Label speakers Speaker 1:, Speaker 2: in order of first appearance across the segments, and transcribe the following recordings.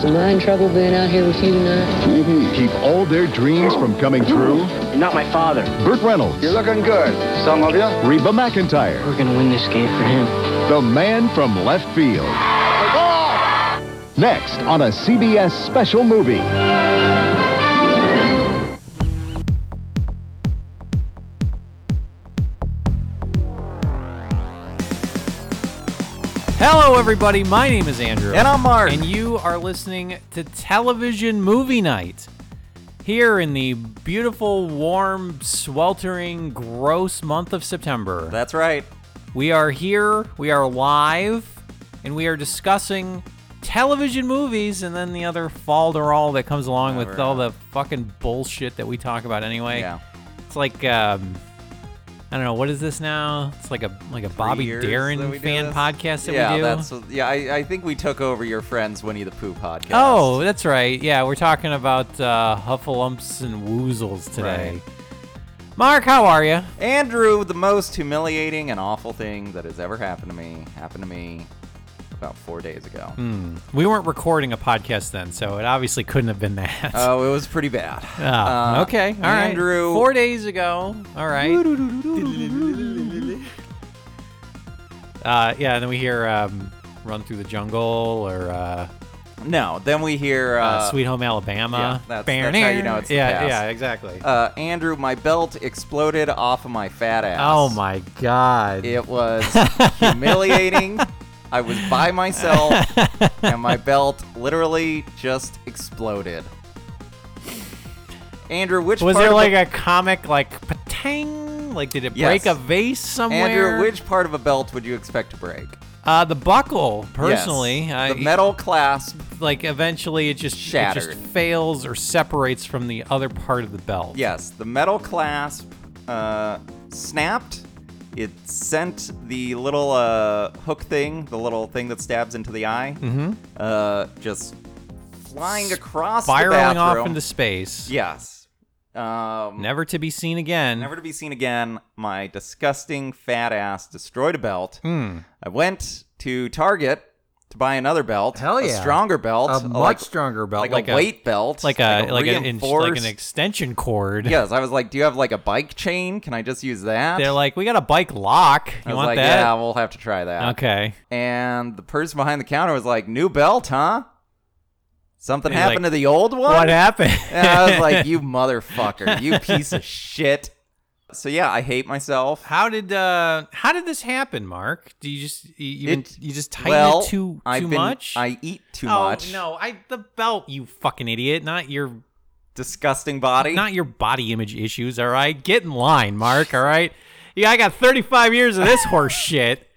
Speaker 1: Am I in trouble being out here with you tonight?
Speaker 2: Mm-hmm. Keep all their dreams from coming true.
Speaker 3: You're not my father.
Speaker 2: Burt Reynolds,
Speaker 4: You're looking good, some of you.
Speaker 2: Reba McIntyre,
Speaker 3: We're gonna win this game for him.
Speaker 2: the man from left field. Next on a CBS special movie.
Speaker 5: Hello, everybody. My name is Andrew.
Speaker 6: And I'm Mark.
Speaker 5: And you are listening to Television Movie Night here in the beautiful, warm, sweltering, gross month of September.
Speaker 6: That's right.
Speaker 5: we are here, we are live, and we are discussing television movies and then the other falderall that comes along with
Speaker 6: Whatever.
Speaker 5: all the fucking bullshit that we talk about anyway.
Speaker 6: Yeah.
Speaker 5: It's like um, I don't know what is this now. It's like a like a Bobby
Speaker 6: years that we
Speaker 5: Darin
Speaker 6: do
Speaker 5: fan
Speaker 6: this?
Speaker 5: podcast that
Speaker 6: yeah,
Speaker 5: we do.
Speaker 6: that's yeah. I, I think we took over your friend's Winnie the Pooh podcast.
Speaker 5: Oh, that's right. Yeah, we're talking about uh, Huffalumps and Woozles today.
Speaker 6: Right.
Speaker 5: Mark, how are you?
Speaker 6: Andrew, the most humiliating and awful thing that has ever happened to me happened to me about four days ago.
Speaker 5: Hmm. We weren't recording a podcast then, so it obviously couldn't have been that.
Speaker 6: Oh, it was pretty bad. Uh,
Speaker 5: Oh, okay, all right.
Speaker 6: Andrew.
Speaker 5: Four days ago. All right. Uh, yeah, and then we hear um, "Run Through the Jungle" or uh,
Speaker 6: No, then we hear uh,
Speaker 5: uh, "Sweet Home Alabama."
Speaker 6: yeah, that's- that's how you know it's the
Speaker 5: yeah,
Speaker 6: past.
Speaker 5: yeah, exactly.
Speaker 6: uh, Andrew, my belt exploded off of my fat ass.
Speaker 5: oh my god.
Speaker 6: It was humiliating. I was by myself, and my belt literally just exploded. Andrew, which
Speaker 5: Was
Speaker 6: part
Speaker 5: there
Speaker 6: of
Speaker 5: like
Speaker 6: a,
Speaker 5: a comic like patang? Like did it
Speaker 6: Yes.
Speaker 5: break a vase somewhere?
Speaker 6: Andrew, which part of a belt would you expect to break?
Speaker 5: uh, the buckle, personally,
Speaker 6: Yes.
Speaker 5: I,
Speaker 6: the metal clasp.
Speaker 5: like eventually it just it just
Speaker 6: Shattered.
Speaker 5: fails or separates from the other part of the belt.
Speaker 6: Yes, the metal clasp uh, snapped. It sent the little uh, hook thing, the little thing that stabs into the eye,
Speaker 5: Mm-hmm.
Speaker 6: uh, just flying across the
Speaker 5: spiraling
Speaker 6: bathroom.
Speaker 5: off into space,
Speaker 6: Yes. Um,
Speaker 5: never to be seen again.
Speaker 6: never to be seen again. My disgusting fat ass destroyed a belt.
Speaker 5: Hmm.
Speaker 6: I went to Target to buy another belt.
Speaker 5: Hell
Speaker 6: A
Speaker 5: yeah.
Speaker 6: stronger belt.
Speaker 5: A
Speaker 6: like-
Speaker 5: much stronger belt,
Speaker 6: Like,
Speaker 5: like
Speaker 6: a,
Speaker 5: a-
Speaker 6: weight belt.
Speaker 5: like a like, a inch-
Speaker 6: reinforced.
Speaker 5: like an extension cord.
Speaker 6: yes, I was like, do you have like a bike chain? Can I just use that?
Speaker 5: They're like, we got a bike lock. You
Speaker 6: I was
Speaker 5: want
Speaker 6: like,
Speaker 5: that?
Speaker 6: yeah, we'll have to try that.
Speaker 5: Okay.
Speaker 6: And the person behind the counter was like, new belt, huh? Something
Speaker 5: He's like,
Speaker 6: happened to the old one?
Speaker 5: What happened?
Speaker 6: And I was like, you motherfucker, you piece of shit. So yeah, I hate myself.
Speaker 5: How did uh how did this happen, Mark? Do you just you you, been-
Speaker 6: It-
Speaker 5: you just tighten
Speaker 6: well,
Speaker 5: it too too
Speaker 6: I've been-
Speaker 5: much?
Speaker 6: I eat too
Speaker 5: oh,
Speaker 6: much.
Speaker 5: no, I the belt, you fucking idiot. Not your
Speaker 6: Disgusting body.
Speaker 5: not your body image issues, all right? Get in line, Mark, all right? Yeah, I got 35 years of this horse shit.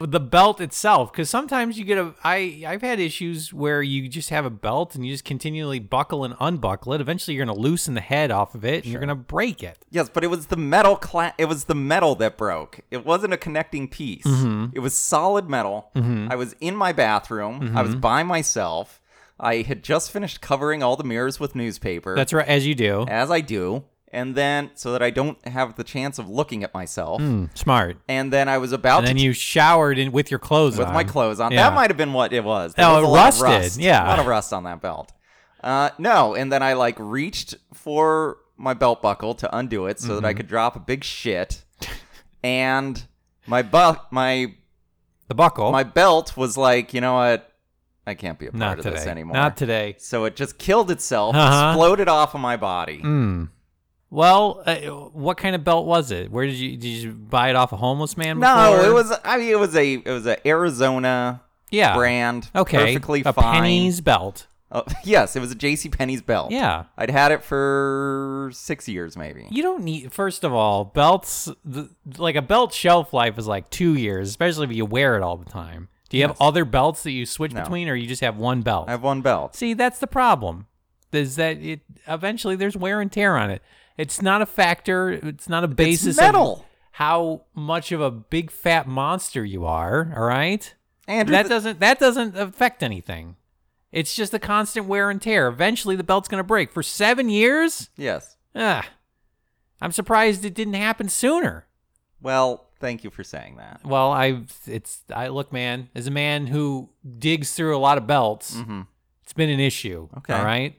Speaker 5: But The belt itself, because sometimes you get a. I I've had issues where you just have a belt and you just continually buckle and unbuckle it. Eventually, you're gonna loosen the head off of it and you're gonna break it.
Speaker 6: yes, but it was the metal cla- it was the metal that broke. It wasn't a connecting piece.
Speaker 5: Mm-hmm.
Speaker 6: It was solid metal. I was in my bathroom. I
Speaker 5: Mm-hmm.
Speaker 6: was by myself. I had just finished covering all the mirrors with newspaper.
Speaker 5: That's right, as you do.
Speaker 6: as I do. And then so that I don't have the chance of looking at myself.
Speaker 5: Smart.
Speaker 6: And then I was about
Speaker 5: Hmm. And
Speaker 6: to
Speaker 5: then you showered in with your clothes
Speaker 6: with
Speaker 5: on.
Speaker 6: my clothes on.
Speaker 5: Yeah.
Speaker 6: That might have been what it was. There
Speaker 5: Oh,
Speaker 6: was
Speaker 5: it
Speaker 6: a lot of
Speaker 5: rusted.
Speaker 6: rust.
Speaker 5: Yeah.
Speaker 6: a lot of rust on that belt. Uh, no, and then I like reached for my belt buckle to undo it so that I
Speaker 5: Mm-hmm.
Speaker 6: could drop a big shit, and my bu- my
Speaker 5: the buckle.
Speaker 6: my belt was like, you know what, I can't be a part
Speaker 5: Oh. not
Speaker 6: of
Speaker 5: today.
Speaker 6: this anymore.
Speaker 5: Not today.
Speaker 6: So it just killed itself,
Speaker 5: Uh-huh.
Speaker 6: exploded off of my body.
Speaker 5: Hmm. Well, uh, what kind of belt was it? Where did you did you buy it off a homeless man?
Speaker 6: No,
Speaker 5: before?
Speaker 6: it was. I mean, it was a it was a Arizona
Speaker 5: yeah
Speaker 6: brand.
Speaker 5: Okay,
Speaker 6: perfectly
Speaker 5: a
Speaker 6: fine.
Speaker 5: penny's belt.
Speaker 6: Oh, yes, it was a J.C. Penney's belt.
Speaker 5: Yeah,
Speaker 6: I'd had it for six years, maybe.
Speaker 5: you don't need. First of all, belts the, like a belt shelf life is like two years, especially if you wear it all the time. Do you have other belts that you switch
Speaker 6: No.
Speaker 5: between, or you just have one belt?
Speaker 6: I have one belt.
Speaker 5: See, that's the problem. Is that it? Eventually, there's wear and tear on it. It's not a factor. It's not a basis. of
Speaker 6: metal.
Speaker 5: how much of a big fat monster you are. All right.
Speaker 6: Andrew,
Speaker 5: that
Speaker 6: th-
Speaker 5: doesn't that doesn't affect anything. It's just the constant wear and tear. Eventually, the belt's gonna break. For seven years,
Speaker 6: yes.
Speaker 5: ah, I'm surprised it didn't happen sooner.
Speaker 6: Well, thank you for saying that.
Speaker 5: Well, I it's I look, man, as a man who digs through a lot of belts, It's been an issue.
Speaker 6: Mm-hmm. Okay.
Speaker 5: All right.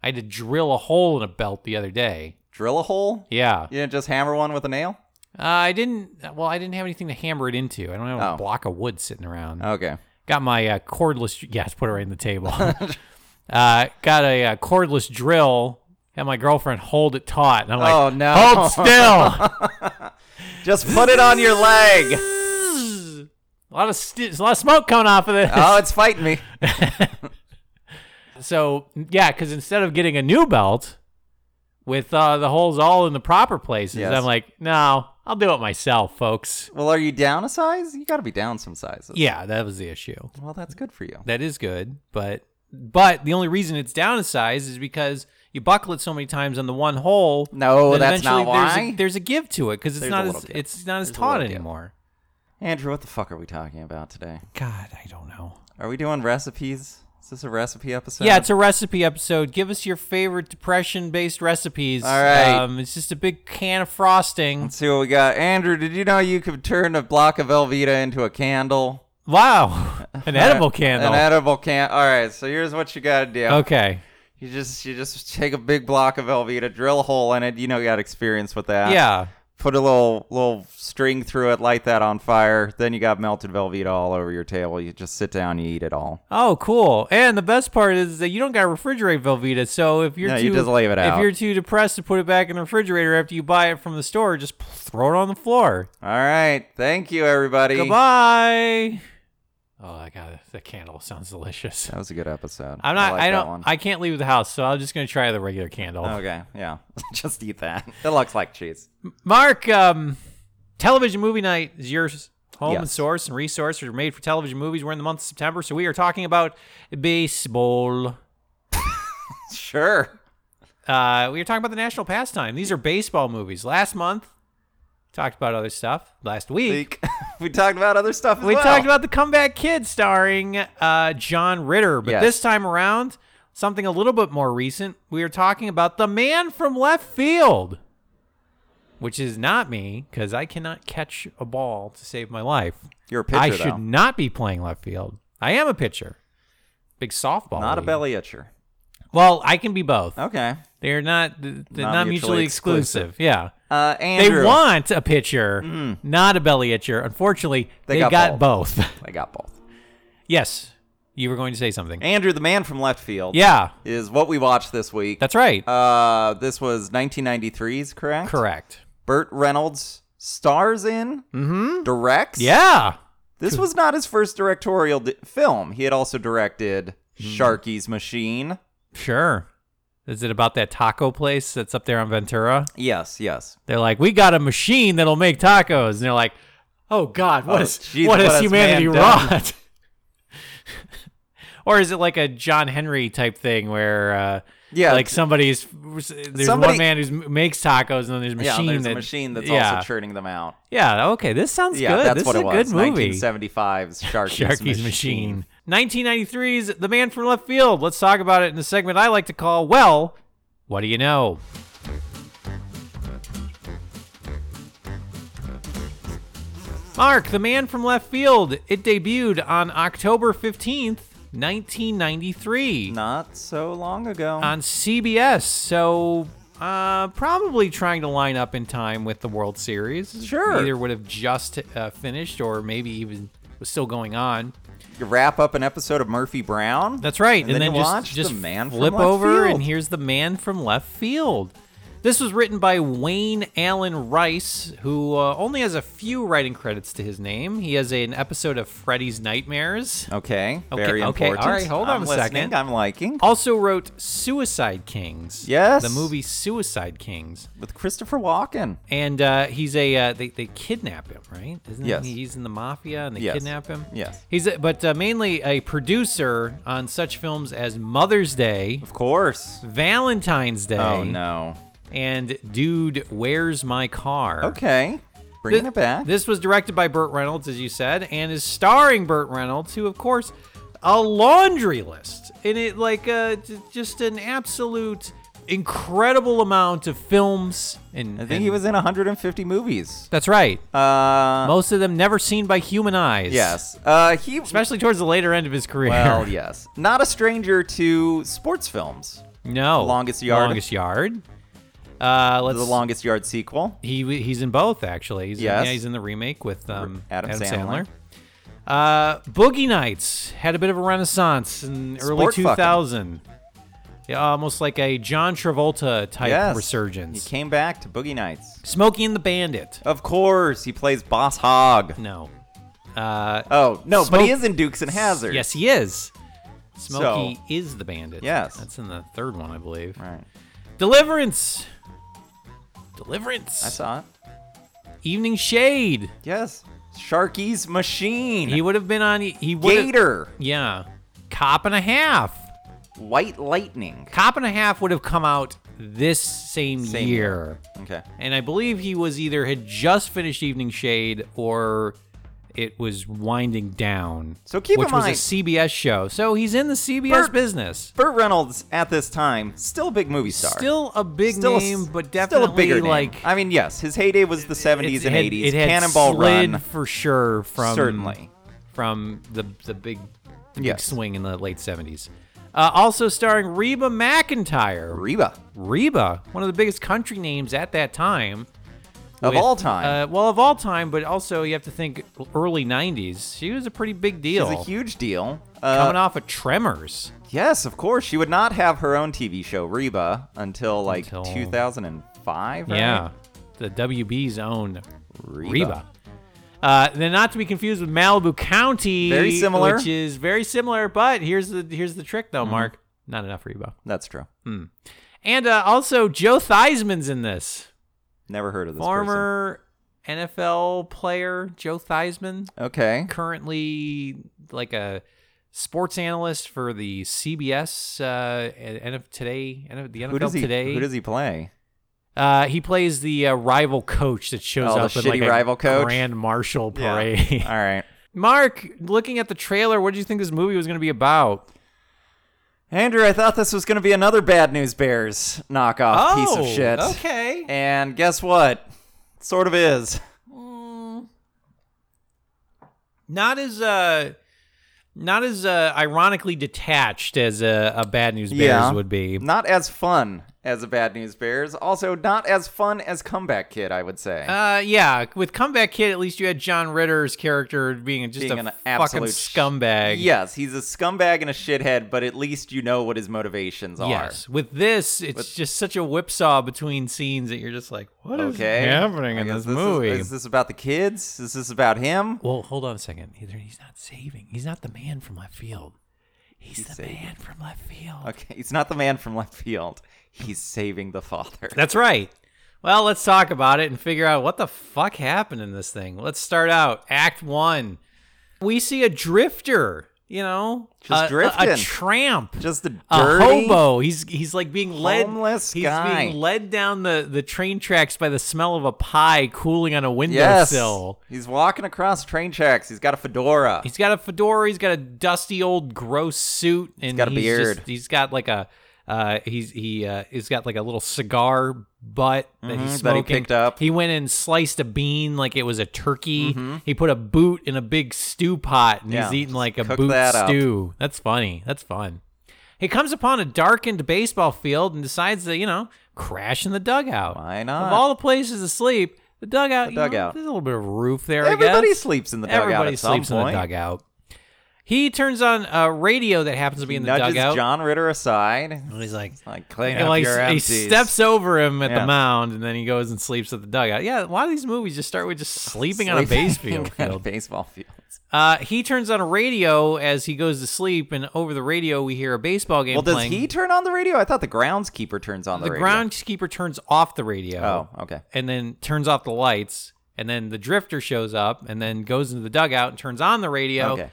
Speaker 5: I had to drill a hole in a belt the other day.
Speaker 6: Drill a hole?
Speaker 5: Yeah.
Speaker 6: You didn't just hammer one with a nail?
Speaker 5: Uh, I didn't. Well, I didn't have anything to hammer it into. I don't have a
Speaker 6: Oh.
Speaker 5: block of wood sitting around.
Speaker 6: Okay.
Speaker 5: Got my uh, cordless. Yes, put it right in the table. uh, got a uh, cordless drill. Had my girlfriend hold it taut, and I'm like,
Speaker 6: Oh, no.
Speaker 5: hold still."
Speaker 6: Just put it on your leg.
Speaker 5: a lot of st- a lot of smoke coming off of this.
Speaker 6: Oh, it's fighting me.
Speaker 5: So yeah, because instead of getting a new belt with uh, the holes all in the proper places,
Speaker 6: Yes.
Speaker 5: I'm like, no, I'll do it myself, folks.
Speaker 6: Well, are you down a size? You got to be down some sizes.
Speaker 5: Yeah, that was the issue.
Speaker 6: Well, that's good for you.
Speaker 5: That is good, but but the only reason it's down a size is because you buckle it so many times on the one hole.
Speaker 6: No,
Speaker 5: that
Speaker 6: that's not
Speaker 5: eventually there's a-
Speaker 6: why.
Speaker 5: There's a, give to it because it's,
Speaker 6: There's
Speaker 5: not
Speaker 6: a
Speaker 5: as
Speaker 6: little give.
Speaker 5: it's not as
Speaker 6: There's a
Speaker 5: taut
Speaker 6: little give.
Speaker 5: anymore.
Speaker 6: Andrew, what the fuck are we talking about today?
Speaker 5: God, I don't know.
Speaker 6: Are we doing recipes? Is this a recipe episode?
Speaker 5: Yeah, it's a recipe episode. Give us your favorite depression-based recipes.
Speaker 6: All right.
Speaker 5: um, it's just a big can of frosting.
Speaker 6: Let's see what we got. Andrew, did you know you could turn a block of Velveeta into a candle?
Speaker 5: Wow, an edible candle.
Speaker 6: An edible can. All right, so here's what you got to do.
Speaker 5: okay.
Speaker 6: You just you just take a big block of Velveeta, drill a hole in it. You know, you got experience with that.
Speaker 5: yeah.
Speaker 6: Put a little little string through it, light that on fire. Then you got melted Velveeta all over your table. You just sit down, you eat it all.
Speaker 5: Oh, cool. And the best part is that you don't got to refrigerate Velveeta. So if you're
Speaker 6: No,
Speaker 5: too
Speaker 6: you just leave it out.
Speaker 5: if you're too depressed to put it back in the refrigerator after you buy it from the store, just throw it on the floor.
Speaker 6: All right, thank you, everybody.
Speaker 5: Goodbye. Oh, I got the candle. Sounds delicious.
Speaker 6: That was a good episode.
Speaker 5: I'm not.
Speaker 6: like
Speaker 5: I
Speaker 6: that
Speaker 5: don't.
Speaker 6: one. Oh.
Speaker 5: I can't leave the house, so I'm just gonna try the regular candle.
Speaker 6: Okay, yeah, just eat that. It looks like cheese.
Speaker 5: Mark, um, television movie night is your s- home and
Speaker 6: Yes.
Speaker 5: source and resource for made for television movies. We're in the month of September, so we are talking about baseball.
Speaker 6: Sure.
Speaker 5: Uh, we were talking about the national pastime. These are baseball movies. Last month, talked about other stuff. Last week,
Speaker 6: Week. we talked about other stuff. As
Speaker 5: we
Speaker 6: well.
Speaker 5: talked about The Comeback Kid starring uh, John Ritter. But
Speaker 6: Yes.
Speaker 5: this time around, something a little bit more recent. We are talking about The Man from Left Field, which is not me because I cannot catch a ball to save my life.
Speaker 6: You're a pitcher,
Speaker 5: I
Speaker 6: though.
Speaker 5: should not be playing left field. I am a pitcher. Big softball.
Speaker 6: not a
Speaker 5: league.
Speaker 6: belly itcher.
Speaker 5: Well, I can be both.
Speaker 6: Okay.
Speaker 5: They're not th- they're not,
Speaker 6: Not
Speaker 5: mutually,
Speaker 6: mutually
Speaker 5: exclusive. Yeah.
Speaker 6: Uh, Andrew. Mm-hmm.
Speaker 5: They want a pitcher, not a belly itcher. Unfortunately, they,
Speaker 6: They
Speaker 5: got,
Speaker 6: got
Speaker 5: both.
Speaker 6: I got both.
Speaker 5: yes. You were going to say something.
Speaker 6: Andrew, the man from left field.
Speaker 5: yeah.
Speaker 6: Is what we watched this week.
Speaker 5: That's right.
Speaker 6: Uh, this was 1993's, correct?
Speaker 5: Correct.
Speaker 6: Burt Reynolds stars in, mm-hmm. directs.
Speaker 5: Yeah.
Speaker 6: This was not his first directorial di- film. He had also directed
Speaker 5: Mm-hmm.
Speaker 6: Sharky's Machine.
Speaker 5: Sure. Is it about that taco place that's up there on Ventura?
Speaker 6: Yes, yes.
Speaker 5: They're like, "We got a machine that'll make tacos." And they're like, "Oh god, what
Speaker 6: Oh,
Speaker 5: is
Speaker 6: jeez,
Speaker 5: what
Speaker 6: what
Speaker 5: has
Speaker 6: has
Speaker 5: humanity
Speaker 6: man done?"
Speaker 5: wrought?" or is it like a John Henry type thing where uh
Speaker 6: Yeah,
Speaker 5: like
Speaker 6: it's-
Speaker 5: somebody's there's one
Speaker 6: Somebody-
Speaker 5: man who makes tacos and then there's a machine
Speaker 6: yeah, there's
Speaker 5: that,
Speaker 6: a machine that's
Speaker 5: yeah.
Speaker 6: also churning them out.
Speaker 5: Yeah, okay, this sounds
Speaker 6: yeah,
Speaker 5: good.
Speaker 6: that's
Speaker 5: this
Speaker 6: what
Speaker 5: is
Speaker 6: it
Speaker 5: a
Speaker 6: was.
Speaker 5: good movie.
Speaker 6: 1975's Sharky's,
Speaker 5: Sharky's Machine. 1993's The Man from Left Field. Let's talk about it in a segment I like to call Well, What Do You Know? Mark, The Man from Left Field. It debuted on October 15th, 1993
Speaker 6: Not so long ago.
Speaker 5: on CBS. So. Uh, probably trying to line up in time with the World Series.
Speaker 6: Sure.
Speaker 5: Either would have just uh, finished or maybe even was still going on.
Speaker 6: you wrap up an episode of Murphy Brown.
Speaker 5: That's right. And,
Speaker 6: And,
Speaker 5: then,
Speaker 6: you
Speaker 5: just,
Speaker 6: watch
Speaker 5: just
Speaker 6: the man
Speaker 5: flip
Speaker 6: from left
Speaker 5: over
Speaker 6: field.
Speaker 5: and here's the man from left field. This was written by Wayne Allen Rice, who uh, only has a few writing credits to his name. He has an episode of Freddy's Nightmares.
Speaker 6: Okay.
Speaker 5: Okay,
Speaker 6: Very
Speaker 5: okay,
Speaker 6: important.
Speaker 5: all right, hold on
Speaker 6: I'm
Speaker 5: a
Speaker 6: listening,
Speaker 5: second.
Speaker 6: I'm liking.
Speaker 5: Also wrote Suicide Kings.
Speaker 6: Yes.
Speaker 5: The movie Suicide Kings.
Speaker 6: With Christopher Walken.
Speaker 5: And uh, he's a uh, they they kidnap him, right? Isn't
Speaker 6: Yes.
Speaker 5: he, he's in the mafia and they
Speaker 6: Yes.
Speaker 5: kidnap him?
Speaker 6: Yes.
Speaker 5: He's a, but uh, mainly a producer on such films as Mother's Day,
Speaker 6: Of course.
Speaker 5: Valentine's Day.
Speaker 6: Oh, no.
Speaker 5: and Dude, Where's My Car?
Speaker 6: Okay.
Speaker 5: Th-
Speaker 6: Bringing it back.
Speaker 5: This was directed by Burt Reynolds, as you said, and is starring Burt Reynolds, who, of course, a laundry list. And it, like, uh, j- just an absolute incredible amount of films and
Speaker 6: I think he was in 150 movies.
Speaker 5: That's right.
Speaker 6: Uh,
Speaker 5: Most of them never seen by human eyes.
Speaker 6: yes. Uh, he
Speaker 5: Especially towards the later end of his career.
Speaker 6: well, yes, not a stranger to sports films.
Speaker 5: No.
Speaker 6: Longest Yard.
Speaker 5: Longest yard. Uh, let's.
Speaker 6: The longest yard sequel.
Speaker 5: he he's in both actually. He's
Speaker 6: Yes.
Speaker 5: In, yeah, he's in the remake with um,
Speaker 6: Adam
Speaker 5: Adam, Sandler.
Speaker 6: Sandler.
Speaker 5: Uh, Boogie Nights had a bit of a renaissance in early
Speaker 6: Sport fucking.
Speaker 5: 2000. Yeah, almost like a John Travolta type
Speaker 6: Yes.
Speaker 5: resurgence.
Speaker 6: He came back to Boogie Nights.
Speaker 5: Smokey and the Bandit.
Speaker 6: Of course, he plays Boss Hog.
Speaker 5: No. Uh,
Speaker 6: Oh no, but he
Speaker 5: Smoke-
Speaker 6: is in Dukes and Hazard.
Speaker 5: Yes, he is. Smokey is the bandit.
Speaker 6: Yes.
Speaker 5: That's in the third one, I believe.
Speaker 6: Right.
Speaker 5: Deliverance.
Speaker 6: I
Speaker 5: Deliverance.
Speaker 6: saw it.
Speaker 5: Evening Shade.
Speaker 6: Yes. Sharky's Machine.
Speaker 5: He would have been on. He would.
Speaker 6: Gator.
Speaker 5: Yeah. Cop and a half.
Speaker 6: White Lightning.
Speaker 5: Cop and a half would have come out this same,
Speaker 6: Same
Speaker 5: year.
Speaker 6: Okay.
Speaker 5: And I believe he was either had just finished Evening Shade or it was winding down.
Speaker 6: So keep in
Speaker 5: which
Speaker 6: mind-
Speaker 5: was a CBS show. So he's in the CBS
Speaker 6: Bert-
Speaker 5: business.
Speaker 6: Burt Reynolds at this time still a big movie star.
Speaker 5: Still a big
Speaker 6: Still a-
Speaker 5: name, but
Speaker 6: still
Speaker 5: definitely
Speaker 6: a bigger name.
Speaker 5: like
Speaker 6: I mean, yes, his heyday was the 70s
Speaker 5: it
Speaker 6: and
Speaker 5: had-
Speaker 6: 80s.
Speaker 5: It had
Speaker 6: Cannonball
Speaker 5: slid
Speaker 6: Run.
Speaker 5: for sure from
Speaker 6: Certainly.
Speaker 5: from the the big, the big
Speaker 6: Yes.
Speaker 5: swing in the late seventies. Uh, also starring Reba McIntyre.
Speaker 6: Reba
Speaker 5: Reba, one of the biggest country names at that time.
Speaker 6: of
Speaker 5: with-
Speaker 6: all time.
Speaker 5: Uh, well, of all time, but also you have to think early '90s. She was a pretty big
Speaker 6: She's
Speaker 5: deal.
Speaker 6: a huge deal. Uh,
Speaker 5: Coming off of Tremors.
Speaker 6: Yes, of course. She would not have her own TV show, Reba, until like
Speaker 5: Until-
Speaker 6: 2005. right?
Speaker 5: Yeah, the WB's own
Speaker 6: Reba.
Speaker 5: Reba. Uh, then not to be confused with Malibu County,
Speaker 6: Very similar. Mm-hmm.
Speaker 5: which is very similar. But here's the here's the trick though, Mark. Not enough Reba,
Speaker 6: That's true.
Speaker 5: and uh, also Joe Theismann's in this
Speaker 6: Never heard of this
Speaker 5: former NFL player Joe Theismann,
Speaker 6: person. Okay.
Speaker 5: currently like a sports analyst for the CBS uh, end of today, end of the NFL
Speaker 6: Who does he?
Speaker 5: today.
Speaker 6: Who does he play?
Speaker 5: Uh, he plays the uh, rival coach that shows
Speaker 6: Oh, the
Speaker 5: up in like
Speaker 6: shitty
Speaker 5: a
Speaker 6: rival coach?
Speaker 5: grand marshal
Speaker 6: Yeah.
Speaker 5: parade.
Speaker 6: All right.
Speaker 5: Mark, looking at the trailer, what did you think this movie was going to be about?
Speaker 6: Andrew, I thought this was going to be another Bad News Bears knockoff piece of shit.
Speaker 5: Oh, Okay.
Speaker 6: And guess what? Sort of is.
Speaker 5: Not as uh not as uh, ironically detached as a, a Bad News Bears would be.
Speaker 6: Not as fun as a Bad News Bears. Also, not as fun as Comeback Kid, I would say.
Speaker 5: Uh, yeah, with Comeback Kid, at least you had John Ritter's character being just
Speaker 6: Being
Speaker 5: a
Speaker 6: an
Speaker 5: fucking
Speaker 6: absolute sh-
Speaker 5: scumbag.
Speaker 6: yes, he's a scumbag and a shithead, but at least you know what his motivations are.
Speaker 5: Yes. With this, it's just such a whipsaw between scenes that you're just like, what is
Speaker 6: Okay.
Speaker 5: happening
Speaker 6: I
Speaker 5: in
Speaker 6: guess
Speaker 5: this, movie?
Speaker 6: Is, is this about the kids? Is this about him?
Speaker 5: Well, hold on a second. He's he's not saving. He's not the man from left field. He's, the
Speaker 6: saving.
Speaker 5: man from left field.
Speaker 6: Okay, he's not the man from left field. He's saving the father.
Speaker 5: That's right. Well, let's talk about it and figure out what the fuck happened in this thing. Let's start out. Act one. We see a drifter, you know,
Speaker 6: Just
Speaker 5: a, a-
Speaker 6: drifting.
Speaker 5: a tramp,
Speaker 6: Just a
Speaker 5: a
Speaker 6: dirty-
Speaker 5: hobo. He's he's like being led,
Speaker 6: homeless
Speaker 5: he's
Speaker 6: guy.
Speaker 5: being led down the the train tracks by the smell of a pie cooling on a
Speaker 6: Yes.
Speaker 5: windowsill.
Speaker 6: He's walking across train tracks. He's got a fedora.
Speaker 5: He's got a fedora. He's got a dusty old gross suit, and
Speaker 6: got a
Speaker 5: he's
Speaker 6: beard.
Speaker 5: just- he's got like a uh, he's he uh, he's got like a little cigar butt that he's
Speaker 6: Mhm, that he
Speaker 5: smoking.
Speaker 6: picked up. Mm-hmm.
Speaker 5: He went and sliced a bean like it was a turkey. He put a boot in a big stew pot, and
Speaker 6: Yeah,
Speaker 5: he's eating like a
Speaker 6: cook
Speaker 5: boot
Speaker 6: that up.
Speaker 5: stew. That's funny. That's fun. He comes upon a darkened baseball field and decides to you know crash in the dugout.
Speaker 6: Why not?
Speaker 5: Of all the places to sleep, the dugout.
Speaker 6: The
Speaker 5: you know,
Speaker 6: dugout.
Speaker 5: there's a little bit of roof there. I
Speaker 6: Everybody
Speaker 5: guess.
Speaker 6: sleeps in the dugout
Speaker 5: Everybody
Speaker 6: at some
Speaker 5: sleeps in
Speaker 6: point.
Speaker 5: the dugout. He turns on a radio that happens to be in the
Speaker 6: Nudges
Speaker 5: dugout.
Speaker 6: John Ritter aside.
Speaker 5: and he's like,
Speaker 6: Like clean
Speaker 5: and
Speaker 6: up
Speaker 5: like,
Speaker 6: your
Speaker 5: he
Speaker 6: empties.
Speaker 5: steps over him at
Speaker 6: Yeah.
Speaker 5: the mound, and then he goes and sleeps at the dugout. Yeah, a lot of these movies just start with just sleeping, on a baseball
Speaker 6: on a
Speaker 5: field.
Speaker 6: baseball fields.
Speaker 5: Uh, he turns on a radio as he goes to sleep, and over the radio we hear a baseball game
Speaker 6: Well, does
Speaker 5: playing.
Speaker 6: he turn on the radio? I thought the groundskeeper turns on the,
Speaker 5: the
Speaker 6: radio.
Speaker 5: groundskeeper turns off the radio.
Speaker 6: Oh, okay.
Speaker 5: and then turns off the lights, and then the drifter shows up, and then goes into the dugout and turns on the radio.
Speaker 6: Okay.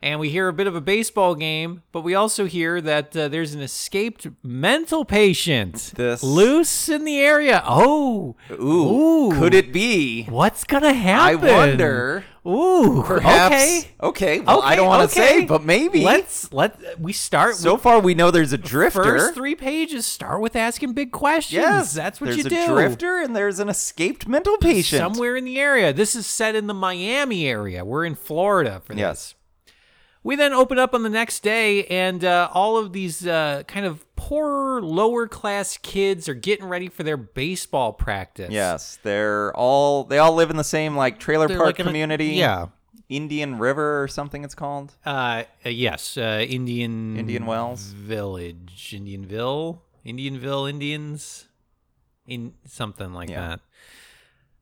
Speaker 5: and we hear a bit of a baseball game, but we also hear that uh, there's an escaped mental patient
Speaker 6: This-
Speaker 5: loose in the area. Oh,
Speaker 6: Ooh, could it be?
Speaker 5: What's gonna happen?
Speaker 6: wonder.
Speaker 5: Ooh,
Speaker 6: Perhaps.
Speaker 5: okay.
Speaker 6: Okay, well, I
Speaker 5: Okay,
Speaker 6: don't want to
Speaker 5: okay.
Speaker 6: say, but maybe.
Speaker 5: Let's let we start
Speaker 6: so
Speaker 5: with
Speaker 6: far, we know there's a drifter.
Speaker 5: first three pages. Start with asking big questions.
Speaker 6: yes,
Speaker 5: that's what
Speaker 6: there's
Speaker 5: you
Speaker 6: a
Speaker 5: do.
Speaker 6: drifter and there's an escaped mental patient.
Speaker 5: Somewhere in the area. This is set in the Miami area. We're in Florida for this.
Speaker 6: Yes.
Speaker 5: We then open up on the next day, and uh, all of these uh, kind of poorer, lower class kids are getting ready for their baseball practice.
Speaker 6: Yes, they're all they all live in the same like trailer
Speaker 5: They're
Speaker 6: park
Speaker 5: like in a-
Speaker 6: community.
Speaker 5: yeah.
Speaker 6: Indian River or something it's called.
Speaker 5: Uh, uh, yes. Uh, Indian.
Speaker 6: Indian Wells.
Speaker 5: Village. Indianville. Indianville Indians. In something like
Speaker 6: Yeah.
Speaker 5: that.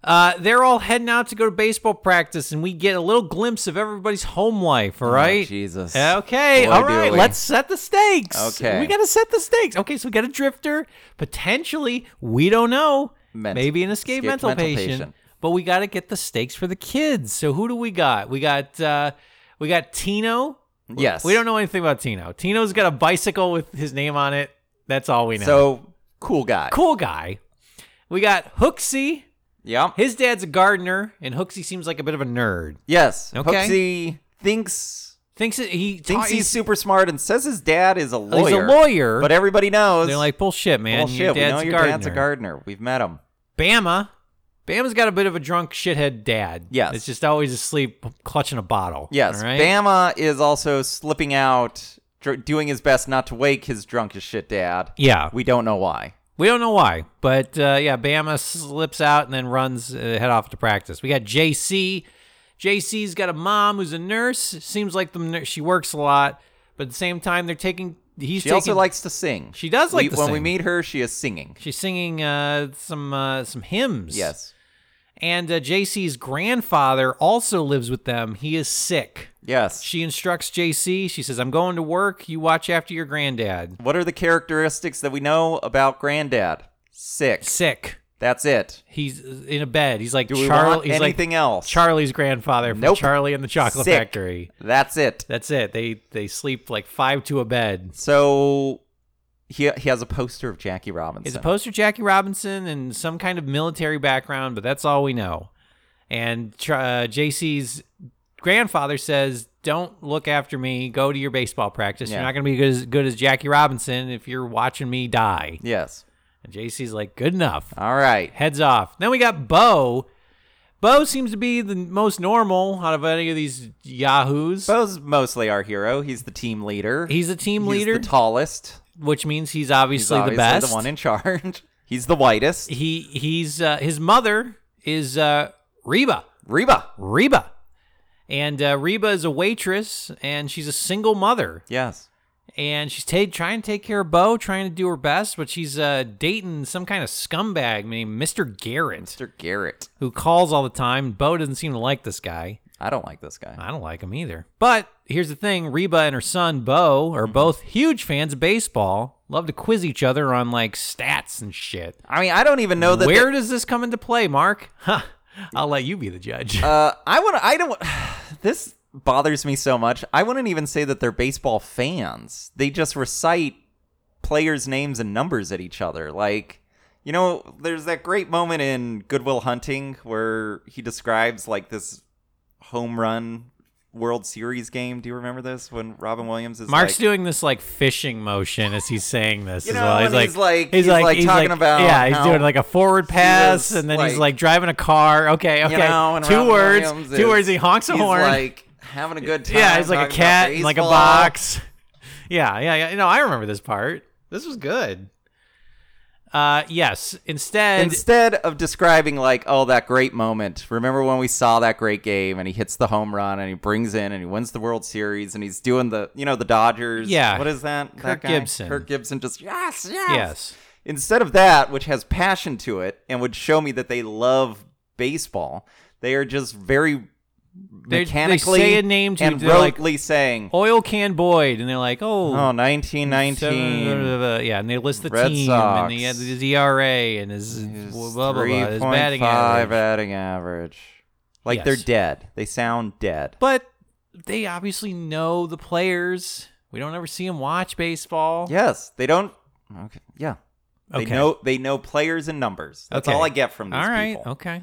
Speaker 5: Uh, they're all heading out to go to baseball practice, and we get a little glimpse of everybody's home life. All right.
Speaker 6: Oh, Jesus.
Speaker 5: Okay,
Speaker 6: Boy,
Speaker 5: all
Speaker 6: do
Speaker 5: right.
Speaker 6: we.
Speaker 5: Let's set the stakes.
Speaker 6: Okay.
Speaker 5: we gotta set the stakes. Okay, so we got a drifter, potentially. We don't know.
Speaker 6: Ment-
Speaker 5: Maybe an escaped,
Speaker 6: escaped
Speaker 5: mental,
Speaker 6: mental
Speaker 5: patient,
Speaker 6: patient.
Speaker 5: But we gotta get the stakes for the kids. So who do we got? We got uh we got Tino.
Speaker 6: Yes.
Speaker 5: We don't know anything about Tino. Tino's got a bicycle with his name on it. That's all we know.
Speaker 6: So cool guy.
Speaker 5: cool guy. We got Hooksy.
Speaker 6: Yeah.
Speaker 5: His dad's a gardener, and Hooksy seems like a bit of a nerd.
Speaker 6: Yes.
Speaker 5: Okay.
Speaker 6: Hooksy thinks
Speaker 5: Thinks that he
Speaker 6: thinks he's super smart and says his dad is a lawyer.
Speaker 5: Oh, He's a lawyer.
Speaker 6: But everybody knows.
Speaker 5: They're like, bullshit, man.
Speaker 6: well,
Speaker 5: your
Speaker 6: shit, we
Speaker 5: dad's
Speaker 6: know
Speaker 5: a
Speaker 6: your
Speaker 5: gardener.
Speaker 6: dad's a gardener. We've met him.
Speaker 5: Bama. Bama's got a bit of a drunk shithead dad.
Speaker 6: Yes.
Speaker 5: It's just always asleep, clutching a bottle.
Speaker 6: Yes.
Speaker 5: All right?
Speaker 6: Bama is also slipping out, dr- doing his best not to wake his drunk as shit dad.
Speaker 5: Yeah. We,
Speaker 6: We don't know why.
Speaker 5: don't know why, but uh, yeah, Bama slips out and then runs, uh, head off to practice. We got JC. JC's got a mom who's a nurse. Seems like the nur- she works a lot, but at the same time, they're taking. He's
Speaker 6: She
Speaker 5: taking,
Speaker 6: also likes to sing.
Speaker 5: She does like
Speaker 6: We-
Speaker 5: to
Speaker 6: when we
Speaker 5: sing.
Speaker 6: meet her, she is singing.
Speaker 5: She's singing uh, some uh, some hymns.
Speaker 6: Yes.
Speaker 5: And uh, JC's grandfather also lives with them. He is sick.
Speaker 6: Yes.
Speaker 5: She instructs JC. She says, I'm going to work. You watch after your granddad.
Speaker 6: what are the characteristics that we know about granddad? Sick.
Speaker 5: Sick.
Speaker 6: That's it.
Speaker 5: He's uh, in a bed. He's like
Speaker 6: Do we
Speaker 5: Charlie.
Speaker 6: want
Speaker 5: he's like
Speaker 6: anything else?
Speaker 5: Charlie's grandfather from
Speaker 6: Nope.
Speaker 5: Charlie and the Chocolate
Speaker 6: Sick.
Speaker 5: Factory.
Speaker 6: That's it.
Speaker 5: That's it. They they sleep like five to a bed.
Speaker 6: So he he has a poster of Jackie Robinson.
Speaker 5: It's a poster Jackie Robinson and some kind of military background, but that's all we know. And tr- uh, JC's grandfather says, "Don't look after me. Go to your baseball practice. You're
Speaker 6: Yeah.
Speaker 5: not going to be good as good as Jackie Robinson if you're watching me die."
Speaker 6: yes.
Speaker 5: And JC's like, "Good enough."
Speaker 6: All right.
Speaker 5: Heads off. Then we got Bo. Bo seems to be the most normal out of any of these yahoos.
Speaker 6: Bo's mostly our hero. He's the team leader.
Speaker 5: He's a team
Speaker 6: He's
Speaker 5: leader,
Speaker 6: the tallest.
Speaker 5: which means he's
Speaker 6: He's
Speaker 5: obviously the
Speaker 6: obviously
Speaker 5: best.
Speaker 6: the one in charge. He's the whitest.
Speaker 5: he he's uh, his mother is uh, Reba.
Speaker 6: Reba.
Speaker 5: Reba. And uh, Reba is a waitress, and she's a single mother,
Speaker 6: Yes.
Speaker 5: and she's ta- trying to take care of Bo, trying to do her best, but she's uh, dating some kind of scumbag named Mr. Garrett,
Speaker 6: Mr. Garrett.
Speaker 5: who calls all the time. Bo doesn't seem to like this guy.
Speaker 6: I don't like this guy.
Speaker 5: I don't like him either. But here's the thing Reba and her son, Bo,
Speaker 6: Mm-hmm.
Speaker 5: are both huge fans of baseball, love to quiz each other on like stats and shit.
Speaker 6: I mean, I don't even know that.
Speaker 5: Where does this come into play, Mark? Huh. I'll let you be the judge.
Speaker 6: they- uh, I want. to. I don't. This bothers me so much. I wouldn't even say that they're baseball fans. They just recite players' names and numbers at each other. Like, you know, there's that great moment in Goodwill Hunting where he describes like this home run World Series game. Do you remember this when Robin Williams is
Speaker 5: Mark's
Speaker 6: like,
Speaker 5: doing this like fishing motion as he's saying this.
Speaker 6: You
Speaker 5: as
Speaker 6: know,
Speaker 5: well.
Speaker 6: and he's like- he's like talking about
Speaker 5: yeah, he's
Speaker 6: how
Speaker 5: doing like a forward pass,
Speaker 6: was,
Speaker 5: and then he's
Speaker 6: like-
Speaker 5: like driving a car. Okay, okay,
Speaker 6: You know, and
Speaker 5: two
Speaker 6: Robin
Speaker 5: words,
Speaker 6: Williams
Speaker 5: two
Speaker 6: is-
Speaker 5: words. He honks a
Speaker 6: he's
Speaker 5: horn.
Speaker 6: Like having a good time.
Speaker 5: yeah, he's like a
Speaker 6: talking about
Speaker 5: cat in like a
Speaker 6: baseball.
Speaker 5: box. Yeah, yeah, yeah. No, I remember this part. This was good. Uh, yes. Instead,
Speaker 6: Instead of describing like, oh, that great moment. Remember when we saw that great game and he hits the home run and he brings in and he wins the World Series and he's doing the, you know, the Dodgers.
Speaker 5: Yeah.
Speaker 6: What is that?
Speaker 5: Kirk
Speaker 6: that guy?
Speaker 5: Gibson.
Speaker 6: Kirk Gibson just yes, yes,
Speaker 5: yes.
Speaker 6: Instead of that, which has passion to it and would show me that they love baseball, they are just very
Speaker 5: they
Speaker 6: mechanically
Speaker 5: say a name to-
Speaker 6: and
Speaker 5: they're like- "Oh,
Speaker 6: rotely saying,
Speaker 5: Oil can Boyd, and they're like, oh,
Speaker 6: oh,
Speaker 5: Seven-
Speaker 6: 1919.
Speaker 5: blah, blah, blah. Yeah, and they list the
Speaker 6: Red
Speaker 5: team and
Speaker 6: Sox.
Speaker 5: the, his ERA and his blah blah blah, blah his batting
Speaker 6: 3.5
Speaker 5: average.
Speaker 6: batting average. Like they're
Speaker 5: Yes.
Speaker 6: dead. They sound dead.
Speaker 5: But they obviously know the players. We don't ever see them watch baseball.
Speaker 6: Yes, they don't. Okay, yeah. They
Speaker 5: Okay.
Speaker 6: know they know players and numbers. That's
Speaker 5: Okay.
Speaker 6: all I get from these
Speaker 5: All right.
Speaker 6: people.
Speaker 5: Okay.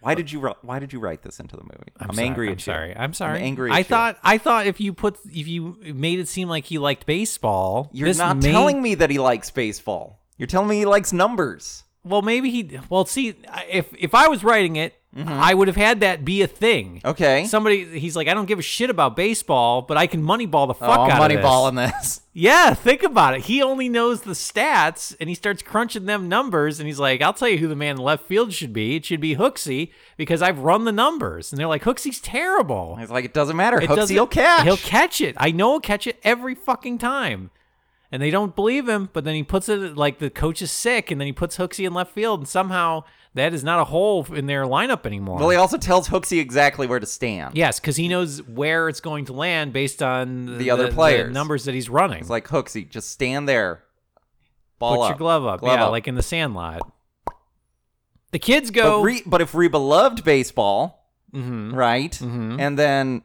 Speaker 6: Why did you wri- Why did you write this into the movie? I'm,
Speaker 5: sorry,
Speaker 6: angry
Speaker 5: I'm
Speaker 6: at you.
Speaker 5: sorry. I'm sorry.
Speaker 6: angry
Speaker 5: I
Speaker 6: at you.
Speaker 5: thought I thought if you put if you made it seem like he liked baseball,
Speaker 6: You're
Speaker 5: this
Speaker 6: not
Speaker 5: may-
Speaker 6: telling me that he likes baseball. You're telling me he likes numbers.
Speaker 5: Well, maybe he. Well, see, if if I was writing it, I would have had that be a thing.
Speaker 6: Mm-hmm. Okay.
Speaker 5: Somebody, he's like, I don't give a shit about baseball, but I can moneyball the fuck
Speaker 6: oh,
Speaker 5: out
Speaker 6: money
Speaker 5: of this.
Speaker 6: ball in this.
Speaker 5: Yeah, think about it. He only knows the stats, and he starts crunching them numbers, and he's like, "I'll tell you who the man in left field should be. It should be Hooksy because I've run the numbers." And they're like, "Hooksy's terrible.
Speaker 6: It's like it doesn't matter.
Speaker 5: It
Speaker 6: Hooksy
Speaker 5: doesn't-
Speaker 6: will catch.
Speaker 5: He'll catch it. I know he'll catch it every fucking time." And they don't believe him, but then he puts it like the coach is sick, and then he puts Hooksy in left field, and somehow that is not a hole in their lineup anymore.
Speaker 6: Well, he also tells Hooksy exactly where to stand.
Speaker 5: yes, because he knows where it's going to land based on
Speaker 6: The other players.
Speaker 5: numbers that he's running.
Speaker 6: It's like Hooksy, just stand there. Ball
Speaker 5: Put
Speaker 6: up.
Speaker 5: your glove up. yeah, like in the sandlot. The kids
Speaker 6: But,
Speaker 5: go.
Speaker 6: Re- but if Reba loved baseball,
Speaker 5: Mhm.
Speaker 6: right? And then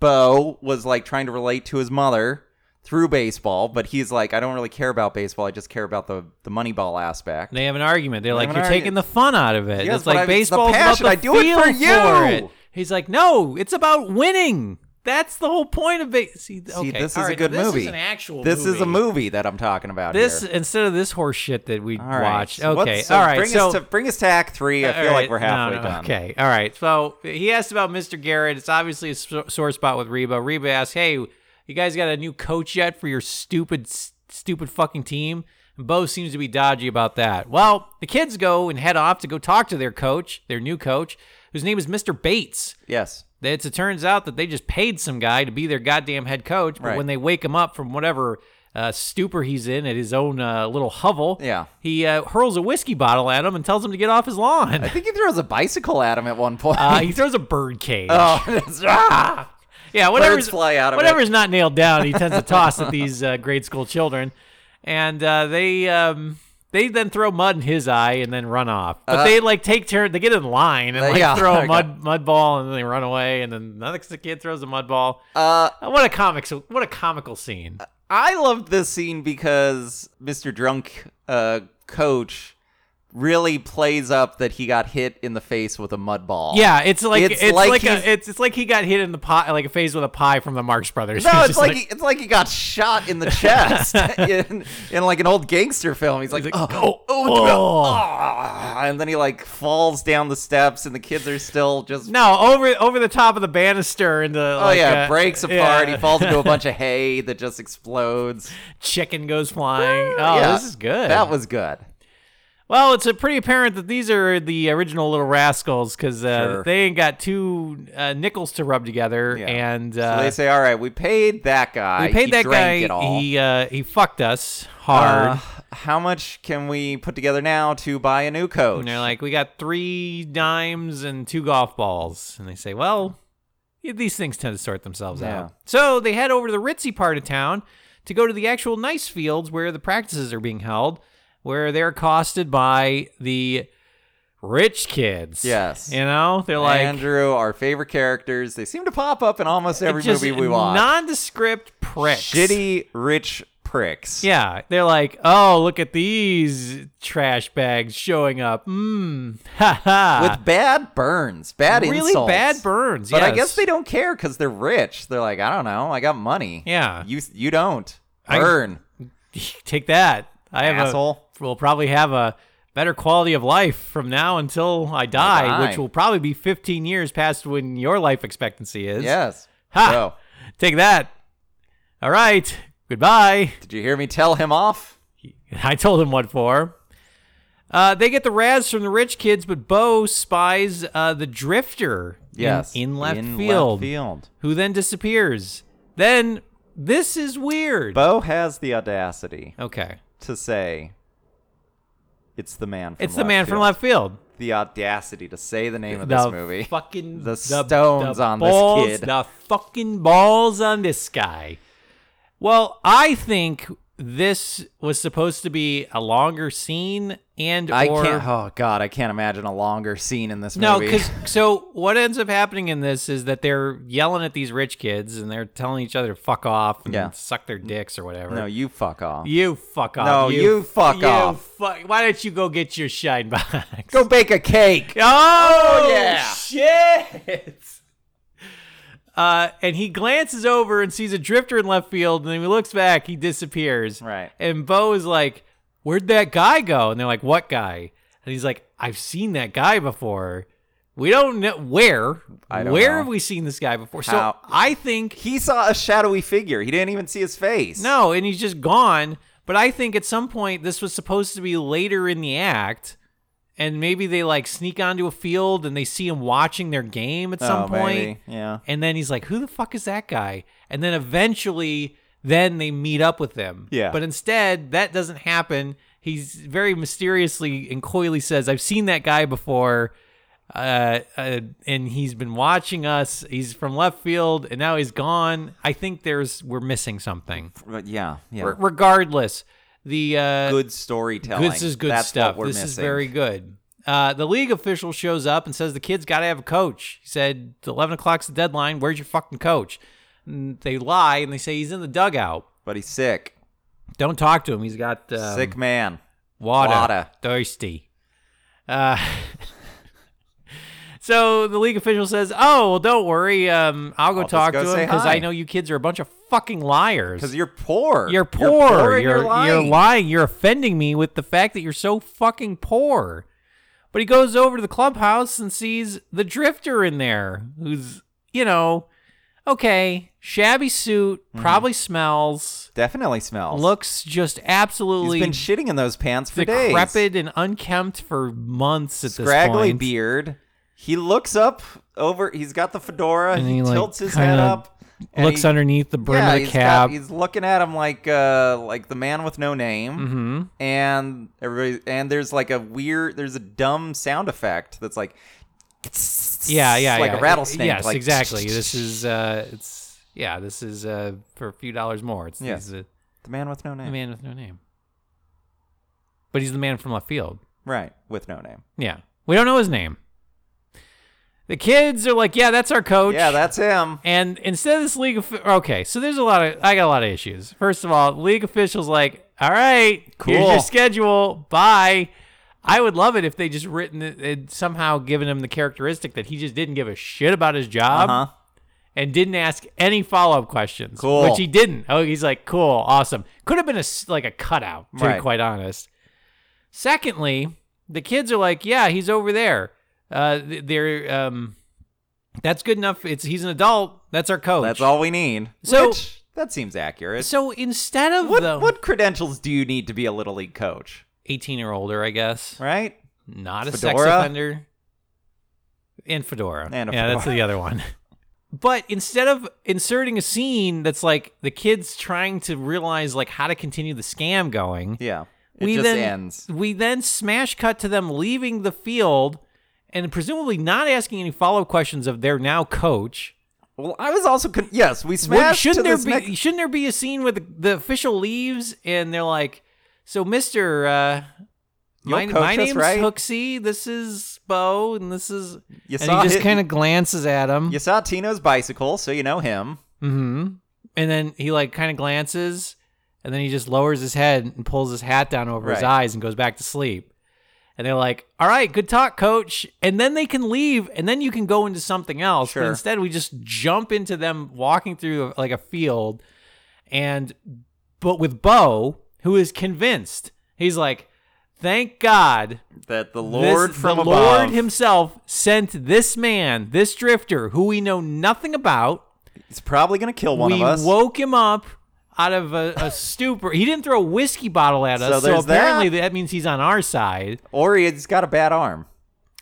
Speaker 6: Bo was like trying to relate to his mother through baseball, but he's like, I don't really care about baseball. I just care about the the money ball aspect.
Speaker 5: They have an argument. They're like,
Speaker 6: have
Speaker 5: you're
Speaker 6: an
Speaker 5: taking
Speaker 6: argument.
Speaker 5: the fun out of it.
Speaker 6: Yes,
Speaker 5: it's
Speaker 6: but I-
Speaker 5: like
Speaker 6: it's the
Speaker 5: baseball's about
Speaker 6: passion.
Speaker 5: the
Speaker 6: I do it
Speaker 5: feel
Speaker 6: for you.
Speaker 5: it. He's like, no, it's about winning. That's the whole point of it. See, okay,
Speaker 6: See, this is
Speaker 5: all
Speaker 6: a
Speaker 5: right,
Speaker 6: good
Speaker 5: now this
Speaker 6: movie.
Speaker 5: This is an actual.
Speaker 6: This is a movie that I'm talking about.
Speaker 5: This
Speaker 6: here.
Speaker 5: instead of this horse shit that we
Speaker 6: All right.
Speaker 5: watched.
Speaker 6: So what's-
Speaker 5: okay,
Speaker 6: so
Speaker 5: all right.
Speaker 6: Bring
Speaker 5: so
Speaker 6: us to bring us to Act Three. I
Speaker 5: All
Speaker 6: feel like
Speaker 5: right.
Speaker 6: we're
Speaker 5: No,
Speaker 6: halfway
Speaker 5: no,
Speaker 6: done.
Speaker 5: Okay. All right. So he asked about Mr. Garrett. It's obviously a so- sore spot with Reba. Reba asks, "Hey, you guys got a new coach yet for your stupid, s- stupid fucking team?" And Bo seems to be dodgy about that. Well, the kids go and head off to go talk to their coach, their new coach, whose name is Mr. Bates.
Speaker 6: Yes.
Speaker 5: It's, it turns out that they just paid some guy to be their goddamn head coach, but
Speaker 6: Right.
Speaker 5: when they wake him up from whatever uh, stupor he's in at his own uh, little hovel,
Speaker 6: Yeah.
Speaker 5: he uh, hurls a whiskey bottle at him and tells him to get off his lawn.
Speaker 6: I think he throws a bicycle at him at one point.
Speaker 5: Uh, he throws a bird cage.
Speaker 6: oh, that's- ah!
Speaker 5: yeah, whatever's
Speaker 6: birds fly out of it.
Speaker 5: whatever's not nailed down, he tends to toss at these uh, grade school children, and uh, they um, they then throw mud in his eye and then run off. But they like take turn, they get in line and
Speaker 6: Uh-huh. They-
Speaker 5: like
Speaker 6: yeah,
Speaker 5: throw a
Speaker 6: okay.
Speaker 5: mud mud ball and then they run away and then another kid throws a mud ball.
Speaker 6: Uh,
Speaker 5: Uh, what a comic! What a comical scene.
Speaker 6: I loved this scene because Mr. Drunk uh, Coach really plays up that he got hit in the face with a mud ball.
Speaker 5: Yeah, it's like it's,
Speaker 6: It's like
Speaker 5: like,
Speaker 6: he's-
Speaker 5: a, it's it's like he got hit in the pie like a phase with a pie from the Marx Brothers.
Speaker 6: No,
Speaker 5: He's
Speaker 6: it's
Speaker 5: just
Speaker 6: like, he, it's like he got shot in the chest in, in like an old gangster film. He's like, oh, oh,
Speaker 5: oh.
Speaker 6: ah," and then he like falls down the steps, and the kids are still just
Speaker 5: No, over over the top of the banister and the
Speaker 6: Oh
Speaker 5: like,
Speaker 6: yeah,
Speaker 5: uh,
Speaker 6: breaks apart.
Speaker 5: yeah.
Speaker 6: He falls into a bunch of hay that just explodes.
Speaker 5: Chicken goes flying. Oh,
Speaker 6: Yeah,
Speaker 5: this is good.
Speaker 6: That was good.
Speaker 5: well. It's uh pretty apparent that these are the original Little Rascals because uh,
Speaker 6: Sure.
Speaker 5: they ain't got two uh, nickels to rub together.
Speaker 6: Yeah.
Speaker 5: And
Speaker 6: so
Speaker 5: uh,
Speaker 6: they say, "All right, we paid that guy.
Speaker 5: we paid
Speaker 6: He
Speaker 5: that
Speaker 6: drank
Speaker 5: guy.
Speaker 6: It all.
Speaker 5: He uh, he fucked us hard.
Speaker 6: Uh, how much can we put together now to buy a new coach?
Speaker 5: and they're like, we got three dimes and two golf balls. And they say, well, these things tend to sort themselves
Speaker 6: Yeah.
Speaker 5: out. So they head over to the ritzy part of town to go to the actual nice fields where the practices are being held, where they're accosted by the rich kids.
Speaker 6: Yes.
Speaker 5: You know, they're like,
Speaker 6: Andrew, our favorite characters. They seem to pop up in almost every
Speaker 5: just
Speaker 6: movie we watch.
Speaker 5: Nondescript pricks.
Speaker 6: Shitty rich pricks.
Speaker 5: Yeah, they're like, oh, look at these trash bags showing up. Mmm, ha ha.
Speaker 6: With bad burns, bad
Speaker 5: really
Speaker 6: insults,
Speaker 5: bad burns.
Speaker 6: But I
Speaker 5: yes.
Speaker 6: guess they don't care because they're rich. They're like, I don't know, I got money.
Speaker 5: Yeah.
Speaker 6: you you don't
Speaker 5: I-
Speaker 6: burn.
Speaker 5: Take that. I have
Speaker 6: Asshole.
Speaker 5: a will probably have a better quality of life from now until I die,
Speaker 6: die.
Speaker 5: which will probably be 15 years past when your life expectancy is.
Speaker 6: Yes.
Speaker 5: Ha!
Speaker 6: So,
Speaker 5: Take that. All right. Goodbye.
Speaker 6: did you hear me tell him off?
Speaker 5: I told him what for. Uh, they get the Raz from the rich kids, but Bo spies uh, the Drifter in-
Speaker 6: Yes.
Speaker 5: in, left,
Speaker 6: left
Speaker 5: field,
Speaker 6: field.
Speaker 5: who then disappears. Then this is weird.
Speaker 6: Bo has the audacity
Speaker 5: okay.
Speaker 6: to say it's the man from
Speaker 5: It's the
Speaker 6: left
Speaker 5: man
Speaker 6: field.
Speaker 5: from left field.
Speaker 6: The audacity to say the name of
Speaker 5: the
Speaker 6: this movie.
Speaker 5: Fucking
Speaker 6: The stones on this
Speaker 5: balls-
Speaker 6: kid.
Speaker 5: The fucking balls on this guy. Well, I think this was supposed to be a longer scene and
Speaker 6: I
Speaker 5: or
Speaker 6: can't. Oh God, I can't imagine a longer scene in this
Speaker 5: No,
Speaker 6: movie.
Speaker 5: because so what ends up happening in this is that they're yelling at these rich kids and they're telling each other to fuck off and
Speaker 6: Yeah.
Speaker 5: suck their dicks or whatever.
Speaker 6: no, you fuck off.
Speaker 5: you fuck off.
Speaker 6: No, you fuck
Speaker 5: you
Speaker 6: off.
Speaker 5: Fuck, why don't you go get your shine box?
Speaker 6: Go bake a cake.
Speaker 5: Oh,
Speaker 6: yeah.
Speaker 5: shit. Uh, and he glances over and sees a drifter in left field, and then he looks back. He disappears.
Speaker 6: Right.
Speaker 5: And Bo is like, "Where'd that guy go?" And they're like, "What guy?" And he's like, "I've seen that guy before. We don't know where.
Speaker 6: I don't
Speaker 5: where
Speaker 6: know.
Speaker 5: have we seen this guy before?"
Speaker 6: How?
Speaker 5: So I think
Speaker 6: He saw a shadowy figure. He didn't even see his face.
Speaker 5: no, and he's just gone. But I think at some point this was supposed to be later in the act, and maybe they like sneak onto a field and they see him watching their game at some
Speaker 6: Oh,
Speaker 5: point.
Speaker 6: maybe. Yeah.
Speaker 5: And then he's like, "Who the fuck is that guy?" And then eventually, then they meet up with them.
Speaker 6: Yeah.
Speaker 5: But instead, that doesn't happen. He's very mysteriously and coyly says, "I've seen that guy before." Uh, uh, and he's been watching us. He's from left field, and now he's gone. I think there's we're missing something.
Speaker 6: But yeah. Yeah.
Speaker 5: R- regardless, the uh,
Speaker 6: good storytelling.
Speaker 5: this is good
Speaker 6: That's
Speaker 5: stuff.
Speaker 6: What we're
Speaker 5: This is
Speaker 6: missing.
Speaker 5: very good. Uh, the league official shows up and says the kid's got to have a coach. He said eleven o'clock's the deadline. Where's your fucking coach? And they lie and they say he's in the dugout.
Speaker 6: But he's sick.
Speaker 5: Don't talk to him. He's got um,
Speaker 6: sick man.
Speaker 5: water,
Speaker 6: water.
Speaker 5: thirsty. Uh, so the league official says, "Oh, well, don't worry. Um, I'll go
Speaker 6: I'll just
Speaker 5: talk
Speaker 6: go
Speaker 5: to him
Speaker 6: say
Speaker 5: because
Speaker 6: hi."
Speaker 5: I know you kids are a bunch of fucking liars."
Speaker 6: Because you're poor.
Speaker 5: You're poor.
Speaker 6: You're, poor and
Speaker 5: you're,
Speaker 6: you're lying.
Speaker 5: you're lying. You're offending me with the fact that you're so fucking poor. But he goes over to the clubhouse and sees the drifter in there, who's, you know, okay, shabby suit, probably smells,
Speaker 6: Definitely Mm-hmm. smells.
Speaker 5: looks just
Speaker 6: he's
Speaker 5: absolutely
Speaker 6: been shitting in those pants for days.
Speaker 5: decrepit and unkempt for months at this
Speaker 6: Scraggly
Speaker 5: point.
Speaker 6: beard. He looks up over. He's got the fedora.
Speaker 5: And
Speaker 6: he,
Speaker 5: he, like,
Speaker 6: tilts his head
Speaker 5: kinda
Speaker 6: up. and
Speaker 5: Looks
Speaker 6: he-
Speaker 5: underneath the brim
Speaker 6: yeah,
Speaker 5: of the
Speaker 6: he's
Speaker 5: cap.
Speaker 6: Got, he's looking at him like uh like the man with no name.
Speaker 5: hmm
Speaker 6: and everybody and there's like a weird there's a dumb sound effect that's like
Speaker 5: yeah, yeah,
Speaker 6: like
Speaker 5: yeah.
Speaker 6: a rattlesnake
Speaker 5: Yes,
Speaker 6: like
Speaker 5: exactly. This is uh, it's yeah, this is uh for a few dollars more. It's
Speaker 6: Yeah.
Speaker 5: these, uh,
Speaker 6: the man with no name
Speaker 5: the man with no name, but he's the man from left field.
Speaker 6: right with no name
Speaker 5: Yeah, we don't know his name. The kids are like, yeah, that's our coach.
Speaker 6: yeah that's him
Speaker 5: And instead of this league, of, okay, so there's a lot of I got a lot of issues. First of all, league officials like, all right, here's your
Speaker 6: Cool.
Speaker 5: schedule. Bye. I would love it if they just written it, it somehow given him the characteristic that he just didn't give a shit about his job
Speaker 6: uh-huh
Speaker 5: and didn't ask any follow up questions.
Speaker 6: Cool.
Speaker 5: Which he didn't. Oh, he's like, cool, awesome. Could have been a s- like a cutout, to be
Speaker 6: Right.
Speaker 5: quite honest. Secondly, the kids are like, yeah, he's over there. Uh, th- they're um, that's good enough. It's he's an adult. That's our coach.
Speaker 6: that's all we need
Speaker 5: So-
Speaker 6: Which, that seems accurate
Speaker 5: So instead of
Speaker 6: what
Speaker 5: the
Speaker 6: what credentials do you need to be a little league coach
Speaker 5: eighteen or older, I guess
Speaker 6: right
Speaker 5: not a sex
Speaker 6: Fedora?
Speaker 5: offender, and fedora.
Speaker 6: And a
Speaker 5: yeah, that's
Speaker 6: fedora.
Speaker 5: the other one. But instead of inserting a scene that's like the kids trying to realize like how to continue the scam going,
Speaker 6: yeah it
Speaker 5: we
Speaker 6: just
Speaker 5: then
Speaker 6: ends
Speaker 5: we then smash cut to them leaving the field and presumably not asking any follow up questions of their now coach.
Speaker 6: well i was also con- yes we
Speaker 5: Well,
Speaker 6: smashed to
Speaker 5: shouldn't there
Speaker 6: this
Speaker 5: be
Speaker 6: next-
Speaker 5: shouldn't there be a scene where the, the official leaves and they're like, "So, Mister, uh,
Speaker 6: You'll
Speaker 5: my,
Speaker 6: coach
Speaker 5: my
Speaker 6: us,
Speaker 5: name's
Speaker 6: right?
Speaker 5: Hooksy. This is Bo, and this is."
Speaker 6: you
Speaker 5: and he
Speaker 6: saw
Speaker 5: just
Speaker 6: hi-
Speaker 5: kind of glances at him.
Speaker 6: you saw tino's bicycle so you know him
Speaker 5: hmm And then he like kind of glances, and then he just lowers his head and pulls his hat down over his
Speaker 6: Right.
Speaker 5: eyes and goes back to sleep. And they're like, "All right, good talk, coach." And then they can leave, and then you can go into something else. But
Speaker 6: Sure.
Speaker 5: instead, we just jump into them walking through like a field, and but with Bo, who is convinced, he's like, "Thank God."
Speaker 6: that the
Speaker 5: this-
Speaker 6: lord from
Speaker 5: the
Speaker 6: above
Speaker 5: Lord himself sent this man, this drifter, who we know nothing about,
Speaker 6: He's probably gonna kill one
Speaker 5: we
Speaker 6: of us.
Speaker 5: woke him up out of a, a stupor. He didn't throw a whiskey bottle at us,
Speaker 6: So
Speaker 5: so
Speaker 6: there's that.
Speaker 5: apparently that. means he's on our side.
Speaker 6: or he's got a bad arm.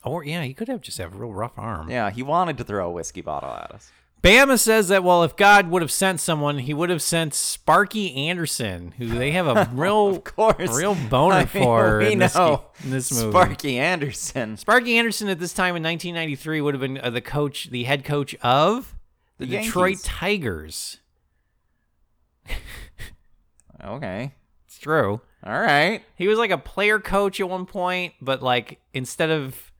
Speaker 5: Or yeah, he could have just have a real rough arm.
Speaker 6: Yeah, he wanted to throw a whiskey bottle at us.
Speaker 5: Bama says that well, if God would have sent someone, he would have sent Sparky Anderson, who they have a real,
Speaker 6: Of course.
Speaker 5: real boner
Speaker 6: I mean,
Speaker 5: for
Speaker 6: we
Speaker 5: in,
Speaker 6: know
Speaker 5: this, ge- in this movie.
Speaker 6: Sparky Anderson.
Speaker 5: Sparky Anderson at this time in 1993 would have been uh, the coach, the head coach of the,
Speaker 6: The
Speaker 5: Detroit
Speaker 6: Yankees.
Speaker 5: Tigers.
Speaker 6: Okay.
Speaker 5: It's true.
Speaker 6: All right.
Speaker 5: He was like a player coach at one point, but like instead of,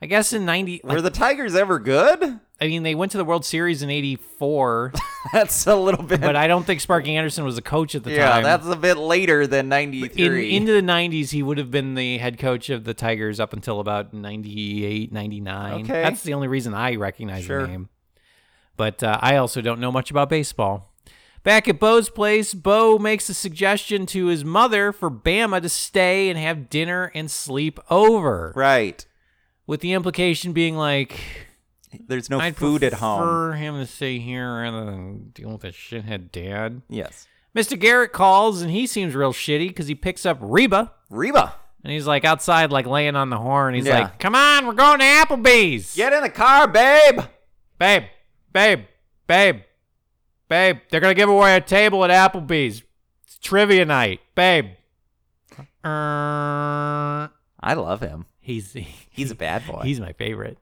Speaker 5: I guess in ninety, like,
Speaker 6: Were the Tigers ever good?
Speaker 5: I mean they went to the World Series in eighty four,
Speaker 6: That's a little bit.
Speaker 5: but I don't think Sparky Anderson was a coach at the
Speaker 6: yeah,
Speaker 5: time.
Speaker 6: that's a bit later than
Speaker 5: in,
Speaker 6: 93.
Speaker 5: into the 90s he would have been the head coach of the tigers up until about 98 99
Speaker 6: Okay.
Speaker 5: that's the only reason i recognize
Speaker 6: Sure.
Speaker 5: the name but uh, i also don't know much about baseball back at bo's place bo makes a suggestion to his mother for bama to stay and have dinner and sleep over
Speaker 6: right.
Speaker 5: with the implication being like
Speaker 6: There's no
Speaker 5: I'd
Speaker 6: food at home.
Speaker 5: prefer him to stay here rather than deal with a shithead dad.
Speaker 6: Yes.
Speaker 5: Mr. Garrett calls and he seems real shitty because he picks up Reba,
Speaker 6: Reba,
Speaker 5: and he's like outside, like laying on the horn. He's
Speaker 6: Yeah.
Speaker 5: like, "Come on, we're going to Applebee's,
Speaker 6: get in the car, babe.
Speaker 5: babe, babe, babe, babe. They're gonna give away a table at Applebee's. It's trivia night, babe." Uh,
Speaker 6: I love him.
Speaker 5: he's
Speaker 6: He's a bad boy.
Speaker 5: he's my favorite.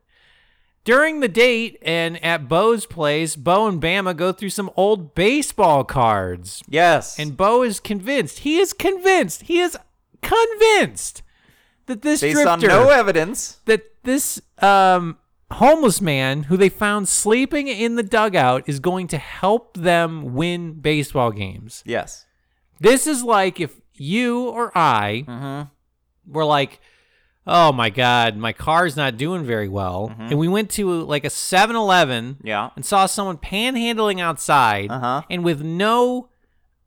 Speaker 5: During the date and at Bo's place, Bo and Bama go through some old baseball cards.
Speaker 6: yes.
Speaker 5: And Bo is convinced. He is convinced. He is convinced that this
Speaker 6: based
Speaker 5: drifter
Speaker 6: on no evidence.
Speaker 5: that this um, homeless man who they found sleeping in the dugout is going to help them win baseball games.
Speaker 6: Yes.
Speaker 5: This is like if you or I
Speaker 6: Mm-hmm.
Speaker 5: were like, oh my God, my car's not doing very well. And we went to like a 7 Eleven
Speaker 6: Mm-hmm. Yeah.
Speaker 5: and saw someone panhandling outside
Speaker 6: Uh-huh.
Speaker 5: and with no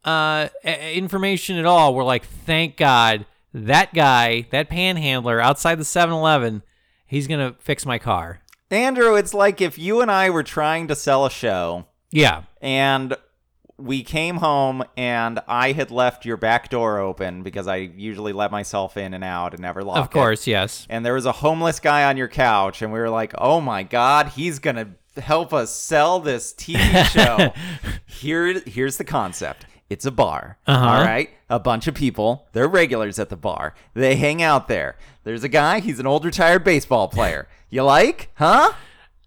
Speaker 5: uh, a- information at all we're like thank god that guy that panhandler outside the 7-eleven he's gonna fix my car
Speaker 6: Andrew, it's like if you and I were trying to sell a show
Speaker 5: yeah
Speaker 6: and we came home and I had left your back door open because I usually let myself in and out and never lock
Speaker 5: of
Speaker 6: it.
Speaker 5: course yes
Speaker 6: And there was a homeless guy on your couch and we were like, "Oh my god, he's going to help us sell this TV show." Here here's the concept. It's a bar.
Speaker 5: Uh-huh.
Speaker 6: all right? A bunch of people, they're regulars at the bar. They hang out there. There's a guy, he's an old retired baseball player. You like? Huh?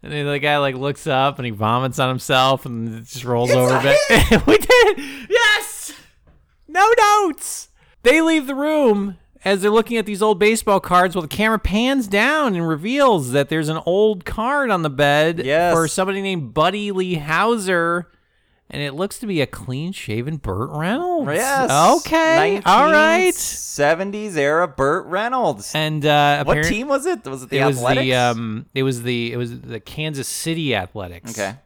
Speaker 5: and then the guy like looks up and he vomits on himself and just rolls over a bit we did it! yes no notes they leave the room as they're looking at these old baseball cards, well, the camera pans down and reveals that there's an old card on the bed
Speaker 6: Yes.
Speaker 5: for somebody named Buddy Lee Hauser, and it looks to be a clean-shaven Burt Reynolds.
Speaker 6: Yes.
Speaker 5: Okay. All right.
Speaker 6: 70s era Burt Reynolds.
Speaker 5: And uh,
Speaker 6: what
Speaker 5: apparent-
Speaker 6: team was it? Was it the
Speaker 5: It was
Speaker 6: Athletics?
Speaker 5: the um, it was the it was the Kansas City Athletics.
Speaker 6: okay.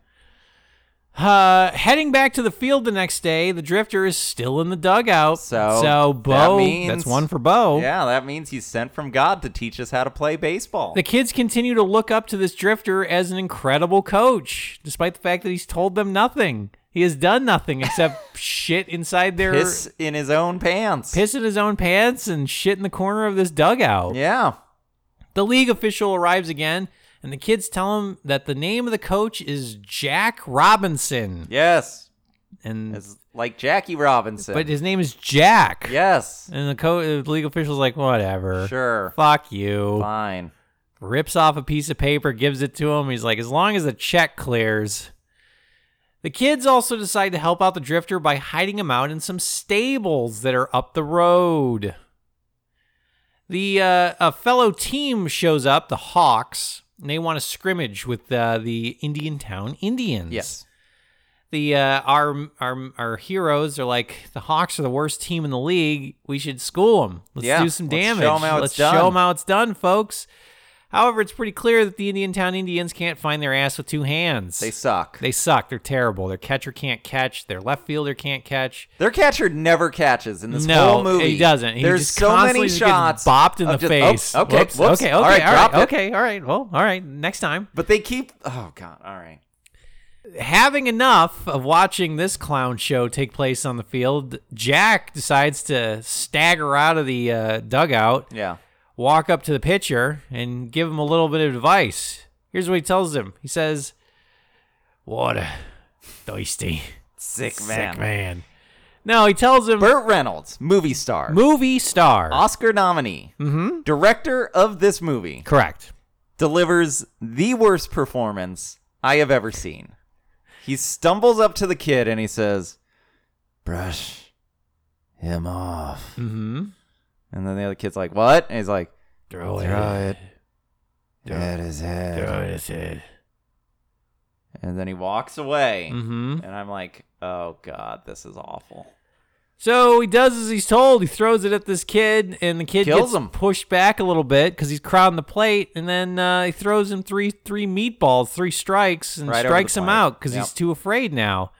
Speaker 5: Uh, heading back to the field the next day, the Drifter is still in the dugout.
Speaker 6: So,
Speaker 5: so
Speaker 6: that
Speaker 5: Bo,
Speaker 6: means-
Speaker 5: that's one for Bo.
Speaker 6: Yeah, that means he's sent from God to teach us how to play baseball.
Speaker 5: The kids continue to look up to this drifter as an incredible coach, despite the fact that he's told them nothing. He has done nothing except shit inside their
Speaker 6: Piss in his own pants.
Speaker 5: piss in his own pants and shit in the corner of this dugout.
Speaker 6: Yeah.
Speaker 5: The league official arrives again, and the kids tell him that the name of the coach is Jack Robinson,
Speaker 6: Yes.
Speaker 5: and
Speaker 6: It's like Jackie Robinson.
Speaker 5: but his name is Jack.
Speaker 6: yes.
Speaker 5: And the, co- the league official's like, whatever.
Speaker 6: Sure.
Speaker 5: Fuck you.
Speaker 6: Fine.
Speaker 5: rips off a piece of paper, gives it to him. He's like, as long as the check clears. The kids also decide to help out the drifter by hiding him out in some stables that are up the road. The uh, a fellow team shows up, the Hawks, and they want to scrimmage with uh, the Indian Town Indians
Speaker 6: Yes.
Speaker 5: the uh, our our our heroes are like the Hawks are the worst team in the league. We should school them. Let's
Speaker 6: Yeah,
Speaker 5: do some
Speaker 6: let's show
Speaker 5: damage.
Speaker 6: 'em how it's
Speaker 5: Let's
Speaker 6: done.
Speaker 5: show 'em how it's done, folks. However, it's pretty clear that the Indian Town Indians can't find their ass with two hands.
Speaker 6: They suck.
Speaker 5: They suck. They're terrible. Their catcher can't catch. Their left fielder can't catch.
Speaker 6: Their catcher never catches in this
Speaker 5: no,
Speaker 6: whole movie.
Speaker 5: he doesn't. He
Speaker 6: There's
Speaker 5: just
Speaker 6: so
Speaker 5: constantly
Speaker 6: many
Speaker 5: just gets
Speaker 6: shots
Speaker 5: bopped in the
Speaker 6: of just- oh,
Speaker 5: face.
Speaker 6: okay,
Speaker 5: Whoops.
Speaker 6: whoops.
Speaker 5: okay, okay,
Speaker 6: All right, drop it.
Speaker 5: okay, all right. Well, all right. Next time.
Speaker 6: But they keep. Oh god. All right.
Speaker 5: having enough of watching this clown show take place on the field, Jack decides to stagger out of the uh, dugout,
Speaker 6: Yeah.
Speaker 5: walk up to the pitcher, and give him a little bit of advice. Here's what he tells him He says, Water, thirsty,
Speaker 6: Sick man.
Speaker 5: sick man. No, he tells him,
Speaker 6: Burt Reynolds, movie star,
Speaker 5: Movie star.
Speaker 6: Oscar nominee, mm-hmm. director of this movie,
Speaker 5: Correct.
Speaker 6: delivers the worst performance I have ever seen. He stumbles up to the kid and he says, "Brush him off. Mm-hmm. And then the other kid's like, what? And he's like,
Speaker 5: Throw
Speaker 6: throw it at his head. And then he walks away.
Speaker 5: Mm-hmm.
Speaker 6: And I'm like, oh, God, this is awful.
Speaker 5: So he does as he's told. He throws it at this kid, and the kid
Speaker 6: Kills
Speaker 5: gets
Speaker 6: him.
Speaker 5: pushed back a little bit because he's crowding the plate. And then uh, he throws him three three meatballs, three strikes, and
Speaker 6: Right over the
Speaker 5: strikes him
Speaker 6: plate.
Speaker 5: out because
Speaker 6: Yep.
Speaker 5: he's too afraid now.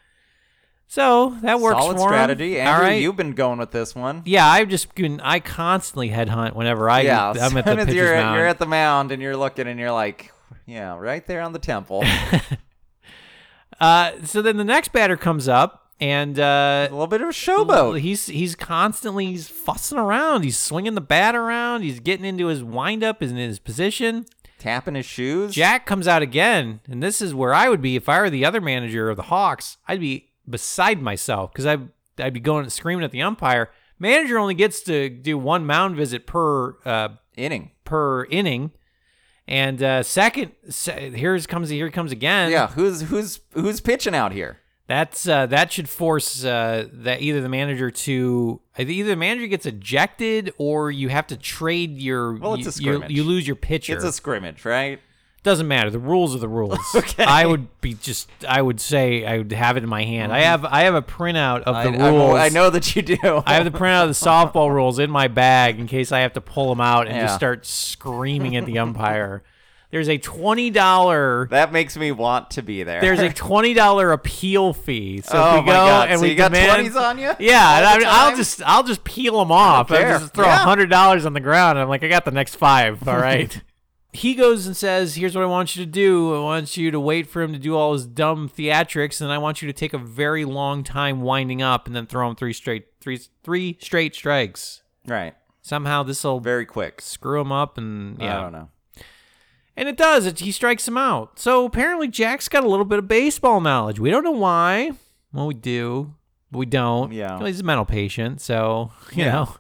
Speaker 5: So that works
Speaker 6: Solid
Speaker 5: for him.
Speaker 6: strategy. Andrew,
Speaker 5: All right.
Speaker 6: you've been going with this one.
Speaker 5: yeah, I've just been. I constantly headhunt whenever I
Speaker 6: yeah,
Speaker 5: I'm at the
Speaker 6: soon as
Speaker 5: pitcher's
Speaker 6: you're,
Speaker 5: mound.
Speaker 6: you're at the mound and you're looking and you're like, yeah, right there on the temple. a
Speaker 5: uh, so then the next batter comes up, and uh,
Speaker 6: little bit of a showboat.
Speaker 5: He's he's constantly he's fussing around. He's swinging the bat around. He's getting into his windup and his position.
Speaker 6: Tapping his shoes.
Speaker 5: Jack comes out again, and this is where I would be if I were the other manager of the Hawks. I'd be beside myself because I I'd, I'd be going and screaming at the umpire. Manager only gets to do one mound visit per uh,
Speaker 6: Inning.
Speaker 5: per inning, and uh, second se- here's comes here comes again.
Speaker 6: Yeah, who's who's who's pitching out here?
Speaker 5: That's uh, that should force uh, that either the manager to either the manager gets ejected or you have to trade your
Speaker 6: Well, it's a
Speaker 5: you, you-
Speaker 6: scrimmage.
Speaker 5: you lose your pitcher.
Speaker 6: It's a scrimmage, right?
Speaker 5: Doesn't matter. The rules are the rules. I would be just. I would say I would have it in my hand. I have. I have a printout of
Speaker 6: Mm-hmm. I,
Speaker 5: the
Speaker 6: I'm-
Speaker 5: rules.
Speaker 6: I know that you do.
Speaker 5: I have the printout of the softball rules in my bag in case I have to pull them out and
Speaker 6: Yeah.
Speaker 5: just start screaming at the umpire. There's a twenty dollar.
Speaker 6: that makes me want to be there.
Speaker 5: There's a twenty dollar appeal fee. So
Speaker 6: Oh
Speaker 5: if we go
Speaker 6: my God.
Speaker 5: and
Speaker 6: So
Speaker 5: we
Speaker 6: you got
Speaker 5: demand,
Speaker 6: 20s on you
Speaker 5: Yeah, and
Speaker 6: all
Speaker 5: I
Speaker 6: the
Speaker 5: I'll
Speaker 6: time?
Speaker 5: just I'll just peel them off. I'll
Speaker 6: care.
Speaker 5: just throw a
Speaker 6: Yeah.
Speaker 5: hundred dollars on the ground. And I'm like, I got the next five. All right. he goes and says, "Here's what I want you to do. I want you to wait for him to do all his dumb theatrics, and I want you to take a very long time winding up, and then throw him three straight three three straight strikes.
Speaker 6: right.
Speaker 5: Somehow this will
Speaker 6: Very Oh, quick.
Speaker 5: screw him up, and yeah,
Speaker 6: I don't know.
Speaker 5: and it does. It, he strikes him out. So apparently, Jack's got a little bit of baseball knowledge. We don't know why. Well, we do. But we don't.
Speaker 6: Yeah.
Speaker 5: Well, he's a mental patient, so you know,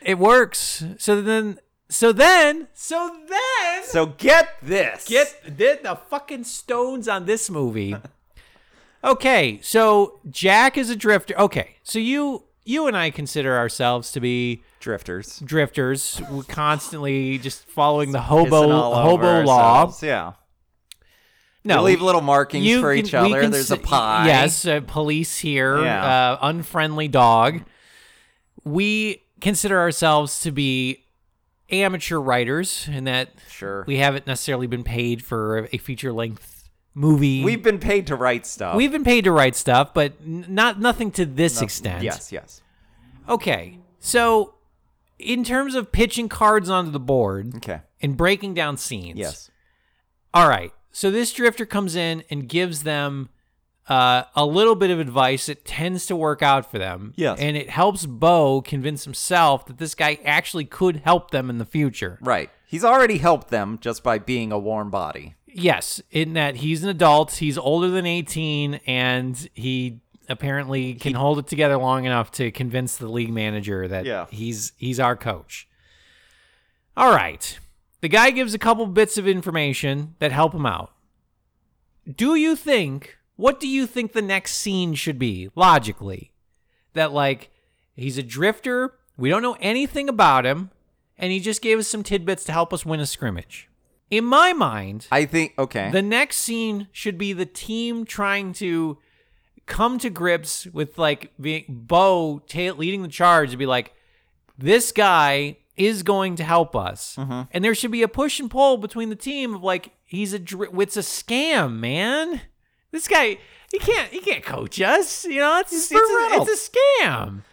Speaker 5: it works. So then, so then, so then,
Speaker 6: So get this.
Speaker 5: get the, the fucking stones on this movie. okay, so Jack is a drifter. Okay, so you you and I consider ourselves to be
Speaker 6: drifters.
Speaker 5: drifters, We're constantly just following the hobo
Speaker 6: Pissing all over
Speaker 5: hobo law.
Speaker 6: ourselves. Yeah.
Speaker 5: No,
Speaker 6: we leave little markings
Speaker 5: you
Speaker 6: for
Speaker 5: can-
Speaker 6: each
Speaker 5: we
Speaker 6: other.
Speaker 5: can
Speaker 6: There's
Speaker 5: s-
Speaker 6: a pie.
Speaker 5: Yes, uh, police here.
Speaker 6: Yeah.
Speaker 5: Uh, unfriendly dog. We consider ourselves to be amateur writers, in that
Speaker 6: Sure.
Speaker 5: we haven't necessarily been paid for a feature length movie.
Speaker 6: We've been paid to write stuff.
Speaker 5: We've been paid to write stuff, but n- not nothing to this
Speaker 6: No-
Speaker 5: extent.
Speaker 6: Yes, yes.
Speaker 5: Okay. So, in terms of pitching cards onto the board
Speaker 6: Okay.
Speaker 5: and breaking down scenes.
Speaker 6: Yes.
Speaker 5: All right. So this drifter comes in and gives them uh, a little bit of advice that tends to work out for them.
Speaker 6: Yes.
Speaker 5: And it helps Bo convince himself that this guy actually could help them in the future.
Speaker 6: Right. He's already helped them just by being a warm body.
Speaker 5: Yes, in that he's an adult, he's older than 18, and he apparently can hold it together long enough to convince the league manager that
Speaker 6: Yeah.
Speaker 5: he's he's our coach. All right. The guy gives a couple bits of information that help him out. Do you think what do you think the next scene should be logically? That like he's a drifter, we don't know anything about him, and he just gave us some tidbits to help us win a scrimmage. In my mind,
Speaker 6: I think. Okay.
Speaker 5: the next scene should be the team trying to come to grips with like being Bo ta- leading the charge to be like, this guy is going to help us, and there should be a push and pull between the team of like he's a dr- it's a scam, man. This guy he can't he can't coach us, you know. It's it's,
Speaker 6: Burt
Speaker 5: a,
Speaker 6: Reynolds.
Speaker 5: it's a scam.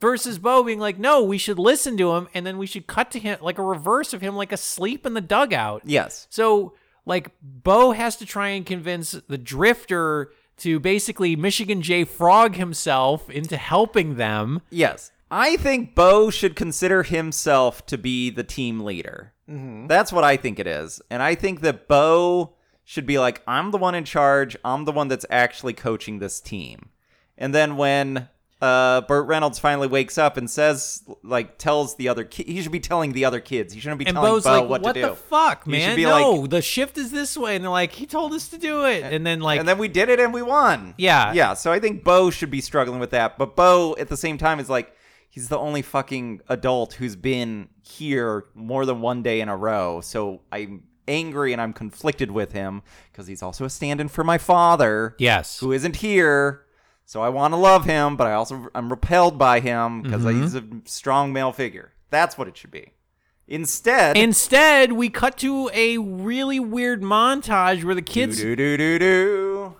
Speaker 5: Versus Bo being like, no, we should listen to him, and then we should cut to him like a reverse of him, like asleep in the dugout.
Speaker 6: yes.
Speaker 5: So like Bo has to try and convince the drifter to basically Michigan J Frog himself into helping them.
Speaker 6: Yes. I think Bo should consider himself to be the team leader.
Speaker 5: Mm-hmm.
Speaker 6: That's what I think it is. And I think that Bo should be like, I'm the one in charge. I'm the one that's actually coaching this team. And then when uh, Burt Reynolds finally wakes up and says, like, tells the other kid, he should be telling the other kids. He shouldn't be
Speaker 5: And
Speaker 6: telling
Speaker 5: Bo's
Speaker 6: Bo
Speaker 5: like,
Speaker 6: what,
Speaker 5: "What
Speaker 6: to do.
Speaker 5: the fuck,
Speaker 6: He should
Speaker 5: man?
Speaker 6: be
Speaker 5: No,
Speaker 6: like-
Speaker 5: the shift is this way." And they're like, "He told us to do it." And then like,
Speaker 6: and then we did it and we won.
Speaker 5: Yeah.
Speaker 6: Yeah. So I think Bo should be struggling with that. But Bo at the same time is like, he's the only fucking adult who's been here more than one day in a row. So I'm angry and I'm conflicted with him because he's also a stand-in for my father
Speaker 5: Yes.
Speaker 6: who isn't here. So I want to love him, but I also I'm repelled by him because
Speaker 5: Mm-hmm.
Speaker 6: he's a strong male figure. That's what it should be. Instead,
Speaker 5: Instead, we cut to a really weird montage where the kids
Speaker 6: do do do do.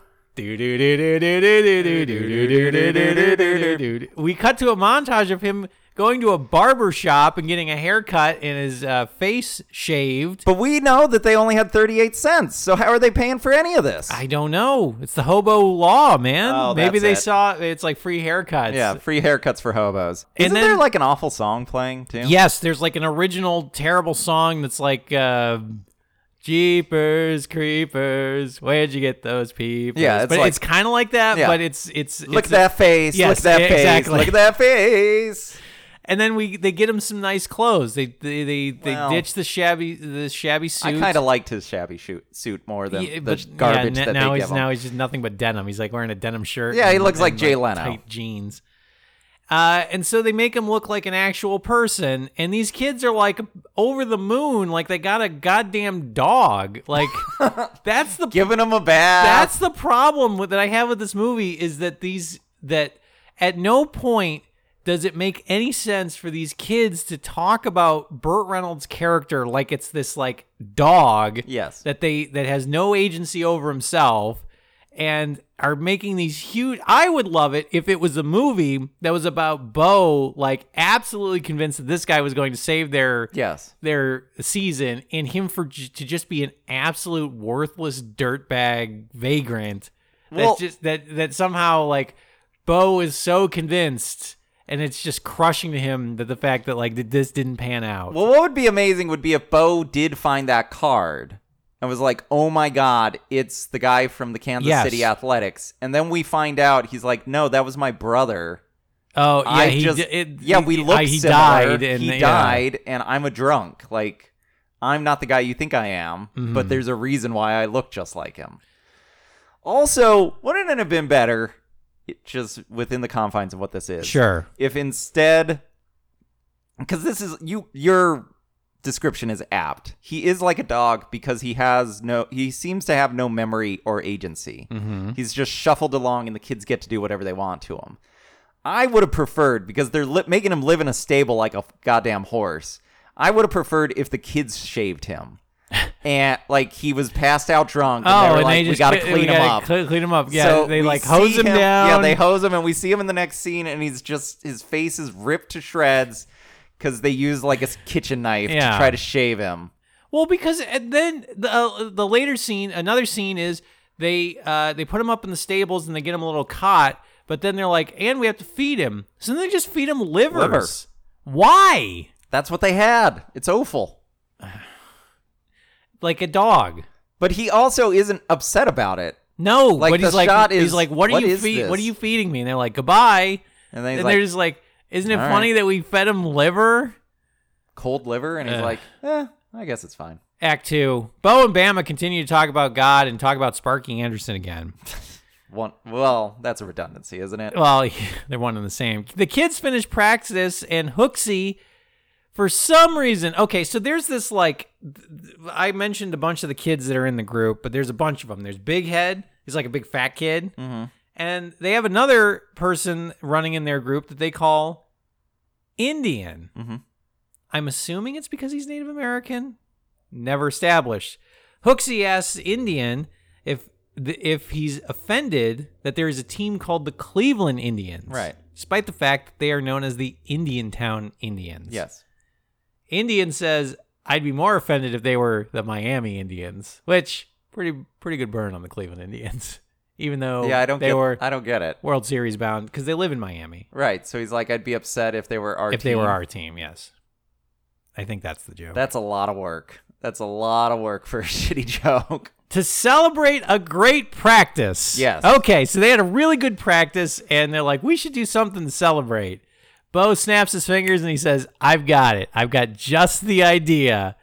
Speaker 5: We cut to a montage of him going to a barber shop and getting a haircut and his uh, face shaved.
Speaker 6: But we know that they only had 38 cents. So how are they paying for any of this?
Speaker 5: I don't know. It's the hobo law, man.
Speaker 6: Oh,
Speaker 5: Maybe
Speaker 6: that's
Speaker 5: they
Speaker 6: it.
Speaker 5: saw it's like free haircuts.
Speaker 6: yeah, free haircuts for hobos.
Speaker 5: And
Speaker 6: Isn't there
Speaker 5: then-
Speaker 6: like an awful song playing too?
Speaker 5: Yes, there's like an original terrible song that's like uh Jeepers Creepers, where'd you get those peepers?
Speaker 6: Yeah, it's
Speaker 5: but
Speaker 6: like-
Speaker 5: it's kind of like that,
Speaker 6: Yeah.
Speaker 5: but it's it's
Speaker 6: Look
Speaker 5: it's
Speaker 6: at that face.
Speaker 5: Yes,
Speaker 6: look at that face.
Speaker 5: exactly.
Speaker 6: Look at that face.
Speaker 5: And then we they get him some nice clothes. They they they, they
Speaker 6: Well-
Speaker 5: ditch the shabby the shabby suit.
Speaker 6: I kind of liked his shabby shoot, suit more than
Speaker 5: Yeah,
Speaker 6: the
Speaker 5: but
Speaker 6: garbage
Speaker 5: yeah,
Speaker 6: that
Speaker 5: now
Speaker 6: they
Speaker 5: he's
Speaker 6: give him.
Speaker 5: now he's just nothing but denim. He's like wearing a denim shirt.
Speaker 6: Yeah, he
Speaker 5: and-
Speaker 6: looks like
Speaker 5: and,
Speaker 6: Jay Leno.
Speaker 5: Tight jeans. Uh, and so they make him look like an actual person, and these kids are like over the moon, like they got a goddamn dog. Like that's the
Speaker 6: giving him a bath.
Speaker 5: that's the problem with, that I have with this movie is that these that at no point does it make any sense for these kids to talk about Burt Reynolds' character like it's this like dog
Speaker 6: Yes.
Speaker 5: that they that has no agency over himself and are making these huge I would love it if it was a movie that was about Bo like absolutely convinced that this guy was going to save their
Speaker 6: Yes.
Speaker 5: their season and him for j- to just be an absolute worthless dirtbag vagrant
Speaker 6: Well-
Speaker 5: that's just that that somehow like bo is so convinced and it's just crushing to him that the fact that like that this didn't pan out
Speaker 6: Well, what would be amazing would be if Bo did find that card and was like, "Oh my God, it's the guy from the Kansas
Speaker 5: Yes.
Speaker 6: City Athletics," and then we find out he's like, "No, that was my brother."
Speaker 5: oh yeah
Speaker 6: I
Speaker 5: he
Speaker 6: just,
Speaker 5: di- it-
Speaker 6: yeah, we
Speaker 5: he-
Speaker 6: look
Speaker 5: I- he
Speaker 6: similar.
Speaker 5: died and
Speaker 6: he
Speaker 5: yeah.
Speaker 6: died, and I'm a drunk. Like, I'm not the guy you think I am,
Speaker 5: Mm-hmm.
Speaker 6: but there's a reason why I look just like him. Also, wouldn't it have been better, it- just within the confines of what this is?
Speaker 5: sure
Speaker 6: if instead because this is you your description is apt he is like a dog because he has no he seems to have no memory or agency
Speaker 5: Mm-hmm.
Speaker 6: he's just shuffled along and the kids get to do whatever they want to him i would have preferred because they're li- making him live in a stable like a f- goddamn horse i would have preferred if the kids shaved him and like he was passed out drunk and they
Speaker 5: oh
Speaker 6: were
Speaker 5: and
Speaker 6: like
Speaker 5: they just
Speaker 6: we gotta
Speaker 5: cl-
Speaker 6: clean him
Speaker 5: gotta
Speaker 6: up
Speaker 5: cl- clean him up yeah
Speaker 6: so
Speaker 5: they
Speaker 6: we
Speaker 5: like hose
Speaker 6: see
Speaker 5: him, down
Speaker 6: Yeah, they hose him, and we see him in the next scene, and he's just his face is ripped to shreds because they use like a s- kitchen knife
Speaker 5: Yeah.
Speaker 6: to try to shave him.
Speaker 5: Well, because and then the uh, the later scene, another scene is they uh, they put him up in the stables and they get him a little cot, but then they're like, and we have to feed him. So then they just feed him livers.
Speaker 6: Liver.
Speaker 5: Why?
Speaker 6: That's what they had. It's awful.
Speaker 5: Like a dog.
Speaker 6: But he also isn't upset about it.
Speaker 5: No,
Speaker 6: Like,
Speaker 5: but he's
Speaker 6: the
Speaker 5: like
Speaker 6: shot
Speaker 5: he's
Speaker 6: is,
Speaker 5: like, what are
Speaker 6: "What
Speaker 5: you
Speaker 6: is
Speaker 5: feed?
Speaker 6: this?"
Speaker 5: What are you feeding me? And they're like, goodbye.
Speaker 6: And
Speaker 5: And
Speaker 6: then he's
Speaker 5: they're
Speaker 6: like
Speaker 5: just like, isn't it
Speaker 6: "All
Speaker 5: funny
Speaker 6: right."
Speaker 5: that we fed him liver?
Speaker 6: cold liver, and he's
Speaker 5: Ugh.
Speaker 6: like, eh, I guess it's fine.
Speaker 5: Act two. Bo and Bama continue to talk about God and talk about Sparky Anderson again.
Speaker 6: One, well, that's a redundancy, isn't it?
Speaker 5: Well, they're one and the same. The kids finish practice, and Hooksy, for some reason, okay. So there's this like, th- th- I mentioned a bunch of the kids that are in the group, but there's a bunch of them. There's Big Head. He's like a big fat kid, and they have another person running in their group that they call Indian.
Speaker 6: Mhm.
Speaker 5: I'm assuming it's because he's Native American. Never established. Hooksy asks Indian if th- if he's offended that there is a team called the Cleveland Indians,
Speaker 6: Right.
Speaker 5: Despite the fact that they are known as the Indiantown Indians.
Speaker 6: Yes.
Speaker 5: Indian says I'd be more offended if they were the Miami Indians, which pretty pretty good burn on the Cleveland Indians, even though
Speaker 6: yeah, I don't
Speaker 5: oh, they
Speaker 6: get.
Speaker 5: were
Speaker 6: I don't get it.
Speaker 5: World Series bound because they live in Miami.
Speaker 6: Right. So he's like, I'd be upset if they were our
Speaker 5: if they were
Speaker 6: team.
Speaker 5: our team, yes. I think that's the joke.
Speaker 6: That's a lot of work. That's a lot of work for a shitty joke.
Speaker 5: to celebrate a great practice.
Speaker 6: Yes.
Speaker 5: Okay, so they had a really good practice, and they're like, we should do something to celebrate. Bo snaps his fingers and he says, I've got it. I've got just the idea.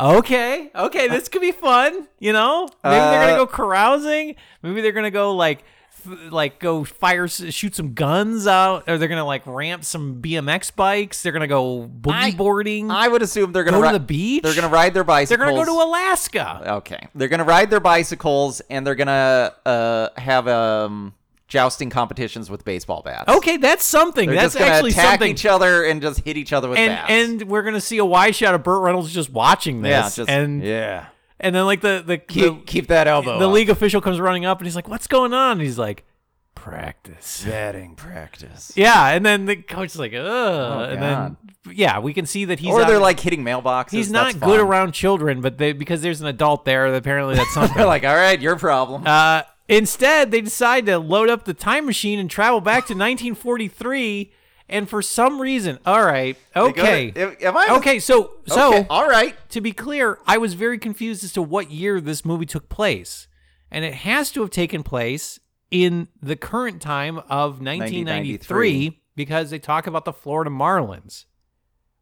Speaker 5: Okay, okay, this could be fun. You know, maybe they're
Speaker 6: Uh,
Speaker 5: gonna go carousing. Maybe they're gonna go like th- like go fire s- shoot some guns out, or they're gonna like ramp some BMX bikes. They're gonna go boogie boarding.
Speaker 6: I would assume they're gonna
Speaker 5: Go to
Speaker 6: ri-
Speaker 5: the beach?
Speaker 6: They're gonna ride their
Speaker 5: they're
Speaker 6: bicycles.
Speaker 5: gonna go to Alaska.
Speaker 6: Okay. They're gonna ride their bicycles and they're gonna uh, have um, jousting competitions with baseball bats.
Speaker 5: Okay, that's something.
Speaker 6: They're
Speaker 5: that's
Speaker 6: just gonna
Speaker 5: actually
Speaker 6: attack
Speaker 5: something.
Speaker 6: each other and just hit each other with
Speaker 5: and
Speaker 6: bats.
Speaker 5: and we're gonna see a wide shot of Burt Reynolds just watching this.
Speaker 6: yeah, just
Speaker 5: and
Speaker 6: yeah.
Speaker 5: and then like the the
Speaker 6: Keep,
Speaker 5: the,
Speaker 6: keep that elbow.
Speaker 5: the
Speaker 6: up.
Speaker 5: league official comes running up and he's like, "What's going on?" And he's like, "Practice."
Speaker 6: batting practice.
Speaker 5: Yeah, and then the coach is like, "Ugh," and then
Speaker 6: Oh, God.
Speaker 5: yeah, we can see that he's
Speaker 6: or
Speaker 5: out-
Speaker 6: they're like hitting mailboxes.
Speaker 5: he's
Speaker 6: That's
Speaker 5: not good
Speaker 6: fun.
Speaker 5: around children, but they because there's an adult there, apparently that's something.
Speaker 6: They're like, all right, your problem.
Speaker 5: uh, instead, they decide to load up the time machine and travel back to 1943, and for some reason, all right,
Speaker 6: They go to-
Speaker 5: okay,
Speaker 6: Am- am I
Speaker 5: okay, so so
Speaker 6: Okay, all right.
Speaker 5: to be clear, I was very confused as to what year this movie took place. And it has to have taken place in the current time of 1993,
Speaker 6: 1993.
Speaker 5: because they talk about the Florida Marlins,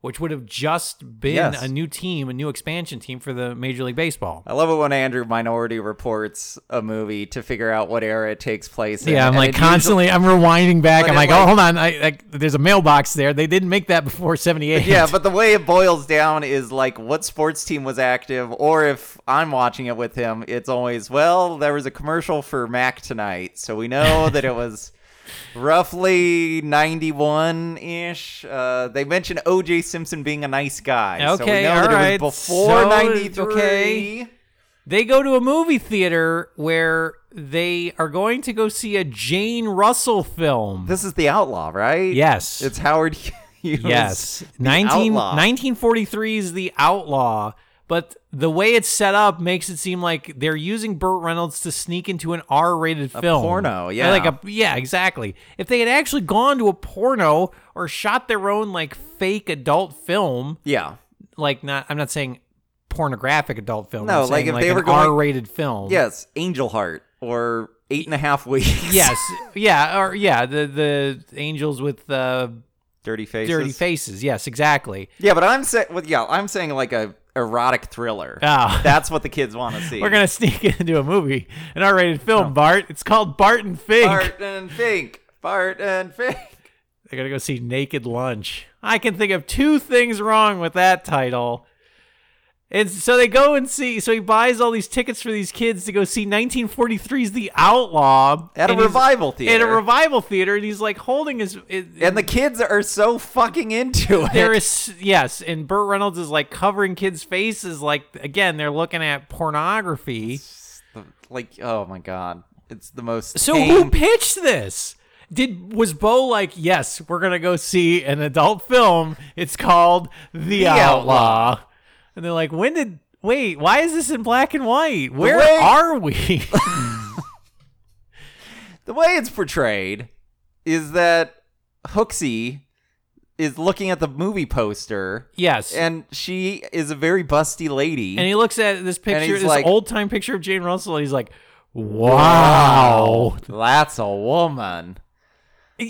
Speaker 5: which would have just been
Speaker 6: Yes.
Speaker 5: a new team, a new expansion team for the Major League Baseball.
Speaker 6: I love it when Andrew Minority reports a movie to figure out what era it takes place in.
Speaker 5: Yeah, I'm
Speaker 6: and
Speaker 5: like
Speaker 6: it usually-
Speaker 5: constantly, I'm rewinding back.
Speaker 6: But
Speaker 5: I'm
Speaker 6: it
Speaker 5: like,
Speaker 6: like-
Speaker 5: oh, hold on. I, like there's a mailbox there. They didn't make that before 78.
Speaker 6: yeah, but the way it boils down is like what sports team was active, or if I'm watching it with him, it's always, well, there was a commercial for Mac tonight, so we know that it was roughly 91 ish. Uh, they mentioned OJ Simpson being a nice guy. so
Speaker 5: Okay,
Speaker 6: we know that
Speaker 5: alright,
Speaker 6: it was before
Speaker 5: so-
Speaker 6: 93.
Speaker 5: okay. They go to a movie theater where they are going to go see a Jane Russell film.
Speaker 6: This is The Outlaw, right?
Speaker 5: Yes.
Speaker 6: It's Howard Hughes.
Speaker 5: yes.
Speaker 6: The
Speaker 5: 19,
Speaker 6: Outlaw.
Speaker 5: 1943 is The Outlaw, but the way it's set up makes it seem like they're using Burt Reynolds to sneak into an R rated film.
Speaker 6: porno,
Speaker 5: Or
Speaker 6: yeah.
Speaker 5: Like a, yeah, exactly. If they had actually gone to a porno or shot their own like fake adult film,
Speaker 6: Yeah.
Speaker 5: like not, I'm not saying pornographic adult film.
Speaker 6: No,
Speaker 5: I'm
Speaker 6: like
Speaker 5: saying,
Speaker 6: if they were
Speaker 5: an
Speaker 6: going-
Speaker 5: R-rated film.
Speaker 6: Yes. Angel Heart or Eight and a Half Weeks.
Speaker 5: yes, yeah, or yeah, the the angels with uh,
Speaker 6: Dirty Faces.
Speaker 5: dirty faces. Yes, exactly.
Speaker 6: Yeah, but I'm saying, well, yeah, I'm saying like a erotic thriller.
Speaker 5: Ah.
Speaker 6: That's what the kids want to see.
Speaker 5: We're gonna sneak into a movie, an R-rated film, Bart. It's called Bart and Fink.
Speaker 6: Oh. Bart and Fink. Bart and Fink.
Speaker 5: They're gonna go see Naked Lunch. I can think of two things wrong with that title. And so they go and see. So he buys all these tickets for these kids to go see 1943's The Outlaw
Speaker 6: At a
Speaker 5: and he's-
Speaker 6: revival theater.
Speaker 5: At a revival theater, and he's like holding his. It,
Speaker 6: And the kids are so fucking into it.
Speaker 5: There is yes, and Burt Reynolds is like covering kids' faces. Like again, they're looking at pornography.
Speaker 6: like, oh my god, it's the most.
Speaker 5: So
Speaker 6: tame-
Speaker 5: who pitched this? Did was Bo like, yes, we're gonna go see an adult film. It's called The, Outlaw. And they're like, when did wait, why is this in black and white? Where
Speaker 6: way-
Speaker 5: are we?
Speaker 6: the way it's portrayed is that Hooksy is looking at the movie poster,
Speaker 5: yes. And,
Speaker 6: and she is a very busty lady.
Speaker 5: he looks at this picture,
Speaker 6: he's
Speaker 5: this
Speaker 6: like-
Speaker 5: old time picture of Jane Russell, and he's like, Wow.
Speaker 6: that's a woman.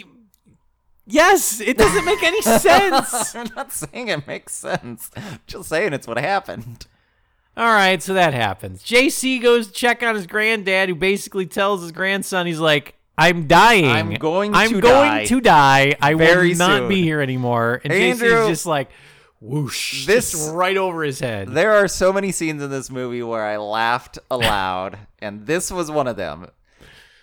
Speaker 5: Yes, it doesn't make any sense.
Speaker 6: I'm not saying it makes sense. Just saying it's what happened.
Speaker 5: All right, so that happens. JC goes to check on his granddad, who basically tells his grandson, he's like, I'm dying.
Speaker 6: I'm going
Speaker 5: I'm
Speaker 6: to
Speaker 5: going
Speaker 6: die
Speaker 5: to die. I
Speaker 6: very
Speaker 5: will not be
Speaker 6: soon."
Speaker 5: here anymore. And JC
Speaker 6: Andrew-
Speaker 5: is just like, whoosh.
Speaker 6: This-
Speaker 5: just right over his head.
Speaker 6: There are so many scenes in this movie where I laughed aloud, and this was one of them.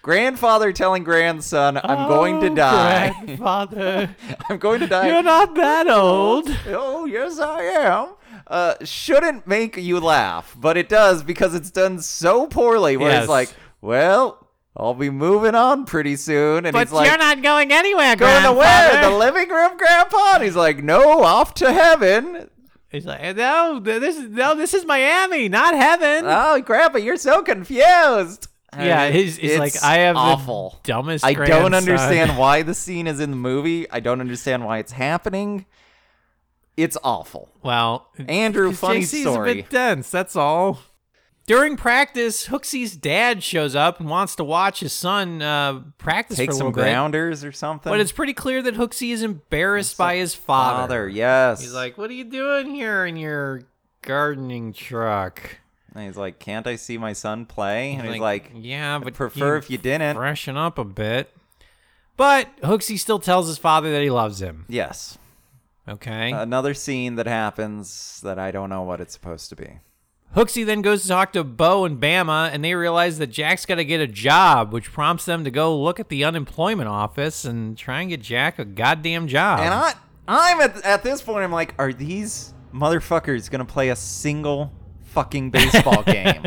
Speaker 6: Grandfather telling grandson, I'm going to
Speaker 5: Oh,
Speaker 6: die.
Speaker 5: Grandfather,
Speaker 6: I'm going to die.
Speaker 5: you're not that old.
Speaker 6: oh, yes, I am. Uh, shouldn't make you laugh, but it does because it's done so poorly where
Speaker 5: Yes.
Speaker 6: it's like, well, I'll be moving on pretty soon. And
Speaker 5: But
Speaker 6: he's like,
Speaker 5: you're not going anywhere,
Speaker 6: Going to where? The
Speaker 5: grandfather.
Speaker 6: living room, Grandpa? And he's like, no, off to heaven.
Speaker 5: He's like, no, th- this is no, this is Miami, not heaven.
Speaker 6: Oh, Grandpa, you're so confused.
Speaker 5: yeah,
Speaker 6: And
Speaker 5: he's, he's
Speaker 6: it's
Speaker 5: like, I have
Speaker 6: awful.
Speaker 5: the dumbest.
Speaker 6: I
Speaker 5: grandson."
Speaker 6: don't understand why the scene is in the movie. I don't understand why it's happening. It's awful.
Speaker 5: Well,
Speaker 6: Andrew,
Speaker 5: 'cause
Speaker 6: funny
Speaker 5: JC's a
Speaker 6: story.
Speaker 5: bit dense. That's all. During practice, Hooksy's dad shows up and wants to watch his son uh, practice
Speaker 6: Take
Speaker 5: for a
Speaker 6: some
Speaker 5: little bit.
Speaker 6: grounders or something.
Speaker 5: But it's pretty clear that Hooksy is embarrassed by his father.
Speaker 6: father? Yes.
Speaker 5: He's like, "What are you doing here in your gardening truck?"
Speaker 6: And he's like, "Can't I see my son play?" And he's like,
Speaker 5: yeah,
Speaker 6: "I'd
Speaker 5: but
Speaker 6: prefer if you didn't."
Speaker 5: freshen up a bit. But Hooksy still tells his father that he loves him.
Speaker 6: Yes.
Speaker 5: Okay.
Speaker 6: Another scene that happens that I don't know what it's supposed to be.
Speaker 5: Hooksy then goes to talk to Bo and Bama, and they realize that Jack's got to get a job, which prompts them to go look at the unemployment office and try and get Jack a goddamn job.
Speaker 6: And I, I'm at, at this point, I'm like, are these motherfuckers going to play a single fucking baseball game?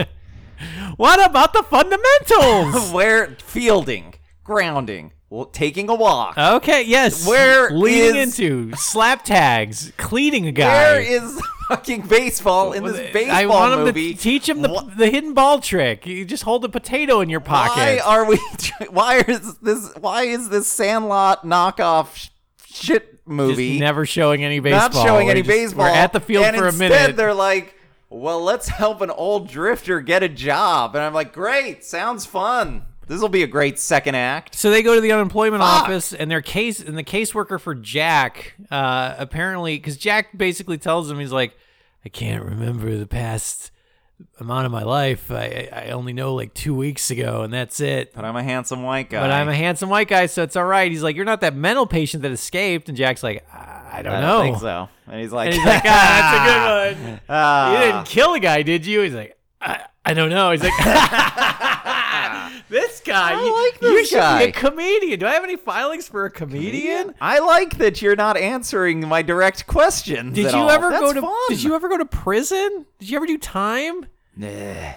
Speaker 5: what about the fundamentals?
Speaker 6: Where fielding, grounding, well, taking a walk.
Speaker 5: okay, yes.
Speaker 6: Where
Speaker 5: leading
Speaker 6: is-
Speaker 5: into slap tags, cleaning a guy.
Speaker 6: Where is fucking baseball in this baseball
Speaker 5: I want him
Speaker 6: movie?
Speaker 5: to teach him the,
Speaker 6: Wha-
Speaker 5: the hidden ball trick. You just hold the potato in your
Speaker 6: Why
Speaker 5: pocket.
Speaker 6: are we? Why is this? Why is this Sandlot knockoff sh- shit
Speaker 5: just
Speaker 6: movie
Speaker 5: never showing any baseball.
Speaker 6: not showing
Speaker 5: We're
Speaker 6: any
Speaker 5: just-
Speaker 6: baseball?
Speaker 5: We're at the field
Speaker 6: and
Speaker 5: for a
Speaker 6: instead
Speaker 5: minute.
Speaker 6: They're like, well, let's help an old drifter get a job, and I'm like, great, sounds fun. This will be a great second act.
Speaker 5: So they go to the unemployment
Speaker 6: Fuck.
Speaker 5: office, and their case and the caseworker for Jack uh, apparently, because Jack basically tells him he's like, I can't remember the past amount of my life. I I I only know like two weeks ago, and that's it.
Speaker 6: But I'm a handsome white guy.
Speaker 5: But I'm a handsome white guy, so it's all right. He's like, you're not that mental patient that escaped, and Jack's like, I I don't
Speaker 6: I
Speaker 5: know.
Speaker 6: don't think so. And he's like,
Speaker 5: And he's like, ah, that's a good one.
Speaker 6: "Ah."
Speaker 5: You didn't kill a guy, did you? He's like, I, I don't know. He's like, this guy.
Speaker 6: I
Speaker 5: you-
Speaker 6: like
Speaker 5: You
Speaker 6: this
Speaker 5: should
Speaker 6: guy."
Speaker 5: be a comedian. Do I have any filings for a comedian?
Speaker 6: I like that you're not answering my direct questions.
Speaker 5: Did
Speaker 6: at
Speaker 5: you
Speaker 6: all.
Speaker 5: ever
Speaker 6: That's
Speaker 5: go to?
Speaker 6: Fun.
Speaker 5: Did you ever go to prison? Did you ever do time?
Speaker 6: Nah,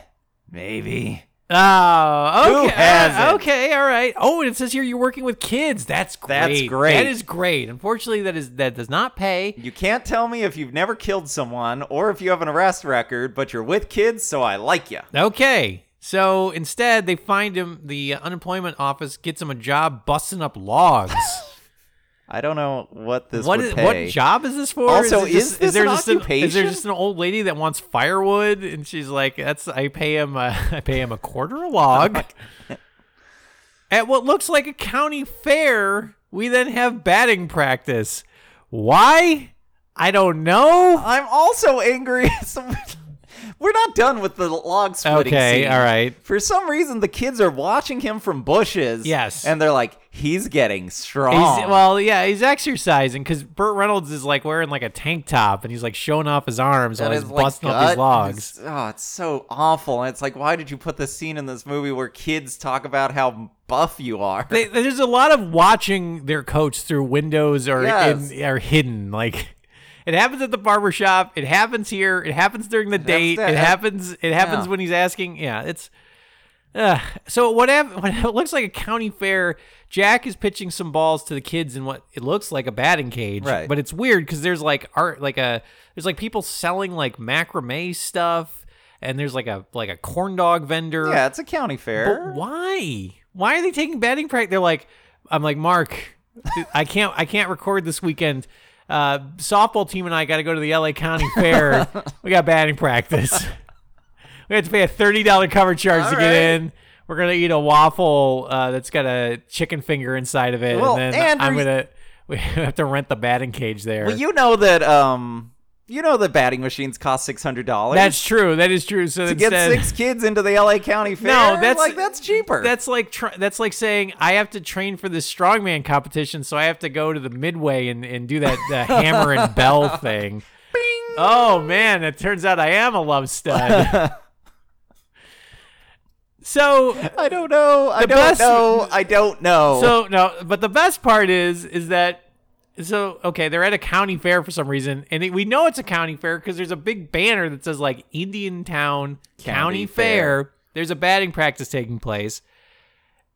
Speaker 6: maybe.
Speaker 5: Oh,
Speaker 6: Who
Speaker 5: okay.
Speaker 6: hasn't?
Speaker 5: Okay, all right. Oh, and it says here you're working with kids. That's great.
Speaker 6: That's great.
Speaker 5: That is great. Unfortunately, that is that does not pay.
Speaker 6: You can't tell me if you've never killed someone or if you have an arrest record, but you're with kids, so I like you.
Speaker 5: Okay. So instead, they find him. The unemployment office gets him a job busting up logs.
Speaker 6: I don't know what this
Speaker 5: What
Speaker 6: would
Speaker 5: is,
Speaker 6: pay.
Speaker 5: what job is this for?
Speaker 6: Also,
Speaker 5: it
Speaker 6: is
Speaker 5: just-
Speaker 6: this
Speaker 5: there
Speaker 6: an
Speaker 5: just an- is there
Speaker 6: occupation?
Speaker 5: just an old lady that wants firewood and she's like, "That's I pay him a, I pay him a quarter a log." At what looks like a county fair, we then have batting practice. Why? I don't know.
Speaker 6: I'm also angry. So- We're not done with the log splitting.
Speaker 5: Okay,
Speaker 6: scene.
Speaker 5: all right.
Speaker 6: For some reason, the kids are watching him from bushes.
Speaker 5: Yes.
Speaker 6: and they're like, "He's getting strong."
Speaker 5: He's, well, yeah, he's exercising because Burt Reynolds is like wearing like a tank top and he's like showing off his arms
Speaker 6: That
Speaker 5: while he's
Speaker 6: is, like,
Speaker 5: busting up these
Speaker 6: gut.
Speaker 5: logs.
Speaker 6: It's- oh, it's so awful. And it's like, why did you put this scene in this movie where kids talk about how buff you are?
Speaker 5: they, there's a lot of watching their coach through windows or
Speaker 6: Yes.
Speaker 5: in, are hidden. Like it happens at the barber shop. It happens here. It happens during the date.
Speaker 6: there.
Speaker 5: It happens. It happens
Speaker 6: Yeah.
Speaker 5: when he's asking. Yeah, it's. Uh, so what, hap- what it looks like a county fair. Jack is pitching some balls to the kids in what it looks like a batting cage,
Speaker 6: Right.
Speaker 5: but it's weird because there's like art, like a there's like people selling like macrame stuff, and there's like a like a corn dog vendor.
Speaker 6: yeah, it's a county fair.
Speaker 5: But why? Why are they taking batting practice? They're like, I'm like Mark, I can't, I can't record this weekend. Uh, softball team and I got to go to the LA County Fair. we got batting practice. we have to pay a thirty dollar cover charge to get
Speaker 6: right.
Speaker 5: in. We're gonna eat a waffle uh, that's got a chicken finger inside of it,
Speaker 6: Well,
Speaker 5: and then
Speaker 6: and
Speaker 5: I'm
Speaker 6: we-
Speaker 5: gonna we have to rent the batting cage there.
Speaker 6: Well, you know that um, you know that batting machines cost six hundred dollars.
Speaker 5: that's true. That is true. So
Speaker 6: to get
Speaker 5: instead-
Speaker 6: six kids into the LA County Fair.
Speaker 5: No, that's
Speaker 6: like that's cheaper.
Speaker 5: That's like tr- that's like saying I have to train for this strongman competition, so I have to go to the midway and, and do that uh, hammer and bell thing. Oh man, it turns out I am a love stud. so
Speaker 6: I don't know. I
Speaker 5: The
Speaker 6: don't
Speaker 5: best-
Speaker 6: know. I don't know.
Speaker 5: so no, but the best part is is that so okay, they're at a county fair for some reason, and it, we know it's a county fair because there's a big banner that says like Indian Town County,
Speaker 6: County
Speaker 5: fair.
Speaker 6: Fair.
Speaker 5: There's a batting practice taking place.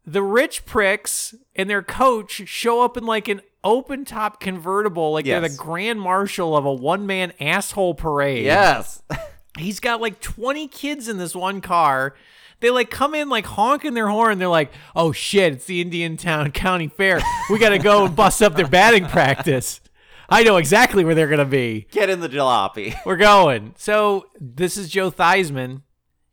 Speaker 5: The rich pricks and their coach show up in like an open top convertible, like they're
Speaker 6: Yes.
Speaker 5: the grand marshal of a one man asshole parade.
Speaker 6: yes,
Speaker 5: He's got like 20 kids in this one car. They like come in like honking their horn. They're like, "Oh shit, it's the Indian Town County Fair. We got to go and bust up their batting practice." I know exactly where they're going to be.
Speaker 6: get in the jalopy.
Speaker 5: We're going. So, this is Joe Theismann.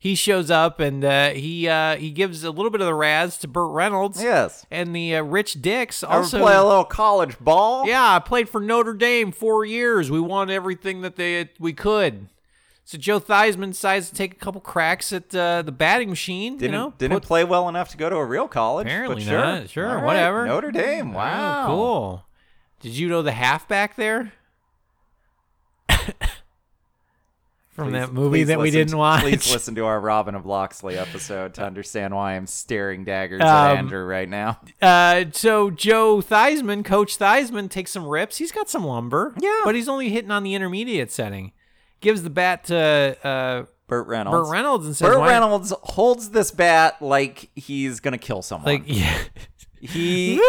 Speaker 5: He shows up and uh, he uh, he gives a little bit of the razz to Burt Reynolds.
Speaker 6: Yes.
Speaker 5: And the uh, rich dicks
Speaker 6: Also,
Speaker 5: also
Speaker 6: play a little college ball.
Speaker 5: yeah, I played for Notre Dame four years. We won everything that they we could. So Joe Theismann decides to take a couple cracks at uh, the batting machine.
Speaker 6: Didn't
Speaker 5: you know,
Speaker 6: didn't
Speaker 5: Put-
Speaker 6: play well enough to go to a real college. but
Speaker 5: Apparently
Speaker 6: sure.
Speaker 5: not. Sure,
Speaker 6: All right,
Speaker 5: whatever. Oh,
Speaker 6: Notre Dame. Wow.
Speaker 5: cool. Did you know the halfback there? From
Speaker 6: Please-
Speaker 5: that movie
Speaker 6: please
Speaker 5: that we
Speaker 6: listen
Speaker 5: didn't
Speaker 6: to-
Speaker 5: watch.
Speaker 6: Please listen to our Robin of Loxley episode to understand why I'm staring daggers at
Speaker 5: Um,
Speaker 6: Andrew right now.
Speaker 5: Uh, so Joe Theismann, Coach Theismann, takes some rips. He's got some lumber.
Speaker 6: Yeah.
Speaker 5: But he's only hitting on the intermediate setting. Gives the bat to uh,
Speaker 6: Burt Reynolds.
Speaker 5: Burt Reynolds and says,
Speaker 6: Burt
Speaker 5: "Why-"
Speaker 6: Reynolds holds this bat like he's gonna kill someone.
Speaker 5: Like, yeah.
Speaker 6: he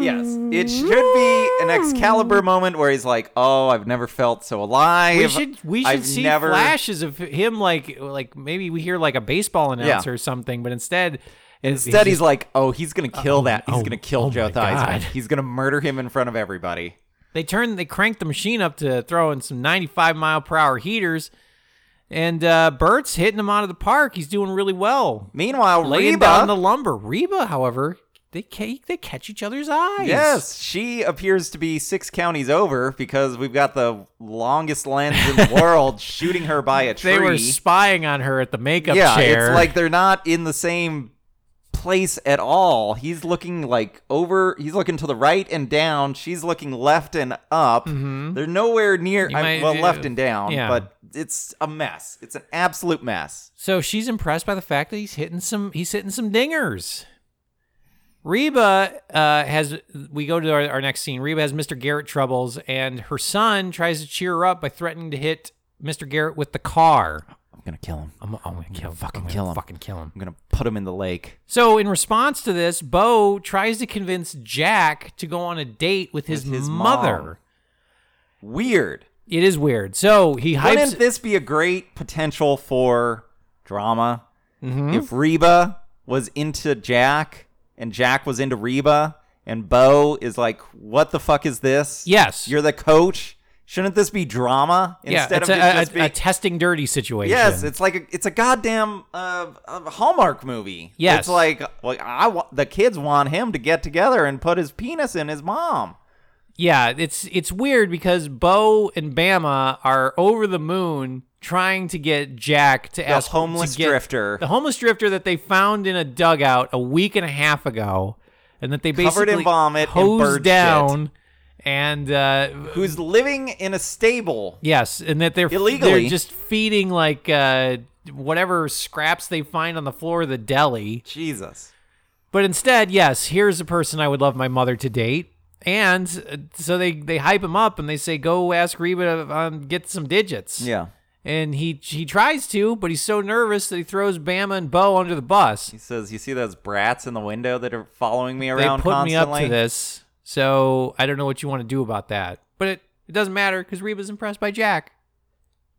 Speaker 6: Yes. It should be an Excalibur moment where he's like, Oh, I've never felt so alive.
Speaker 5: We should we should
Speaker 6: I've
Speaker 5: see
Speaker 6: never...
Speaker 5: flashes of him like like maybe we hear like a baseball announcer or something, but instead it's-
Speaker 6: Instead, he's like, "Oh, he's gonna kill that. He's
Speaker 5: oh,
Speaker 6: gonna kill
Speaker 5: oh
Speaker 6: Joe
Speaker 5: my God.
Speaker 6: Theismann. He's gonna murder him in front of everybody."
Speaker 5: they turn they crank the machine up to throw in some 95 mile per hour heaters and uh Bert's hitting him out of the park. He's doing really well.
Speaker 6: Meanwhile,
Speaker 5: Laying
Speaker 6: Reba,
Speaker 5: down the lumber. Reba, however, they ca- they catch each other's eyes.
Speaker 6: Yes, she appears to be six counties over because we've got the longest lens in the world shooting her by a tree.
Speaker 5: They were spying on her at the makeup
Speaker 6: yeah,
Speaker 5: chair.
Speaker 6: it's like they're not in the same place at all. He's looking like over. He's looking to the right and down. She's looking left and up. They're nowhere near.
Speaker 5: Mm-hmm. You
Speaker 6: I-
Speaker 5: might-
Speaker 6: well, left and down,
Speaker 5: yeah.
Speaker 6: but it's a mess. It's an absolute mess.
Speaker 5: So she's impressed by the fact that he's hitting some he's hitting some dingers. Reba uh, has we go to our, our next scene. Reba has Mr. Garrett troubles, and her son tries to cheer her up by threatening to hit Mr. Garrett with the car.
Speaker 6: I'm gonna kill him.
Speaker 5: I'm, I'm gonna kill him. Fucking
Speaker 6: kill him.
Speaker 5: Fucking kill him.
Speaker 6: I'm gonna put him in the lake.
Speaker 5: So in response to this, Bo tries to convince Jack to go on a date with his,
Speaker 6: With his
Speaker 5: mother.
Speaker 6: mom. Weird.
Speaker 5: It is weird. So he hypes.
Speaker 6: Wouldn't this be a great potential for drama?
Speaker 5: Mm-hmm.
Speaker 6: If Reba was into Jack and Jack was into Reba and Bo is like, what the fuck is this?
Speaker 5: Yes.
Speaker 6: You're the coach. Shouldn't this be drama
Speaker 5: yeah,
Speaker 6: instead
Speaker 5: it's
Speaker 6: of
Speaker 5: a,
Speaker 6: it
Speaker 5: a-
Speaker 6: just
Speaker 5: a
Speaker 6: being-
Speaker 5: testing dirty situation.
Speaker 6: Yes, it's like a, it's a goddamn uh, a Hallmark movie.
Speaker 5: Yes.
Speaker 6: it's like well, I wa- the kids want him to get together and put his penis in his mom.
Speaker 5: Yeah, it's it's weird because Bo and Bama are over the moon trying to get Jack to ask
Speaker 6: homeless
Speaker 5: to get-
Speaker 6: drifter.
Speaker 5: the homeless drifter that they found in a dugout a week and a half ago, and that they basically
Speaker 6: Covered in vomit and
Speaker 5: hosed
Speaker 6: bird shit.
Speaker 5: down, and uh,
Speaker 6: Who's living in a stable?
Speaker 5: yes, and that they're
Speaker 6: Illegally.
Speaker 5: they're just feeding like uh, whatever scraps they find on the floor of the deli.
Speaker 6: Jesus.
Speaker 5: But instead, yes, here's a person I would love my mother to date. And uh, so they, they hype him up and they say, go ask Reba to um, get some digits.
Speaker 6: Yeah.
Speaker 5: And he he tries to, but he's so nervous that he throws Bama and Bo under the bus.
Speaker 6: He says, "You see those brats in the window that are following me
Speaker 5: They
Speaker 6: around
Speaker 5: put
Speaker 6: constantly."
Speaker 5: me up to this. So I don't know what you want to do about that. But it, it doesn't matter because Reba's impressed by Jack.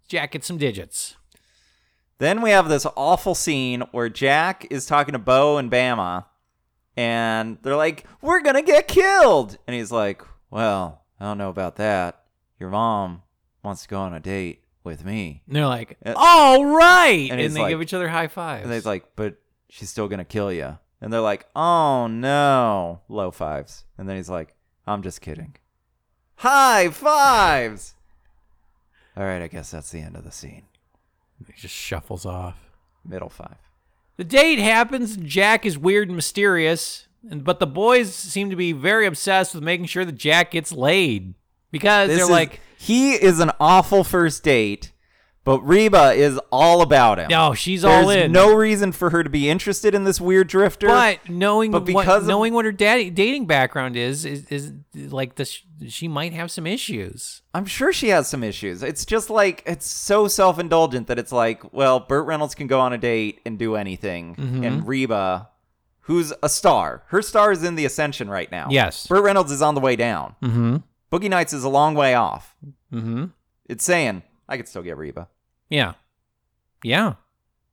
Speaker 5: Jack gets some digits.
Speaker 6: Then we have this awful scene where Jack is talking to Bo and Bama, and they're like, "We're gonna get killed," and he's like, "Well, I don't know about that. Your mom wants to go on a date with me,"
Speaker 5: And they're like,
Speaker 6: Uh,
Speaker 5: all right.
Speaker 6: and
Speaker 5: And,
Speaker 6: he's
Speaker 5: they
Speaker 6: like-
Speaker 5: give each other high fives.
Speaker 6: and he's like, "But she's still gonna kill you." And they're like, "Oh no!" Low fives, and then he's like, "I'm just kidding." High fives. All right, I guess that's the end of the scene.
Speaker 5: he just shuffles off.
Speaker 6: Middle five.
Speaker 5: The date happens. Jack is weird and mysterious, and but the boys seem to be very obsessed with making sure that Jack gets laid because
Speaker 6: This
Speaker 5: they're
Speaker 6: is-
Speaker 5: like,
Speaker 6: he is an awful first date, but Reba is all about him.
Speaker 5: no, she's
Speaker 6: There's
Speaker 5: all in.
Speaker 6: no reason for her to be interested in this weird drifter.
Speaker 5: but knowing
Speaker 6: But
Speaker 5: what
Speaker 6: because of-
Speaker 5: knowing what her daddy, dating background is is, is like this, she might have some issues.
Speaker 6: I'm sure she has some issues. It's just like it's so self-indulgent that it's like, well, Burt Reynolds can go on a date and do anything,
Speaker 5: Mm-hmm.
Speaker 6: and Reba, who's a star, her star is in the ascension right now.
Speaker 5: Yes.
Speaker 6: Burt Reynolds is on the way down.
Speaker 5: Mm-hmm.
Speaker 6: Boogie Nights is a long way off.
Speaker 5: Mm-hmm.
Speaker 6: It's saying I could still get Reba.
Speaker 5: Yeah, yeah.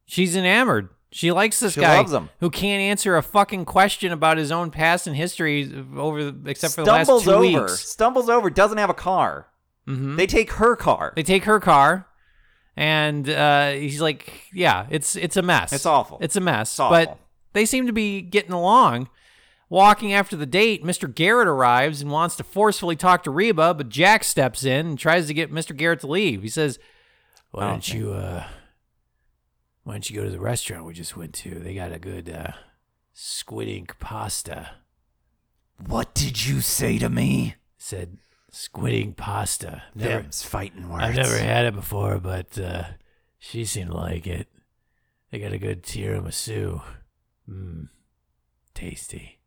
Speaker 5: She's enamored. She likes this
Speaker 6: She
Speaker 5: guy
Speaker 6: loves him.
Speaker 5: who can't answer a fucking question about his own past and history over the, except for the last
Speaker 6: stumbles
Speaker 5: two
Speaker 6: over,
Speaker 5: weeks.
Speaker 6: stumbles over, doesn't have a car.
Speaker 5: Mm-hmm.
Speaker 6: They take her car.
Speaker 5: They take her car, and uh, he's like, "Yeah, it's it's a mess.
Speaker 6: It's awful.
Speaker 5: It's a mess."
Speaker 6: It's awful.
Speaker 5: But they seem to be getting along. Walking after the date, Mr. Garrett arrives and wants to forcefully talk to Reba, but Jack steps in and tries to get Mr. Garrett to leave. He says, Why don't you uh why don't you go to the restaurant we just went to? They got a good uh squid ink pasta.
Speaker 6: What did you say to me?
Speaker 5: Said squid ink pasta. Never,
Speaker 6: Them's fighting words.
Speaker 5: I've never had it before, but uh she seemed to like it. They got a good tiramisu. Mmm. Tasty.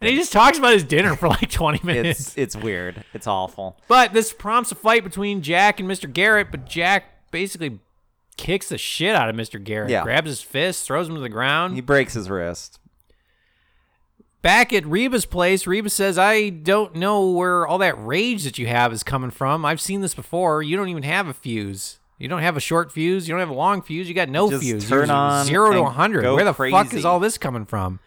Speaker 5: And he just talks about his dinner for like 20 minutes.
Speaker 6: It's it's weird. It's awful.
Speaker 5: But this prompts a fight between Jack and Mr. Garrett, but Jack basically kicks the shit out of Mr. Garrett,
Speaker 6: Yeah.
Speaker 5: grabs his fist, throws him to the ground.
Speaker 6: He breaks his wrist.
Speaker 5: Back at Reba's place, Reba says, I don't know where all that rage that you have is coming from. I've seen this before. You don't even have a fuse. You don't have a short fuse. You don't have a long fuse. You got no
Speaker 6: Just
Speaker 5: fuse.
Speaker 6: turn
Speaker 5: You're
Speaker 6: on
Speaker 5: zero to
Speaker 6: and
Speaker 5: 100.
Speaker 6: go
Speaker 5: Where the fuck is
Speaker 6: crazy.
Speaker 5: all this coming from?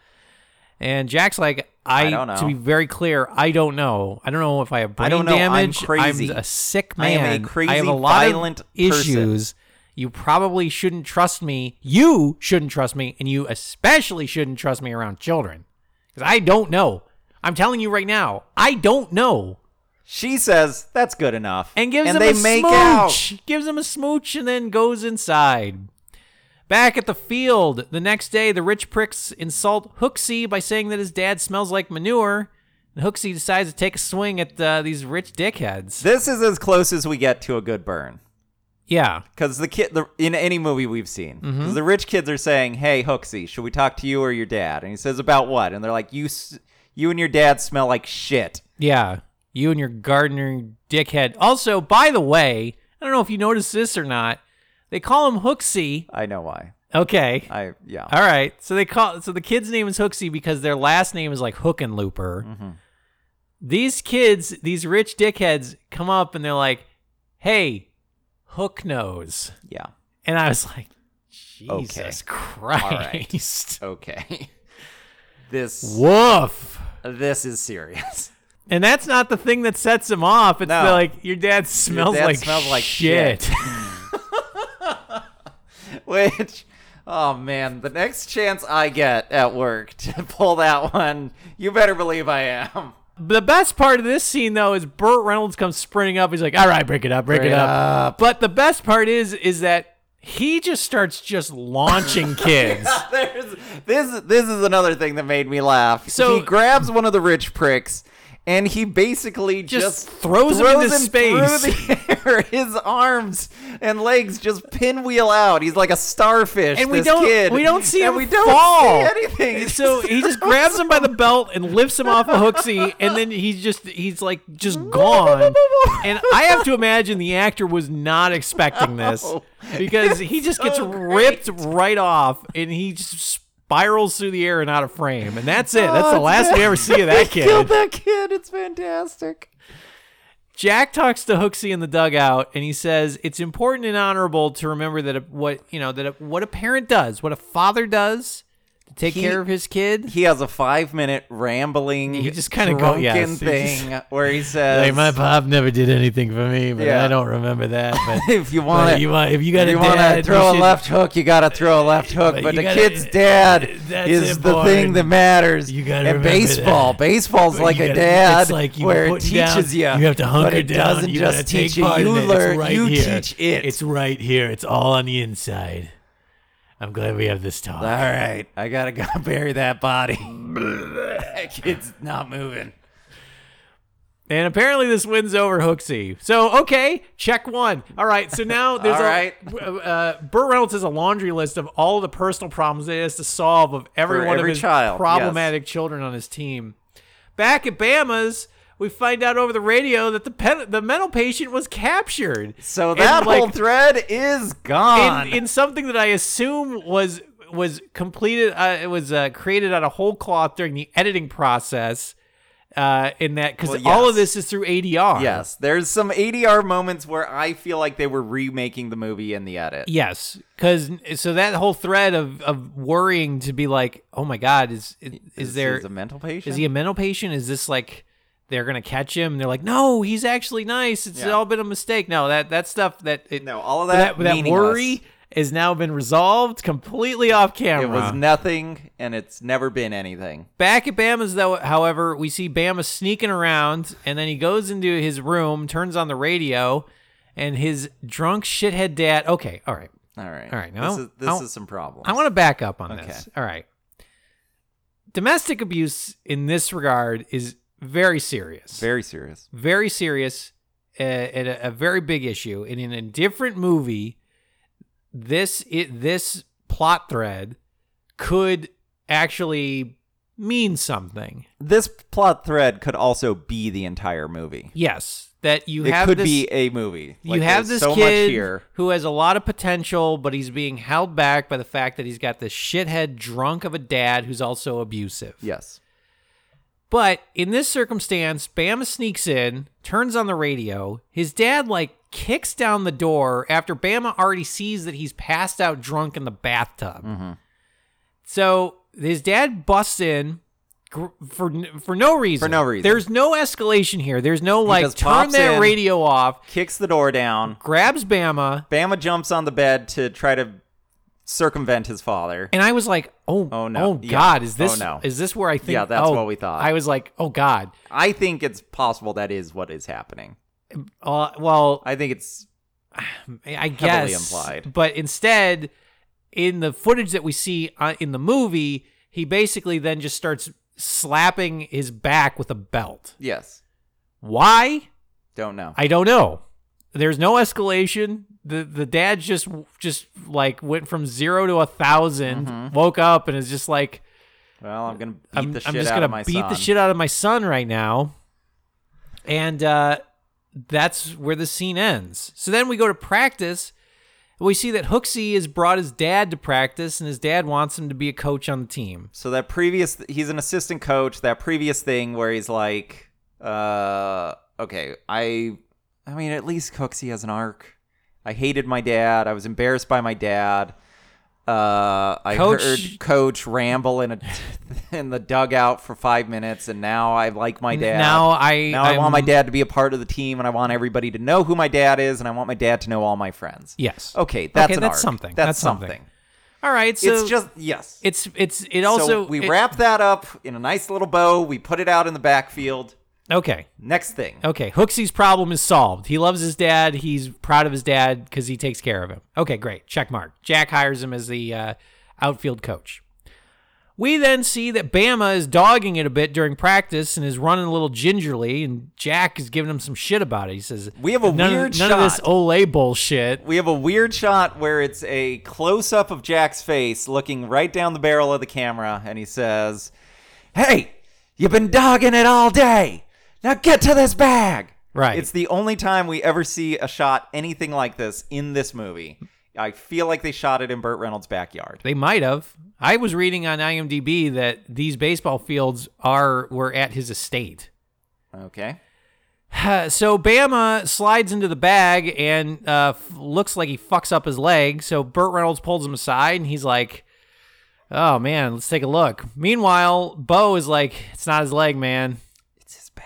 Speaker 5: And Jack's like, I,
Speaker 6: I don't know.
Speaker 5: to be very clear, I don't know. I don't know if I have brain
Speaker 6: I don't know. I'm
Speaker 5: damage.
Speaker 6: crazy.
Speaker 5: a sick
Speaker 6: I am a
Speaker 5: man.
Speaker 6: crazy,
Speaker 5: have a lot
Speaker 6: violent
Speaker 5: of
Speaker 6: person.
Speaker 5: issues. You probably shouldn't trust me. You shouldn't trust me, and you especially shouldn't trust me around children. 'Cause I don't know. I'm telling you right now, I don't know.
Speaker 6: She says that's good enough,
Speaker 5: And gives him
Speaker 6: they
Speaker 5: a
Speaker 6: make out.
Speaker 5: smooch. Gives him a smooch and then goes inside. Back at the field, the next day, the rich pricks insult Hooksy by saying that his dad smells like manure. And Hooksy decides to take a swing at uh, these rich dickheads.
Speaker 6: This is as close as we get to a good burn.
Speaker 5: Yeah.
Speaker 6: Because the kid, the, in any movie we've seen,
Speaker 5: Mm-hmm.
Speaker 6: 'cause the rich kids are saying, "Hey, Hooksy, should we talk to you or your dad?" And he says, "About what?" And they're like, "You, s- you and your dad smell like shit."
Speaker 5: Yeah. You and your gardener dickhead. Also, by the way, I don't know if you noticed this or not. They call him Hooksy.
Speaker 6: I know why.
Speaker 5: Okay.
Speaker 6: I yeah.
Speaker 5: All right. So they call so the kid's name is Hooksy because their last name is like Hook and Looper. These kids, these rich dickheads, come up and they're like, "Hey, Hook Nose,"
Speaker 6: Yeah.
Speaker 5: and I was like,
Speaker 6: Okay.
Speaker 5: "Jesus Christ,
Speaker 6: Okay. this
Speaker 5: woof!"
Speaker 6: this is serious.
Speaker 5: And that's not the thing that sets him off. It's
Speaker 6: No.
Speaker 5: the, like your dad smells
Speaker 6: dad
Speaker 5: like
Speaker 6: smells like
Speaker 5: shit.
Speaker 6: Which, oh man, the next chance I get at work to pull that one, you better believe I am.
Speaker 5: The best part of this scene though is Burt Reynolds comes sprinting up. He's like, "All right, break it up, break, it up. But the best part is is that he just starts just launching kids.
Speaker 6: There's, this this is another thing that made me laugh.
Speaker 5: So-
Speaker 6: he grabs one of the rich pricks and he basically
Speaker 5: Just
Speaker 6: just,
Speaker 5: throws him into space.
Speaker 6: through the air. His arms and legs just pinwheel out. He's like a starfish.
Speaker 5: And we
Speaker 6: this
Speaker 5: don't
Speaker 6: kid.
Speaker 5: we don't see
Speaker 6: and
Speaker 5: him
Speaker 6: we don't
Speaker 5: fall.
Speaker 6: see anything. He
Speaker 5: So he just grabs him by the belt and lifts him off a hooksy and then he's just he's like just gone. And I have to imagine the actor was not expecting this because he just gets ripped right off and he just spirals through the air and out of frame. And that's it. That's the last we ever see of that kid.
Speaker 6: Oh, killed that kid. It's fantastic.
Speaker 5: Jack talks to Hooksy in the dugout, and he says it's important and honorable to remember that a, what you know that a, what a parent does, what a father does to take
Speaker 6: He-
Speaker 5: care of his kid.
Speaker 6: He has a five minute rambling,
Speaker 5: He just kinda go-
Speaker 6: drunken
Speaker 5: yes, he
Speaker 6: thing
Speaker 5: just-
Speaker 6: where he says,
Speaker 5: pop never did anything for me, but
Speaker 6: Yeah. I don't
Speaker 5: remember that.
Speaker 6: "If you want to,
Speaker 5: want, if you
Speaker 6: you want to throw a left hook, you got to throw a left hook.
Speaker 5: But
Speaker 6: But,
Speaker 5: you
Speaker 6: the
Speaker 5: gotta-
Speaker 6: kid's dad
Speaker 5: that's
Speaker 6: is the
Speaker 5: important.
Speaker 6: thing that matters.
Speaker 5: You gotta
Speaker 6: and
Speaker 5: remember
Speaker 6: baseball,
Speaker 5: that.
Speaker 6: baseball's
Speaker 5: But
Speaker 6: like
Speaker 5: you
Speaker 6: a
Speaker 5: gotta-
Speaker 6: dad,
Speaker 5: it's like you
Speaker 6: where
Speaker 5: put
Speaker 6: it
Speaker 5: down-
Speaker 6: teaches you.
Speaker 5: you have to hunker
Speaker 6: but it
Speaker 5: down,
Speaker 6: doesn't
Speaker 5: you gotta
Speaker 6: just
Speaker 5: take
Speaker 6: teach you.
Speaker 5: part
Speaker 6: You
Speaker 5: in it, it's
Speaker 6: learn.
Speaker 5: right
Speaker 6: you
Speaker 5: here.
Speaker 6: teach it.
Speaker 5: It's right here. It's all on the inside. I'm glad we have this talk.
Speaker 6: all right. I gotta go bury that body. that kid's not moving.
Speaker 5: And apparently this wins over Hooksy. So okay, check one. All right. So now there's
Speaker 6: All
Speaker 5: a
Speaker 6: right.
Speaker 5: uh, Burt Reynolds has a laundry list of all the personal problems that he has to solve of every
Speaker 6: For
Speaker 5: one of
Speaker 6: every
Speaker 5: his
Speaker 6: child,
Speaker 5: problematic children on his team. Back at Bama's, we find out over the radio that the pen, the mental patient was captured.
Speaker 6: So
Speaker 5: And,
Speaker 6: that
Speaker 5: like,
Speaker 6: whole thread is gone.
Speaker 5: in, in something that I assume was was completed. Uh, it was uh, created out of whole cloth during the editing process. Uh, in that, because
Speaker 6: Well,
Speaker 5: all of
Speaker 6: yes.
Speaker 5: this is through ADR.
Speaker 6: yes, there's some ADR moments where I feel like they were remaking the movie in the edit.
Speaker 5: Yes, because so that whole thread of of worrying to be like, oh my god, is is, is there
Speaker 6: a mental patient?
Speaker 5: is he a mental patient? Is this like they're gonna catch him? And they're like, no, he's actually nice. It's all been a mistake. No, that that stuff that it,
Speaker 6: No, all of that
Speaker 5: that
Speaker 6: meaningless.
Speaker 5: worry has now been resolved completely off camera.
Speaker 6: It was nothing, and it's never been anything.
Speaker 5: Back at Bama's, though, however, we see Bama sneaking around, and then he goes into his room, turns on the radio, and his drunk shithead dad. Okay, all right.
Speaker 6: All right.
Speaker 5: All right, now
Speaker 6: this
Speaker 5: I-
Speaker 6: is, this
Speaker 5: I-
Speaker 6: is some problems.
Speaker 5: I want to back up on
Speaker 6: Okay.
Speaker 5: this. All right. Domestic abuse in this regard is very serious.
Speaker 6: very serious.
Speaker 5: very serious uh, and a, a very big issue. And in a different movie, this it, this plot thread could actually mean something.
Speaker 6: This plot thread could also be the entire movie.
Speaker 5: Yes, that you
Speaker 6: it
Speaker 5: have
Speaker 6: could
Speaker 5: this,
Speaker 6: be a movie.
Speaker 5: you
Speaker 6: Like,
Speaker 5: have this
Speaker 6: there's so
Speaker 5: kid
Speaker 6: much here.
Speaker 5: who has a lot of potential, but he's being held back by the fact that he's got this shithead drunk of a dad who's also abusive.
Speaker 6: Yes.
Speaker 5: But in this circumstance, Bama sneaks in, turns on the radio. His dad, like, kicks down the door after Bama already sees that he's passed out drunk in the bathtub.
Speaker 6: Mm-hmm.
Speaker 5: So his dad busts in. gr- For n- for no reason.
Speaker 6: For no reason.
Speaker 5: There's no escalation here. There's no like
Speaker 6: just
Speaker 5: turn
Speaker 6: pops
Speaker 5: that
Speaker 6: in.
Speaker 5: radio off.
Speaker 6: Kicks the door down.
Speaker 5: Grabs Bama,
Speaker 6: Bama jumps on the bed to try to circumvent his father.
Speaker 5: and I was like, "Oh,
Speaker 6: Oh, no.
Speaker 5: oh
Speaker 6: Yeah.
Speaker 5: God, is this
Speaker 6: Oh, no.
Speaker 5: is this where I think?
Speaker 6: Yeah, that's
Speaker 5: oh,
Speaker 6: what we thought.
Speaker 5: I was like, "Oh God."
Speaker 6: I think it's possible that is what is happening.
Speaker 5: Uh, well,
Speaker 6: I think it's
Speaker 5: I
Speaker 6: heavily
Speaker 5: guess.
Speaker 6: implied.
Speaker 5: But instead, in the footage that we see uh, in the movie, he basically then just starts slapping his back with a belt.
Speaker 6: yes.
Speaker 5: Why?
Speaker 6: Don't know.
Speaker 5: I don't know. There's no escalation. The the dad just just like went from zero to a 1000
Speaker 6: Mm-hmm.
Speaker 5: woke up and is just like,
Speaker 6: well, I'm gonna beat
Speaker 5: I'm,
Speaker 6: the
Speaker 5: I'm
Speaker 6: shit
Speaker 5: just
Speaker 6: out
Speaker 5: gonna
Speaker 6: of my
Speaker 5: beat
Speaker 6: son.
Speaker 5: the shit out of my son right now. And uh, that's where the scene ends. So then we go to practice. and We see that Hooksy has brought his dad to practice, and his dad wants him to be a coach on the team.
Speaker 6: So that previous, he's an assistant coach. That previous thing where he's like, uh, okay, I, I mean, at least Cooksey has an arc. I hated my dad. I was embarrassed by my dad. Uh, I
Speaker 5: Coach-
Speaker 6: heard Coach ramble in a in the dugout for five minutes, and now I like my dad.
Speaker 5: Now I-
Speaker 6: now I
Speaker 5: I'm-
Speaker 6: want my dad to be a part of the team, and I want everybody to know who my dad is, and I want my dad to know all my friends.
Speaker 5: Yes.
Speaker 6: Okay, that's
Speaker 5: Okay,
Speaker 6: an
Speaker 5: that's
Speaker 6: arc.
Speaker 5: something.
Speaker 6: That's,
Speaker 5: That's something.
Speaker 6: something.
Speaker 5: All right, so
Speaker 6: it's just yes.
Speaker 5: it's it's it also
Speaker 6: so we
Speaker 5: it-
Speaker 6: wrap that up in a nice little bow. We put it out in the backfield.
Speaker 5: Okay,
Speaker 6: Next thing,
Speaker 5: okay. Hooksy's problem is solved. He loves his dad. He's proud of his dad because he takes care of him. Okay, great. Check mark. Jack hires him as the uh, outfield coach. We then see that Bama is dogging it a bit during practice and is running a little gingerly, and Jack is giving him some shit about it. He says,
Speaker 6: We have a
Speaker 5: none
Speaker 6: weird
Speaker 5: of, none of this
Speaker 6: shot."
Speaker 5: Olay bullshit."
Speaker 6: we have a weird shot where it's a close up of Jack's face looking right down the barrel of the camera, and he says, Hey, you've been dogging it all day. Now get to this bag.
Speaker 5: Right.
Speaker 6: It's the only time we ever see a shot anything like this in this movie. I feel like they shot it in Burt Reynolds' backyard.
Speaker 5: They might have. I was reading on IMDb that these baseball fields are were at his estate.
Speaker 6: Okay.
Speaker 5: Uh, so Bama slides into the bag and uh, f- looks like he fucks up his leg. So Burt Reynolds pulls him aside and he's like, "Oh man, let's take a look." Meanwhile, Bo is like, "It's not his leg, man."
Speaker 6: It's his bag.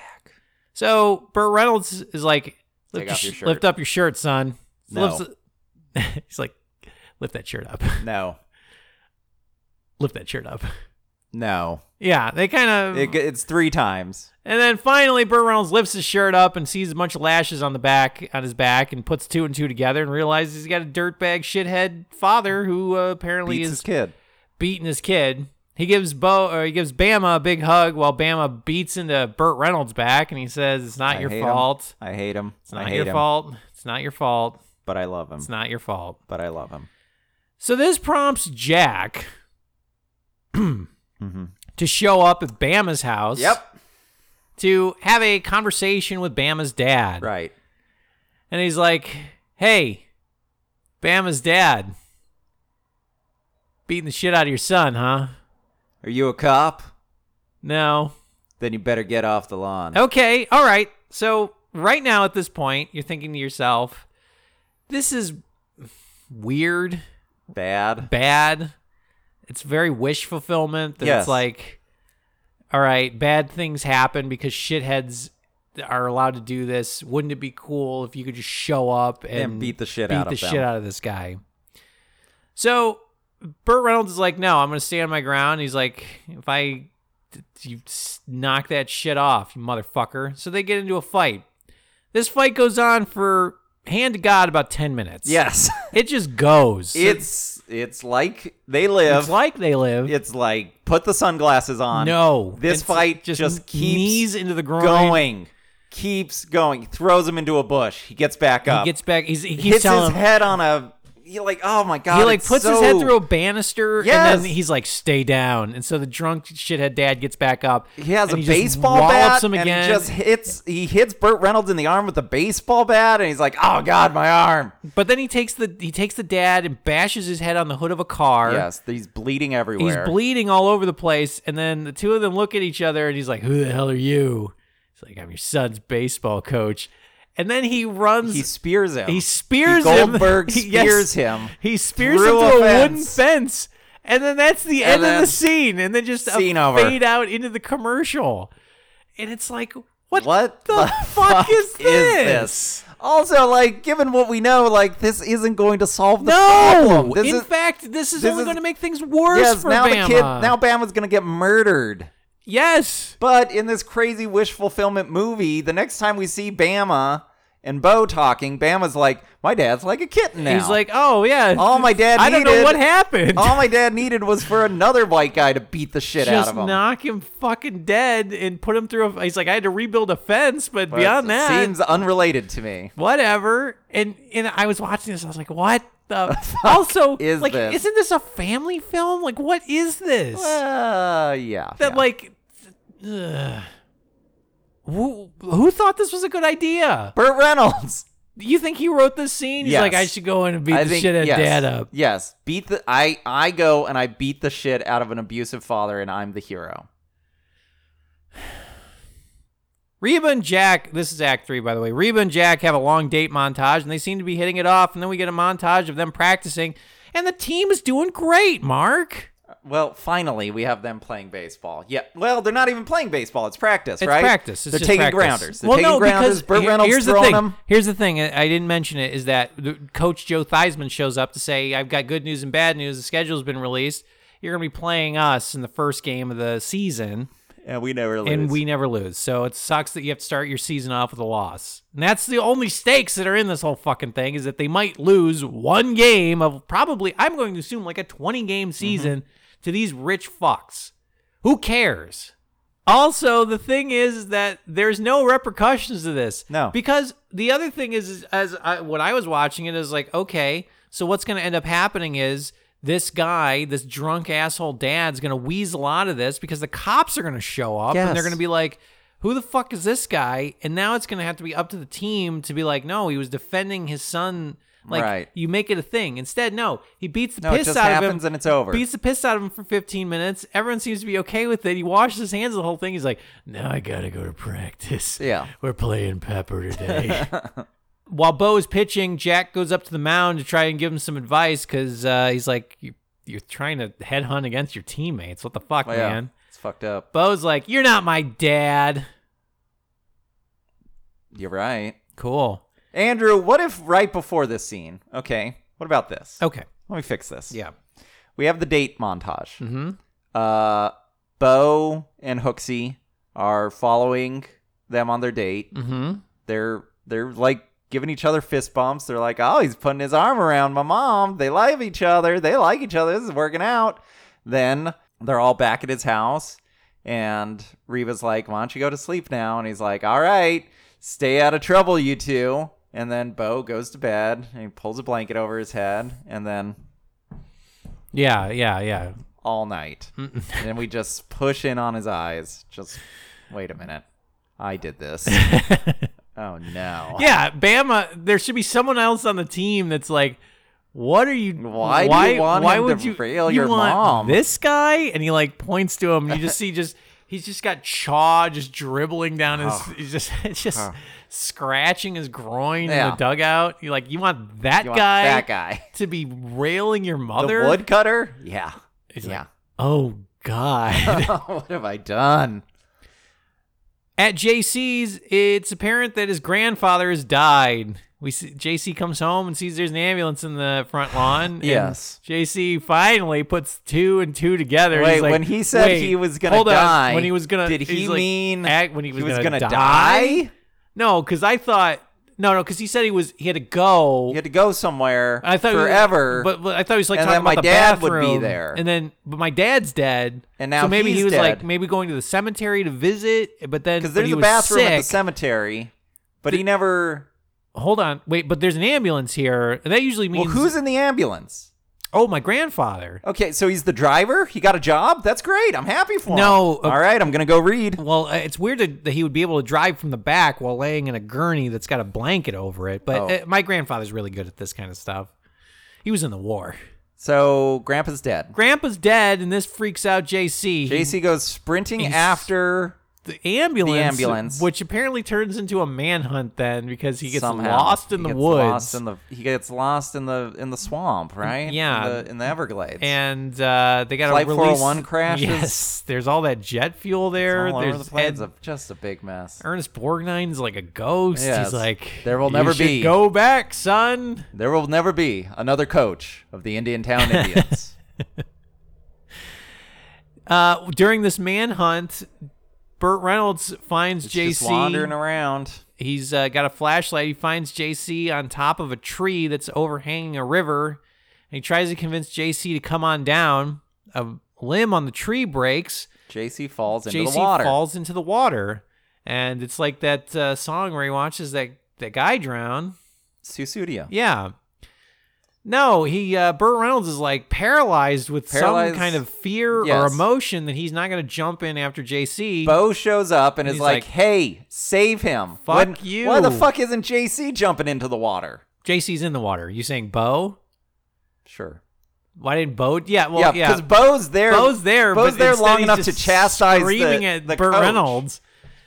Speaker 5: So Burt Reynolds is like,
Speaker 6: Take
Speaker 5: "Lift,
Speaker 6: off
Speaker 5: your
Speaker 6: your
Speaker 5: sh-
Speaker 6: shirt."
Speaker 5: lift up your shirt, son."
Speaker 6: No.
Speaker 5: Lifts- he's like, "Lift that shirt up.
Speaker 6: No.
Speaker 5: Lift that shirt up."
Speaker 6: No.
Speaker 5: Yeah, they kind of
Speaker 6: It, it's three times.
Speaker 5: And then finally, Burt Reynolds lifts his shirt up and sees a bunch of lashes on the back on his back, and puts two and two together and realizes he's got a dirtbag shithead father who uh, apparently
Speaker 6: Beats
Speaker 5: is
Speaker 6: his kid.
Speaker 5: beating his kid. He gives Bo or he gives Bama a big hug while Bama beats into Burt Reynolds' back, and he says, "It's not
Speaker 6: I
Speaker 5: your
Speaker 6: hate him.
Speaker 5: fault.
Speaker 6: I hate him.
Speaker 5: It's not
Speaker 6: I hate
Speaker 5: your
Speaker 6: him,
Speaker 5: fault. It's not your fault.
Speaker 6: But I love him.
Speaker 5: It's not your fault."
Speaker 6: But I love him.
Speaker 5: So this prompts Jack
Speaker 6: Mhm.
Speaker 5: to show up at Bama's house.
Speaker 6: Yep.
Speaker 5: To have a conversation with Bama's dad.
Speaker 6: Right.
Speaker 5: And he's like, hey, Bama's dad. Beating the shit out of your son, huh?
Speaker 6: Are you a cop?
Speaker 5: No.
Speaker 6: Then you better get off the lawn.
Speaker 5: Okay, all right. So, right now at this point, you're thinking to yourself, this is weird,
Speaker 6: Bad.
Speaker 5: bad. It's very wish fulfillment. That
Speaker 6: Yes.
Speaker 5: It's like, all right, bad things happen because shitheads are allowed to do this. Wouldn't it be cool if you could just show up and,
Speaker 6: And beat the shit
Speaker 5: beat
Speaker 6: out
Speaker 5: the
Speaker 6: of them.
Speaker 5: shit out of this guy? So Burt Reynolds is like, no, I'm going to stand my ground. He's like, if I you s- knock that shit off, you motherfucker. So they get into a fight. This fight goes on for hand to God about 10 minutes.
Speaker 6: Yes.
Speaker 5: It just goes.
Speaker 6: It's it's like they live.
Speaker 5: It's like they live.
Speaker 6: It's like put the sunglasses on.
Speaker 5: No.
Speaker 6: this
Speaker 5: It's
Speaker 6: fight
Speaker 5: just
Speaker 6: just, keeps
Speaker 5: knees into the groin.
Speaker 6: going, keeps going. Throws him into a bush. He gets back
Speaker 5: he
Speaker 6: up.
Speaker 5: gets back. He's, he keeps
Speaker 6: hits
Speaker 5: telling
Speaker 6: his
Speaker 5: him.
Speaker 6: head on a. He like oh my god.
Speaker 5: he like
Speaker 6: it's
Speaker 5: puts his
Speaker 6: so-
Speaker 5: head through a banister and
Speaker 6: Yes.
Speaker 5: then he's like stay down and so the drunk shithead dad gets back up
Speaker 6: He has
Speaker 5: and
Speaker 6: a
Speaker 5: just
Speaker 6: baseball
Speaker 5: wallops
Speaker 6: bat
Speaker 5: him
Speaker 6: and
Speaker 5: again
Speaker 6: he just hits. He hits Burt Reynolds in the arm with a baseball bat, and he's like, "Oh God, my arm!"
Speaker 5: but then he takes the he takes the dad and bashes his head on the hood of a car
Speaker 6: Yes, he's bleeding
Speaker 5: he's
Speaker 6: everywhere.
Speaker 5: bleeding all over the place and then the two of them look at each other and he's like who the hell are you he's like i'm your son's baseball coach and then he runs
Speaker 6: He spears him.
Speaker 5: He spears
Speaker 6: He
Speaker 5: him.
Speaker 6: Goldberg
Speaker 5: He- yes.
Speaker 6: spears him.
Speaker 5: He spears him
Speaker 6: through
Speaker 5: to a,
Speaker 6: a
Speaker 5: wooden
Speaker 6: fence.
Speaker 5: fence, and then that's the
Speaker 6: And
Speaker 5: end of the
Speaker 6: then
Speaker 5: scene. And then just a
Speaker 6: scene over.
Speaker 5: fade out into the commercial, and it's like, what?
Speaker 6: What
Speaker 5: the, fuck, is this?
Speaker 6: Also, like, given what we know, like, this isn't going to solve the
Speaker 5: No.
Speaker 6: problem. This
Speaker 5: In
Speaker 6: is-
Speaker 5: fact, this is
Speaker 6: this
Speaker 5: only
Speaker 6: is-
Speaker 5: going to make things worse
Speaker 6: yes,
Speaker 5: for
Speaker 6: now
Speaker 5: Bama.
Speaker 6: the kid, now Bama's gonna get murdered.
Speaker 5: yes.
Speaker 6: But in this crazy wish fulfillment movie, the next time we see Bama and Bo talking, Bama's like, "My dad's like a kitten now."
Speaker 5: He's like, oh yeah.
Speaker 6: "All my dad
Speaker 5: I don't know
Speaker 6: needed-
Speaker 5: what happened.
Speaker 6: All my dad needed was for another white guy to beat the shit out
Speaker 5: just
Speaker 6: of him."
Speaker 5: knock him fucking dead and put him through a. He's like, I had to rebuild a fence, but,
Speaker 6: But
Speaker 5: beyond
Speaker 6: it
Speaker 5: that,
Speaker 6: seems unrelated to me.
Speaker 5: whatever. And and I was watching this, I was like, what the? also,
Speaker 6: is
Speaker 5: like,
Speaker 6: this?
Speaker 5: isn't this a family film? Like, what is this?
Speaker 6: Uh, yeah.
Speaker 5: that
Speaker 6: yeah.
Speaker 5: like, ugh. who who thought this was a good idea?
Speaker 6: Burt Reynolds.
Speaker 5: You think he wrote this scene? He's
Speaker 6: Yes.
Speaker 5: like, I should go in and beat
Speaker 6: I
Speaker 5: the
Speaker 6: think-
Speaker 5: shit out of
Speaker 6: yes,
Speaker 5: dad up.
Speaker 6: Yes, beat the. I I go and I beat the shit out of an abusive father, and I'm the hero.
Speaker 5: Reba and Jack, this is Act Three, by the way. Reba and Jack have a long date montage, and they seem to be hitting it off. And then we get a montage of them practicing, and the team is doing great. Mark,
Speaker 6: Well, finally, we have them playing baseball. Yeah. Well, they're not even playing baseball. It's practice,
Speaker 5: It's
Speaker 6: right?
Speaker 5: practice. It's
Speaker 6: they're
Speaker 5: just
Speaker 6: taking
Speaker 5: practice.
Speaker 6: grounders. They're
Speaker 5: well,
Speaker 6: taking
Speaker 5: no,
Speaker 6: grounders.
Speaker 5: because
Speaker 6: Burt
Speaker 5: here-
Speaker 6: Reynolds
Speaker 5: here's the
Speaker 6: throwing
Speaker 5: thing.
Speaker 6: them.
Speaker 5: Here's the thing. I I didn't mention it. Is that the- Coach Joe Theismann shows up to say, "I've got good news and bad news. The schedule's been released. You're going to be playing us in the first game of the season,
Speaker 6: And we never lose.
Speaker 5: and we never lose. So it sucks that you have to start your season off with a loss. And that's the only stakes that are in this whole fucking thing is that they might lose one game of probably. I'm going to assume like a 20
Speaker 6: Mm-hmm.
Speaker 5: game season to these rich fucks. Who cares? Also, the thing is that there's no repercussions to this.
Speaker 6: No.
Speaker 5: because the other thing is, is as I, when I was watching it, is like, okay, so what's going to end up happening is this guy, this drunk asshole dad's going to weasel out of this because the cops are going to show up and they're
Speaker 6: Yes.
Speaker 5: going to be like, who the fuck is this guy? And now it's going to have to be up to the team to be like, no, he was defending his son. Like
Speaker 6: Right.
Speaker 5: you make it a thing. Instead, no, he beats the
Speaker 6: No, it
Speaker 5: piss
Speaker 6: just
Speaker 5: out of
Speaker 6: happens
Speaker 5: him
Speaker 6: and it's over.
Speaker 5: Beats the piss out of him for 15 minutes. Everyone seems to be okay with it. He washes his hands of the whole thing. He's like, now I gotta go to practice.
Speaker 6: Yeah.
Speaker 5: we're playing Pepper today. While Bo is pitching, Jack goes up to the mound to try and give him some advice because uh, he's like, "You- you're trying to headhunt against your teammates. What the fuck,
Speaker 6: Well, yeah,
Speaker 5: man?
Speaker 6: It's fucked up.
Speaker 5: Bo's like, you're not my dad.
Speaker 6: You're right.
Speaker 5: Cool.
Speaker 6: Andrew, what if right before this scene? Okay. What about this?
Speaker 5: Okay.
Speaker 6: Let me fix this.
Speaker 5: Oh. Yeah.
Speaker 6: We have the date montage. Mm-hmm. Uh, Bo and Hooksy are following them on their date.
Speaker 5: Mm-hmm.
Speaker 6: They're they're like giving each other fist bumps. They're like, "Oh, he's putting his arm around my mom." They love each other. They like each other. This is working out. Then they're all back at his house, and Reva's like, "Why don't you go to sleep now?" And he's like, "All right, stay out of trouble, you two. And then Bo goes to bed and he pulls a blanket over his head, and then
Speaker 5: Yeah. Yeah. Yeah.
Speaker 6: all night. and then we just push in on his eyes. Just wait a minute. I did this. oh no.
Speaker 5: Yeah, Bama. There should be someone else on the team that's like, "What are you?
Speaker 6: Why do you want him to rail
Speaker 5: you
Speaker 6: your
Speaker 5: want
Speaker 6: mom?"
Speaker 5: This guy?" And he like points to him. And you just see just he's just got chaw just dribbling down his. He's just it's just scratching his groin in
Speaker 6: Yeah.
Speaker 5: the dugout. You like you want that
Speaker 6: You want
Speaker 5: guy?
Speaker 6: that guy.
Speaker 5: to be railing your
Speaker 6: The
Speaker 5: mother?
Speaker 6: woodcutter? Yeah.
Speaker 5: He's
Speaker 6: yeah.
Speaker 5: like, oh God.
Speaker 6: what have I done?
Speaker 5: At JC's, it's apparent that his grandfather has died. We see, JC comes home and sees there's an ambulance in the front lawn. and
Speaker 6: Yes.
Speaker 5: JC finally puts two and two together.
Speaker 6: Wait,
Speaker 5: He's like,
Speaker 6: when he said
Speaker 5: "Wait,
Speaker 6: he was gonna
Speaker 5: hold on."
Speaker 6: die,
Speaker 5: when he was gonna,
Speaker 6: did
Speaker 5: he's
Speaker 6: he
Speaker 5: like,
Speaker 6: mean
Speaker 5: act, when he was,
Speaker 6: he was
Speaker 5: gonna,
Speaker 6: gonna die?
Speaker 5: No, because I thought No, no, because he said he was he had to go.
Speaker 6: You had to go somewhere
Speaker 5: I thought he was-
Speaker 6: forever.
Speaker 5: but, but I thought he was like
Speaker 6: and
Speaker 5: talking
Speaker 6: then my
Speaker 5: about the
Speaker 6: dad would be
Speaker 5: bathroom,
Speaker 6: there.
Speaker 5: and then but my dad's dead,
Speaker 6: And now
Speaker 5: so maybe he
Speaker 6: he's
Speaker 5: was like
Speaker 6: dead.
Speaker 5: maybe going to the cemetery to visit, but then
Speaker 6: because
Speaker 5: when
Speaker 6: there's
Speaker 5: he
Speaker 6: a
Speaker 5: was
Speaker 6: bathroom at the
Speaker 5: sick-
Speaker 6: cemetery, but he never.
Speaker 5: Hold on, wait, but there's an ambulance here, and that usually
Speaker 6: Well,
Speaker 5: means
Speaker 6: who's in the ambulance?
Speaker 5: oh my grandfather.
Speaker 6: Okay, so he's the driver. He got a job. That's great. I'm happy for him.
Speaker 5: No, uh,
Speaker 6: all right, I'm gonna go read.
Speaker 5: Well, uh, it's weird that, that he would be able to drive from the back while laying in a gurney that's got a blanket over it. But
Speaker 6: Oh.
Speaker 5: uh, my grandfather's really good at this kind of stuff. He was in the war.
Speaker 6: So Grandpa's dead.
Speaker 5: Grandpa's dead, and this freaks out JC.
Speaker 6: JC goes sprinting
Speaker 5: He's-
Speaker 6: after.
Speaker 5: the ambulance,
Speaker 6: The ambulance.
Speaker 5: which apparently turns into a manhunt then because he gets
Speaker 6: somehow.
Speaker 5: lost in
Speaker 6: He
Speaker 5: the
Speaker 6: gets
Speaker 5: woods. Mm,
Speaker 6: Lost in the, he gets lost in the in the swamp, right?
Speaker 5: Yeah.
Speaker 6: in the, in the Everglades.
Speaker 5: and uh, they got
Speaker 6: Flight
Speaker 5: a release.
Speaker 6: 401 crashes.
Speaker 5: Yes, there's all that jet fuel there.
Speaker 6: It's all over
Speaker 5: there's
Speaker 6: the place. It's
Speaker 5: Ed- Er
Speaker 6: a- just a big mess.
Speaker 5: Ernest Borgnine's like a ghost.
Speaker 6: Yes.
Speaker 5: He's like,
Speaker 6: There will
Speaker 5: "You
Speaker 6: never
Speaker 5: should
Speaker 6: be."
Speaker 5: Go back, son.
Speaker 6: There will never be another coach of the Indian Town Indians.
Speaker 5: Uh, during this manhunt, Burt Reynolds finds
Speaker 6: Just
Speaker 5: JC.
Speaker 6: wandering around.
Speaker 5: He's uh, got a flashlight. He finds JC on top of a tree that's overhanging a river. And he tries to convince JC to come on down. A limb on the tree breaks.
Speaker 6: JC falls into
Speaker 5: JC
Speaker 6: the water.
Speaker 5: falls into the water. And it's like that uh, song where he watches that, that guy drown.
Speaker 6: Susudio.
Speaker 5: Yeah. No, he uh, Burt Reynolds is like paralyzed with
Speaker 6: Paralyzed-
Speaker 5: some kind of fear or
Speaker 6: yes.
Speaker 5: emotion that he's not going to jump in after JC.
Speaker 6: Bo shows up and,
Speaker 5: And
Speaker 6: is
Speaker 5: he's like,
Speaker 6: like, "Hey, save him!
Speaker 5: Fuck
Speaker 6: When-
Speaker 5: you."
Speaker 6: Why the fuck isn't JC jumping into the water?"
Speaker 5: JC's in the water. You saying Bo?
Speaker 6: Sure.
Speaker 5: Why didn't Bo? Yeah, well,
Speaker 6: yeah,
Speaker 5: yeah.
Speaker 6: because Bo's there.
Speaker 5: Bo's there.
Speaker 6: Bo's
Speaker 5: but
Speaker 6: there
Speaker 5: instead
Speaker 6: long
Speaker 5: he's
Speaker 6: enough to
Speaker 5: just
Speaker 6: chastise
Speaker 5: screaming
Speaker 6: the,
Speaker 5: at
Speaker 6: the
Speaker 5: Burt
Speaker 6: coach.
Speaker 5: Reynolds.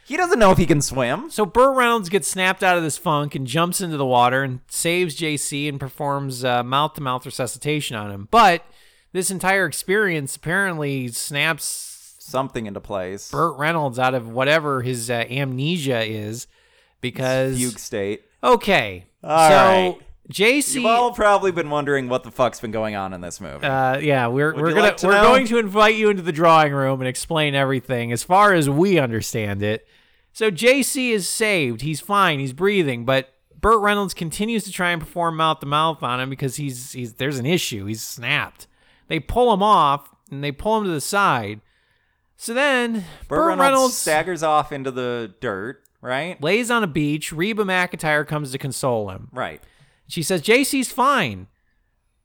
Speaker 6: He doesn't know if he can swim.
Speaker 5: So Burt Reynolds gets snapped out of this funk and jumps into the water and saves JC and performs uh, mouth-to-mouth resuscitation on him. But this entire experience apparently snaps
Speaker 6: Something into place.
Speaker 5: Burt Reynolds out of whatever his uh, amnesia is because
Speaker 6: Fugue state.
Speaker 5: okay,
Speaker 6: All
Speaker 5: so
Speaker 6: right.
Speaker 5: JC.
Speaker 6: You've all probably been wondering what the fuck's been going on in this movie.
Speaker 5: Uh, yeah, we're we're
Speaker 6: you
Speaker 5: gonna
Speaker 6: like to
Speaker 5: we're
Speaker 6: know?
Speaker 5: going to invite you into the drawing room and explain everything as far as we understand it. So JC is saved. He's fine. He's breathing, but Burt Reynolds continues to try and perform mouth to mouth on him because he's he's there's an issue. He's snapped. They pull him off and they pull him to the side. So then
Speaker 6: Burt Reynolds, staggers off into the dirt. Right.
Speaker 5: lays on a beach. Reba McIntyre comes to console him.
Speaker 6: Right.
Speaker 5: She says JC's fine.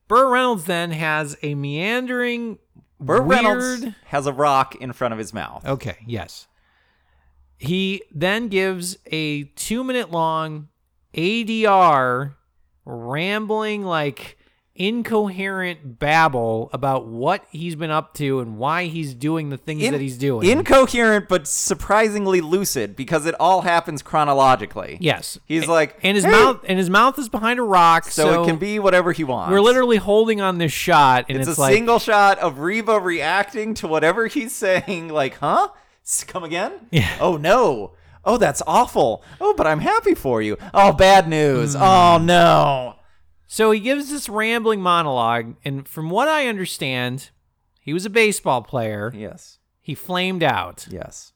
Speaker 5: Burt Reynolds then has a meandering
Speaker 6: Burt
Speaker 5: weird...
Speaker 6: Reynolds has a rock in front of his mouth.
Speaker 5: Okay, yes. He then gives a two minute long ADR rambling, like incoherent babble about what he's been up to and why he's doing the things
Speaker 6: In-
Speaker 5: that he's doing.
Speaker 6: Incoherent, but surprisingly lucid because it all happens chronologically.
Speaker 5: yes.
Speaker 6: He's like,
Speaker 5: and his
Speaker 6: "Hey!"
Speaker 5: mouth and his mouth is behind a rock,
Speaker 6: So,
Speaker 5: so,
Speaker 6: it can be whatever he wants.
Speaker 5: We're literally holding on this shot, and
Speaker 6: It's,
Speaker 5: it's,
Speaker 6: a
Speaker 5: like
Speaker 6: single shot of Reba reacting to whatever he's saying. Like, huh? S- Come again?
Speaker 5: Yeah.
Speaker 6: Oh no. Oh, that's awful. Oh, but I'm happy for you. Oh, bad news.
Speaker 5: Mm.
Speaker 6: Oh no.
Speaker 5: So he gives this rambling monologue, and from what I understand, he was a baseball player.
Speaker 6: Yes.
Speaker 5: He flamed out.
Speaker 6: Yes.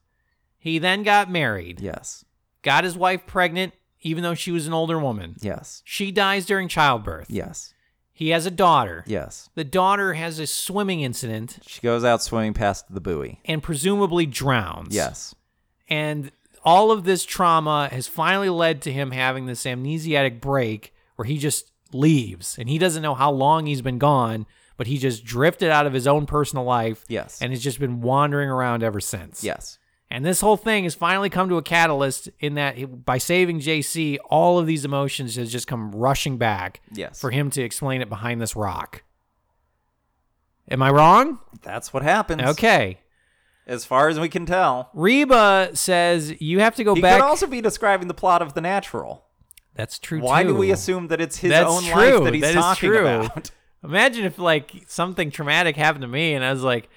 Speaker 5: He then got married,
Speaker 6: Yes.
Speaker 5: got his wife pregnant, even though she was an older woman.
Speaker 6: Yes.
Speaker 5: She dies during childbirth.
Speaker 6: Yes.
Speaker 5: He has a daughter.
Speaker 6: Yes.
Speaker 5: The daughter has a swimming incident
Speaker 6: She goes out swimming past the buoy.
Speaker 5: and presumably drowns.
Speaker 6: Yes.
Speaker 5: And all of this trauma has finally led to him having this amnesiac break where he just leaves and he doesn't know how long he's been gone, but he just drifted out of his own personal life.
Speaker 6: Yes.
Speaker 5: And has just been wandering around ever since.
Speaker 6: Yes.
Speaker 5: And this whole thing has finally come to a catalyst in that it- by saving JC, all of these emotions has just come rushing back
Speaker 6: Yes.
Speaker 5: for him to explain it behind this rock. Am I wrong?
Speaker 6: That's what happens.
Speaker 5: Okay.
Speaker 6: As far as we can tell.
Speaker 5: Reba says you have to go
Speaker 6: He
Speaker 5: back.
Speaker 6: could also be describing the plot of The Natural.
Speaker 5: That's true.
Speaker 6: Why do
Speaker 5: too.
Speaker 6: we assume that it's his
Speaker 5: That's
Speaker 6: own
Speaker 5: true.
Speaker 6: life that he's
Speaker 5: That is
Speaker 6: talking
Speaker 5: true.
Speaker 6: about?
Speaker 5: Imagine if like something traumatic happened to me and I was like,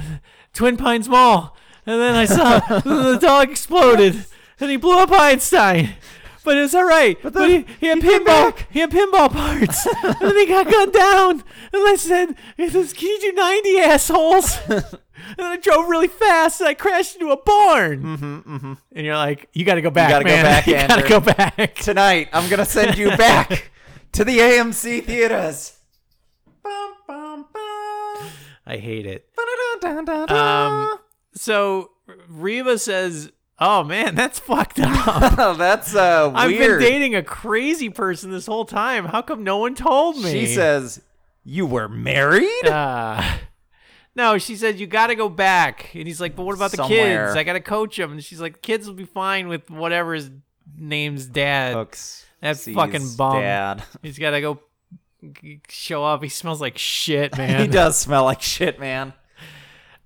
Speaker 5: Twin Pines Mall, and then I saw the dog exploded and he blew up Einstein. But it's all right. But, he, he had pinball. He had pinball parts, and then he got gunned down. And I said, "It is- "Can you do ninety assholes?" And then I drove really fast and I crashed into a barn. Mm-hmm, mm-hmm. And you're like, you got to go back.
Speaker 6: gotta go
Speaker 5: man.
Speaker 6: back,
Speaker 5: You got to
Speaker 6: Andrew."
Speaker 5: go back.
Speaker 6: Tonight, I'm going to send you back to the AMC theaters. Bum, bum, bum.
Speaker 5: I hate it.
Speaker 6: Ba-da-da-da-da-da.
Speaker 5: Um, so Reva says, "Oh man, that's fucked up.
Speaker 6: Oh, that's uh,
Speaker 5: I've been
Speaker 6: weird.
Speaker 5: dating a crazy person this whole time. How come no one told me?"
Speaker 6: She says, "You were married."
Speaker 5: Uh, no, she said you got to go back, and he's like, "But what about the
Speaker 6: Somewhere.
Speaker 5: kids? I got to coach them." And she's like, "Kids will be fine with whatever his name's dad.
Speaker 6: Hooks
Speaker 5: that
Speaker 6: sees
Speaker 5: fucking bum.
Speaker 6: Dad.
Speaker 5: He's got to go g- show up. He smells like shit, man.
Speaker 6: He does smell like shit, man.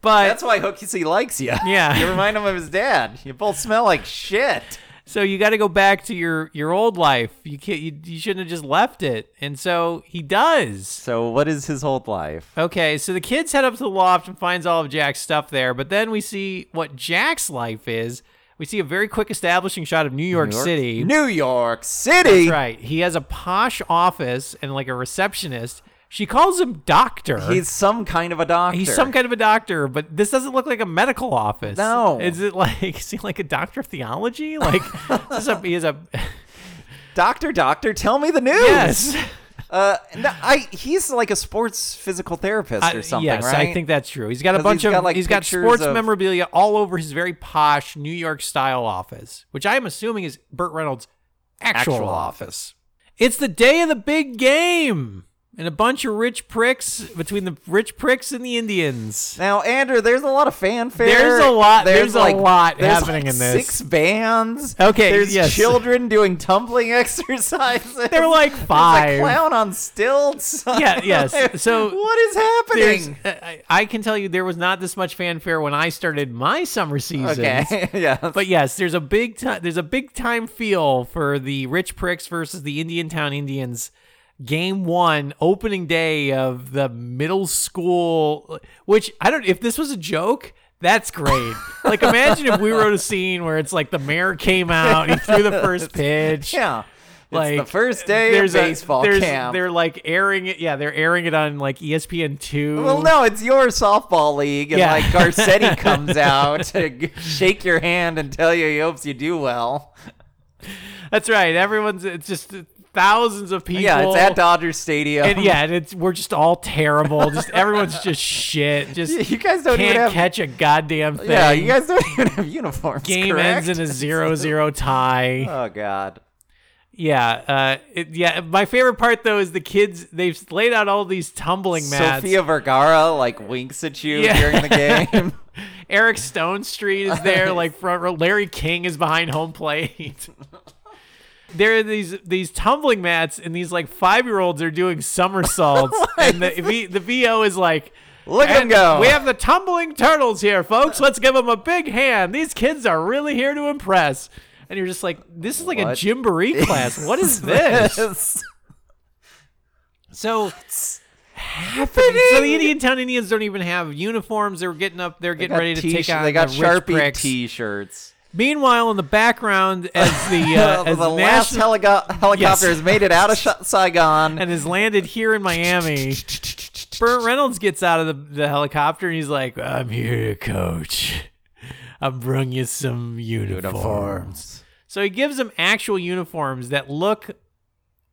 Speaker 5: But
Speaker 6: That's why Hooksy likes you.
Speaker 5: Yeah.
Speaker 6: you remind him of his dad. You both smell like shit.
Speaker 5: So you got to go back to your your old life. You can't. You, you shouldn't have just left it. And so he does.
Speaker 6: So, what is his whole life?
Speaker 5: Okay, so the kids head up to the loft and finds all of Jack's stuff there. But then we see what Jack's life is. We see a very quick establishing shot of New York, City.
Speaker 6: New York City.
Speaker 5: right. He has a posh office and like a receptionist. She calls him doctor.
Speaker 6: He's some kind of a doctor.
Speaker 5: He's some kind of a doctor, but this doesn't look like a medical office.
Speaker 6: No.
Speaker 5: is it like is he like a doctor of theology? Like this is a, he is a
Speaker 6: doctor. Doctor, tell me the news.
Speaker 5: yes.
Speaker 6: Uh, no, I. He's like a sports physical therapist
Speaker 5: I-
Speaker 6: or something,
Speaker 5: yes,
Speaker 6: right?
Speaker 5: I think that's true. He's got a
Speaker 6: 'Cause
Speaker 5: bunch
Speaker 6: he's
Speaker 5: of
Speaker 6: got, like,
Speaker 5: he's got
Speaker 6: pictures
Speaker 5: sports
Speaker 6: of-
Speaker 5: memorabilia all over his very posh New York style office, which I'm assuming is Burt Reynolds' actual,
Speaker 6: Actual
Speaker 5: office. It's the day of the big game, and a bunch of rich pricks between the rich pricks and the Indians.
Speaker 6: Now, Andrew, there's a lot of fanfare.
Speaker 5: There's a lot- there's a lot
Speaker 6: there's
Speaker 5: happening
Speaker 6: like
Speaker 5: in this.
Speaker 6: Six bands.
Speaker 5: Okay,
Speaker 6: There's
Speaker 5: yes.
Speaker 6: children doing tumbling exercises.
Speaker 5: They're like
Speaker 6: There's
Speaker 5: five.
Speaker 6: a clown on stilts.
Speaker 5: Yeah, yes. So
Speaker 6: what is happening?
Speaker 5: There's- I, I can tell you there was not this much fanfare when I started my summer season.
Speaker 6: Okay. yeah.
Speaker 5: But yes, there's a big time. There's a big time feel for the rich pricks versus the Indian Town Indians. Game one, opening day of the middle school. Which I don't. If this was a joke, that's great. like imagine if we wrote a scene where it's like the mayor came out, he threw the first pitch.
Speaker 6: yeah.
Speaker 5: Like
Speaker 6: it's the first day of
Speaker 5: there's a-
Speaker 6: baseball
Speaker 5: there's-
Speaker 6: camp.
Speaker 5: They're like airing it. Yeah, they're airing it on like E ESPN two.
Speaker 6: well, no, it's your softball league, and
Speaker 5: Yeah.
Speaker 6: like Garcetti comes out to g- shake your hand and tell you he hopes you do well.
Speaker 5: That's right. Everyone's it's just thousands of people.
Speaker 6: Yeah, it's at Dodger Stadium.
Speaker 5: and yeah, and it's we're just all terrible. Just everyone's just shit. Just
Speaker 6: You guys don't
Speaker 5: can't
Speaker 6: even have-
Speaker 5: catch a goddamn thing.
Speaker 6: Yeah, you guys don't even have uniforms.
Speaker 5: Game
Speaker 6: correct?
Speaker 5: ends in a zero-zero tie.
Speaker 6: Oh God.
Speaker 5: yeah, uh, it, yeah. My favorite part though is the kids. They've laid out all these tumbling mats.
Speaker 6: Sophia Vergara like winks at you
Speaker 5: Yeah.
Speaker 6: during the game.
Speaker 5: Eric Stone Street is there, like front row. Larry King is behind home plate. There are these these tumbling mats, and these like five year olds are doing somersaults, and the v, the VO is like,
Speaker 6: Look at 'em
Speaker 5: "And
Speaker 6: go."
Speaker 5: We have the tumbling turtles here, folks. Let's give them a big hand. These kids are really here to impress. And you're just like, this is like a
Speaker 6: What
Speaker 5: gymboree class. What is this? So happening. So the Indian Town Indians don't even have uniforms. They were getting up. They're
Speaker 6: They
Speaker 5: getting
Speaker 6: got
Speaker 5: ready to take
Speaker 6: t-sh-
Speaker 5: on
Speaker 6: They got
Speaker 5: the rich
Speaker 6: Sharpie
Speaker 5: pricks.
Speaker 6: T-shirts.
Speaker 5: Meanwhile, in the background, as the uh,
Speaker 6: the
Speaker 5: as
Speaker 6: last
Speaker 5: national
Speaker 6: helico- helicopter has made it out of Sh- Saigon.
Speaker 5: and has landed here in Miami, Burt Reynolds gets out of the, the helicopter and he's like, "I'm here, Coach. I brung you some uniforms." So he gives them actual uniforms that look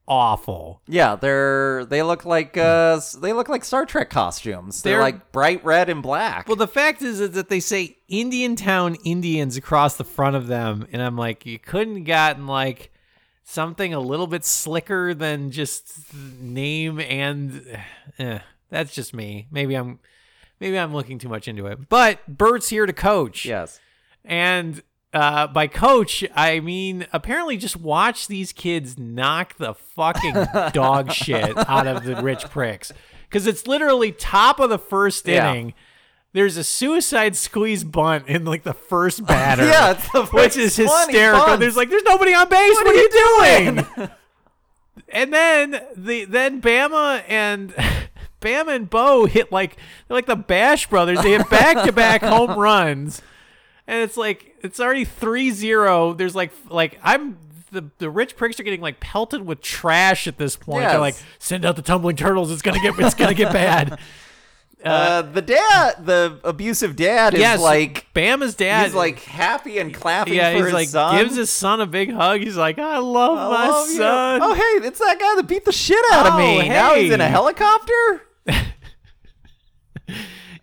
Speaker 5: awful.
Speaker 6: Yeah, they're they look like uh s- they look like Star Trek costumes. They're,
Speaker 5: They're-
Speaker 6: like bright red and black.
Speaker 5: Well, the fact is, is that they say Indian Town Indians across the front of them, and I'm like, you couldn't gotten like something a little bit slicker than just name and eh, that's just me. Maybe I'm maybe I'm looking too much into it. But Bert's here to coach,
Speaker 6: yes.
Speaker 5: and uh, by coach I mean apparently just watch these kids knock the fucking dog shit out of the rich pricks because it's literally top of the first
Speaker 6: Yeah.
Speaker 5: inning there's a suicide squeeze bunt in like the first batter.
Speaker 6: Yeah, it's the
Speaker 5: which
Speaker 6: first
Speaker 5: is
Speaker 6: one he
Speaker 5: hysterical.
Speaker 6: bunts.
Speaker 5: There's like there's nobody on base. What, are you doing? and then the then Bama and Bama and Bo hit like they're like the Bash brothers. They hit back to back home runs. And it's like it's already 3-0. There's like like I'm the, the rich pricks are getting like pelted with trash at this point.
Speaker 6: Yes.
Speaker 5: They're like, send out the tumbling turtles. It's gonna get it's gonna get bad.
Speaker 6: Uh, the dad, the abusive dad, is
Speaker 5: yes,
Speaker 6: like
Speaker 5: Bama's dad.
Speaker 6: he's like happy and clapping
Speaker 5: yeah,
Speaker 6: for
Speaker 5: he's
Speaker 6: his
Speaker 5: like
Speaker 6: son.
Speaker 5: gives his son a big hug. He's like, I love
Speaker 6: I
Speaker 5: my
Speaker 6: love you.
Speaker 5: son.
Speaker 6: Oh hey, it's that guy that beat the shit out
Speaker 5: Oh,
Speaker 6: of me. Now he's in a
Speaker 5: hey.
Speaker 6: helicopter.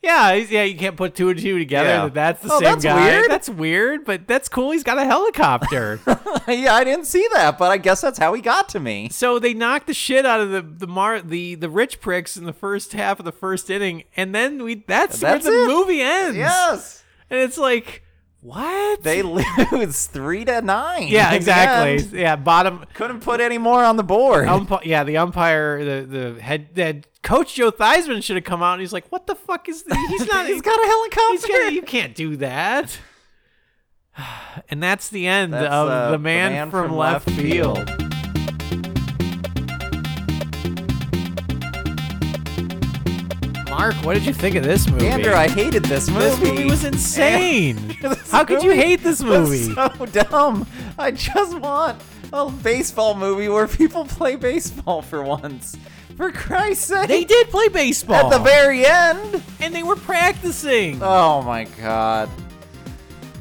Speaker 5: Yeah, he's, yeah, you can't put two and two together.
Speaker 6: Yeah.
Speaker 5: That that's the
Speaker 6: Oh,
Speaker 5: same
Speaker 6: that's
Speaker 5: guy.
Speaker 6: weird.
Speaker 5: That's weird, but that's cool. He's got a helicopter.
Speaker 6: yeah, I didn't see that, but I guess that's how he got to me.
Speaker 5: so they knocked the shit out of the the mar the the rich pricks in the first half of the first inning, and then we that's,
Speaker 6: That's
Speaker 5: where the
Speaker 6: it.
Speaker 5: movie ends.
Speaker 6: Yes,
Speaker 5: and it's like what
Speaker 6: they lose three to nine. in
Speaker 5: Yeah,
Speaker 6: the end.
Speaker 5: exactly. Oh, Yeah, bottom.
Speaker 6: Couldn't put any more on the board.
Speaker 5: Umpi- yeah, the umpire, the the head, the head coach Joe Theismann should have come out and he's like, "What the fuck is this? he's not?
Speaker 6: he's got a
Speaker 5: He's
Speaker 6: helicopter.
Speaker 5: gonna, you can't do that. And that's the end
Speaker 6: That's,
Speaker 5: of
Speaker 6: uh,
Speaker 5: the, man from, left, field. Mark, what did you think of this movie?
Speaker 6: Andrew, I hated this movie.
Speaker 5: this movie was insane.
Speaker 6: This
Speaker 5: How could you
Speaker 6: movie
Speaker 5: hate this
Speaker 6: was
Speaker 5: movie?
Speaker 6: so dumb. I just want a baseball movie where people play baseball for once. For Christ's sake.
Speaker 5: They did play baseball
Speaker 6: At the very end.
Speaker 5: and they were practicing.
Speaker 6: Oh my god.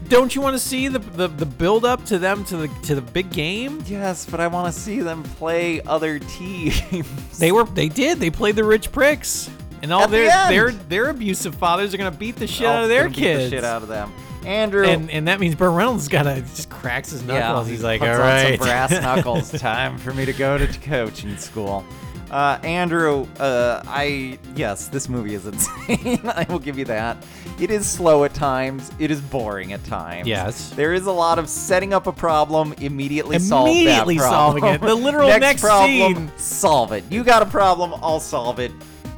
Speaker 5: Don't you want to see the, the the build up to them to the to the big game?
Speaker 6: Yes, but I want to see them play other teams.
Speaker 5: They were they did. They played the rich pricks. And all
Speaker 6: At the
Speaker 5: their
Speaker 6: end.
Speaker 5: their their abusive fathers are gonna beat the shit
Speaker 6: Oh,
Speaker 5: out of their
Speaker 6: gonna beat the
Speaker 5: kids.
Speaker 6: shit out of them. Andrew.
Speaker 5: and and that means Burt Reynolds gotta just cracks his knuckles.
Speaker 6: Yeah,
Speaker 5: He's like,
Speaker 6: puts
Speaker 5: all
Speaker 6: on some
Speaker 5: right,
Speaker 6: brass knuckles. Time for me to go to coaching school. Uh, Andrew, uh, I yes, this movie is insane. I will give you that. It is slow at times. It is boring at times.
Speaker 5: Yes.
Speaker 6: there is a lot of setting up a problem, immediately, solve
Speaker 5: Immediately
Speaker 6: that
Speaker 5: solving
Speaker 6: problem.
Speaker 5: it. The literal
Speaker 6: next,
Speaker 5: next
Speaker 6: problem,
Speaker 5: scene.
Speaker 6: solve it. You got a problem, I'll solve it.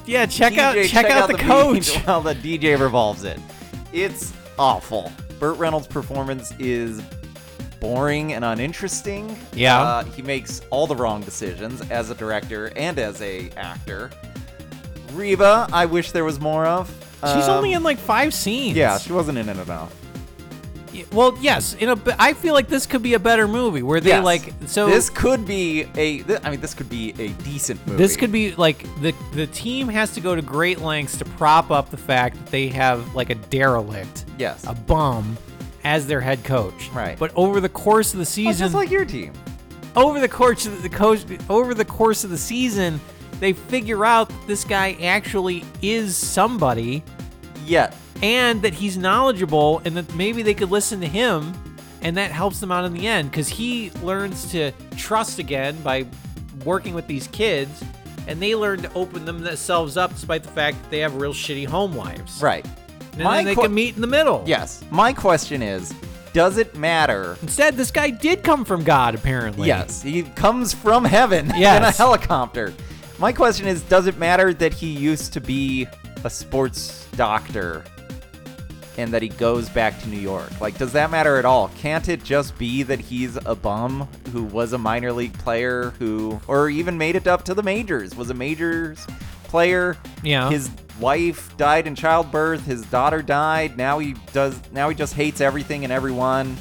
Speaker 5: yeah, check
Speaker 6: DJ,
Speaker 5: out check, out, the, coach.
Speaker 6: beat while the DJ revolves it. It's awful. Burt Reynolds' performance is boring and uninteresting.
Speaker 5: Yeah.
Speaker 6: Uh, he makes all the wrong decisions as a director and as a actor. Reba, I wish there was more of.
Speaker 5: She's
Speaker 6: Um,
Speaker 5: only in like five scenes.
Speaker 6: Yeah, she wasn't in it enough.
Speaker 5: Y- Well, yes. In a, b- I feel like this could be a better movie where they
Speaker 6: Yes.
Speaker 5: like so
Speaker 6: this could be a. Th- I mean, this could be a decent movie.
Speaker 5: This could be like the the team has to go to great lengths to prop up the fact that they have like a derelict,
Speaker 6: yes.
Speaker 5: a bum, as their head coach.
Speaker 6: Right.
Speaker 5: But over the course of the
Speaker 6: Well,
Speaker 5: season,
Speaker 6: just like your team.
Speaker 5: over the course of the coach, over the course of the season, they figure out that this guy actually is somebody,
Speaker 6: Yeah.
Speaker 5: and that he's knowledgeable, and that maybe they could listen to him, and that helps them out in the end because he learns to trust again by working with these kids, and they learn to open themselves up despite the fact that they have real shitty home lives.
Speaker 6: Right.
Speaker 5: And
Speaker 6: My
Speaker 5: then they
Speaker 6: que-
Speaker 5: can meet in the middle.
Speaker 6: Yes. My question is, does it matter?
Speaker 5: Instead, this guy did come from God, apparently.
Speaker 6: Yes, he comes from heaven in a
Speaker 5: Yes.
Speaker 6: helicopter. My question is, does it matter that he used to be a sports doctor and that he goes back to New York? Like, does that matter at all? Can't it just be that he's a bum who was a minor league player who, or even made it up to the majors, was a majors player?
Speaker 5: Yeah.
Speaker 6: His wife died in childbirth. His daughter died. Now he does. Now he just hates everything and everyone,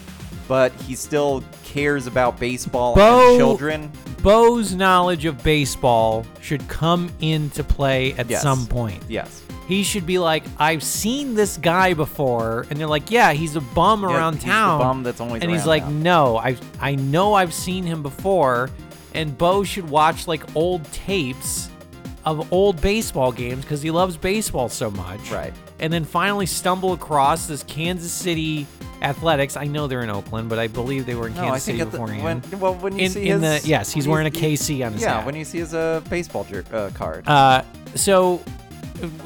Speaker 6: but he still cares about baseball
Speaker 5: Bo-
Speaker 6: and children.
Speaker 5: Bo's knowledge of baseball should come into play at
Speaker 6: Yes.
Speaker 5: some point.
Speaker 6: Yes.
Speaker 5: He should be like, I've seen this guy before, and they're like, Yeah, he's a bum
Speaker 6: Yeah,
Speaker 5: around
Speaker 6: he's the
Speaker 5: town.
Speaker 6: bum that's always
Speaker 5: and he's
Speaker 6: around
Speaker 5: like,
Speaker 6: now.
Speaker 5: No, I I know I've seen him before, and Bo should watch like old tapes of old baseball games because he loves baseball so much.
Speaker 6: Right.
Speaker 5: And then finally stumble across this Kansas City Athletics. I know they're in Oakland, but I believe they were in
Speaker 6: No,
Speaker 5: Kansas
Speaker 6: I think
Speaker 5: City
Speaker 6: at the,
Speaker 5: beforehand.
Speaker 6: when well when you
Speaker 5: In-
Speaker 6: see
Speaker 5: in
Speaker 6: his
Speaker 5: the- yes, he's
Speaker 6: when
Speaker 5: wearing a
Speaker 6: you-
Speaker 5: KC on his
Speaker 6: yeah
Speaker 5: hat.
Speaker 6: when you see his uh, baseball jer- uh, card.
Speaker 5: Uh, so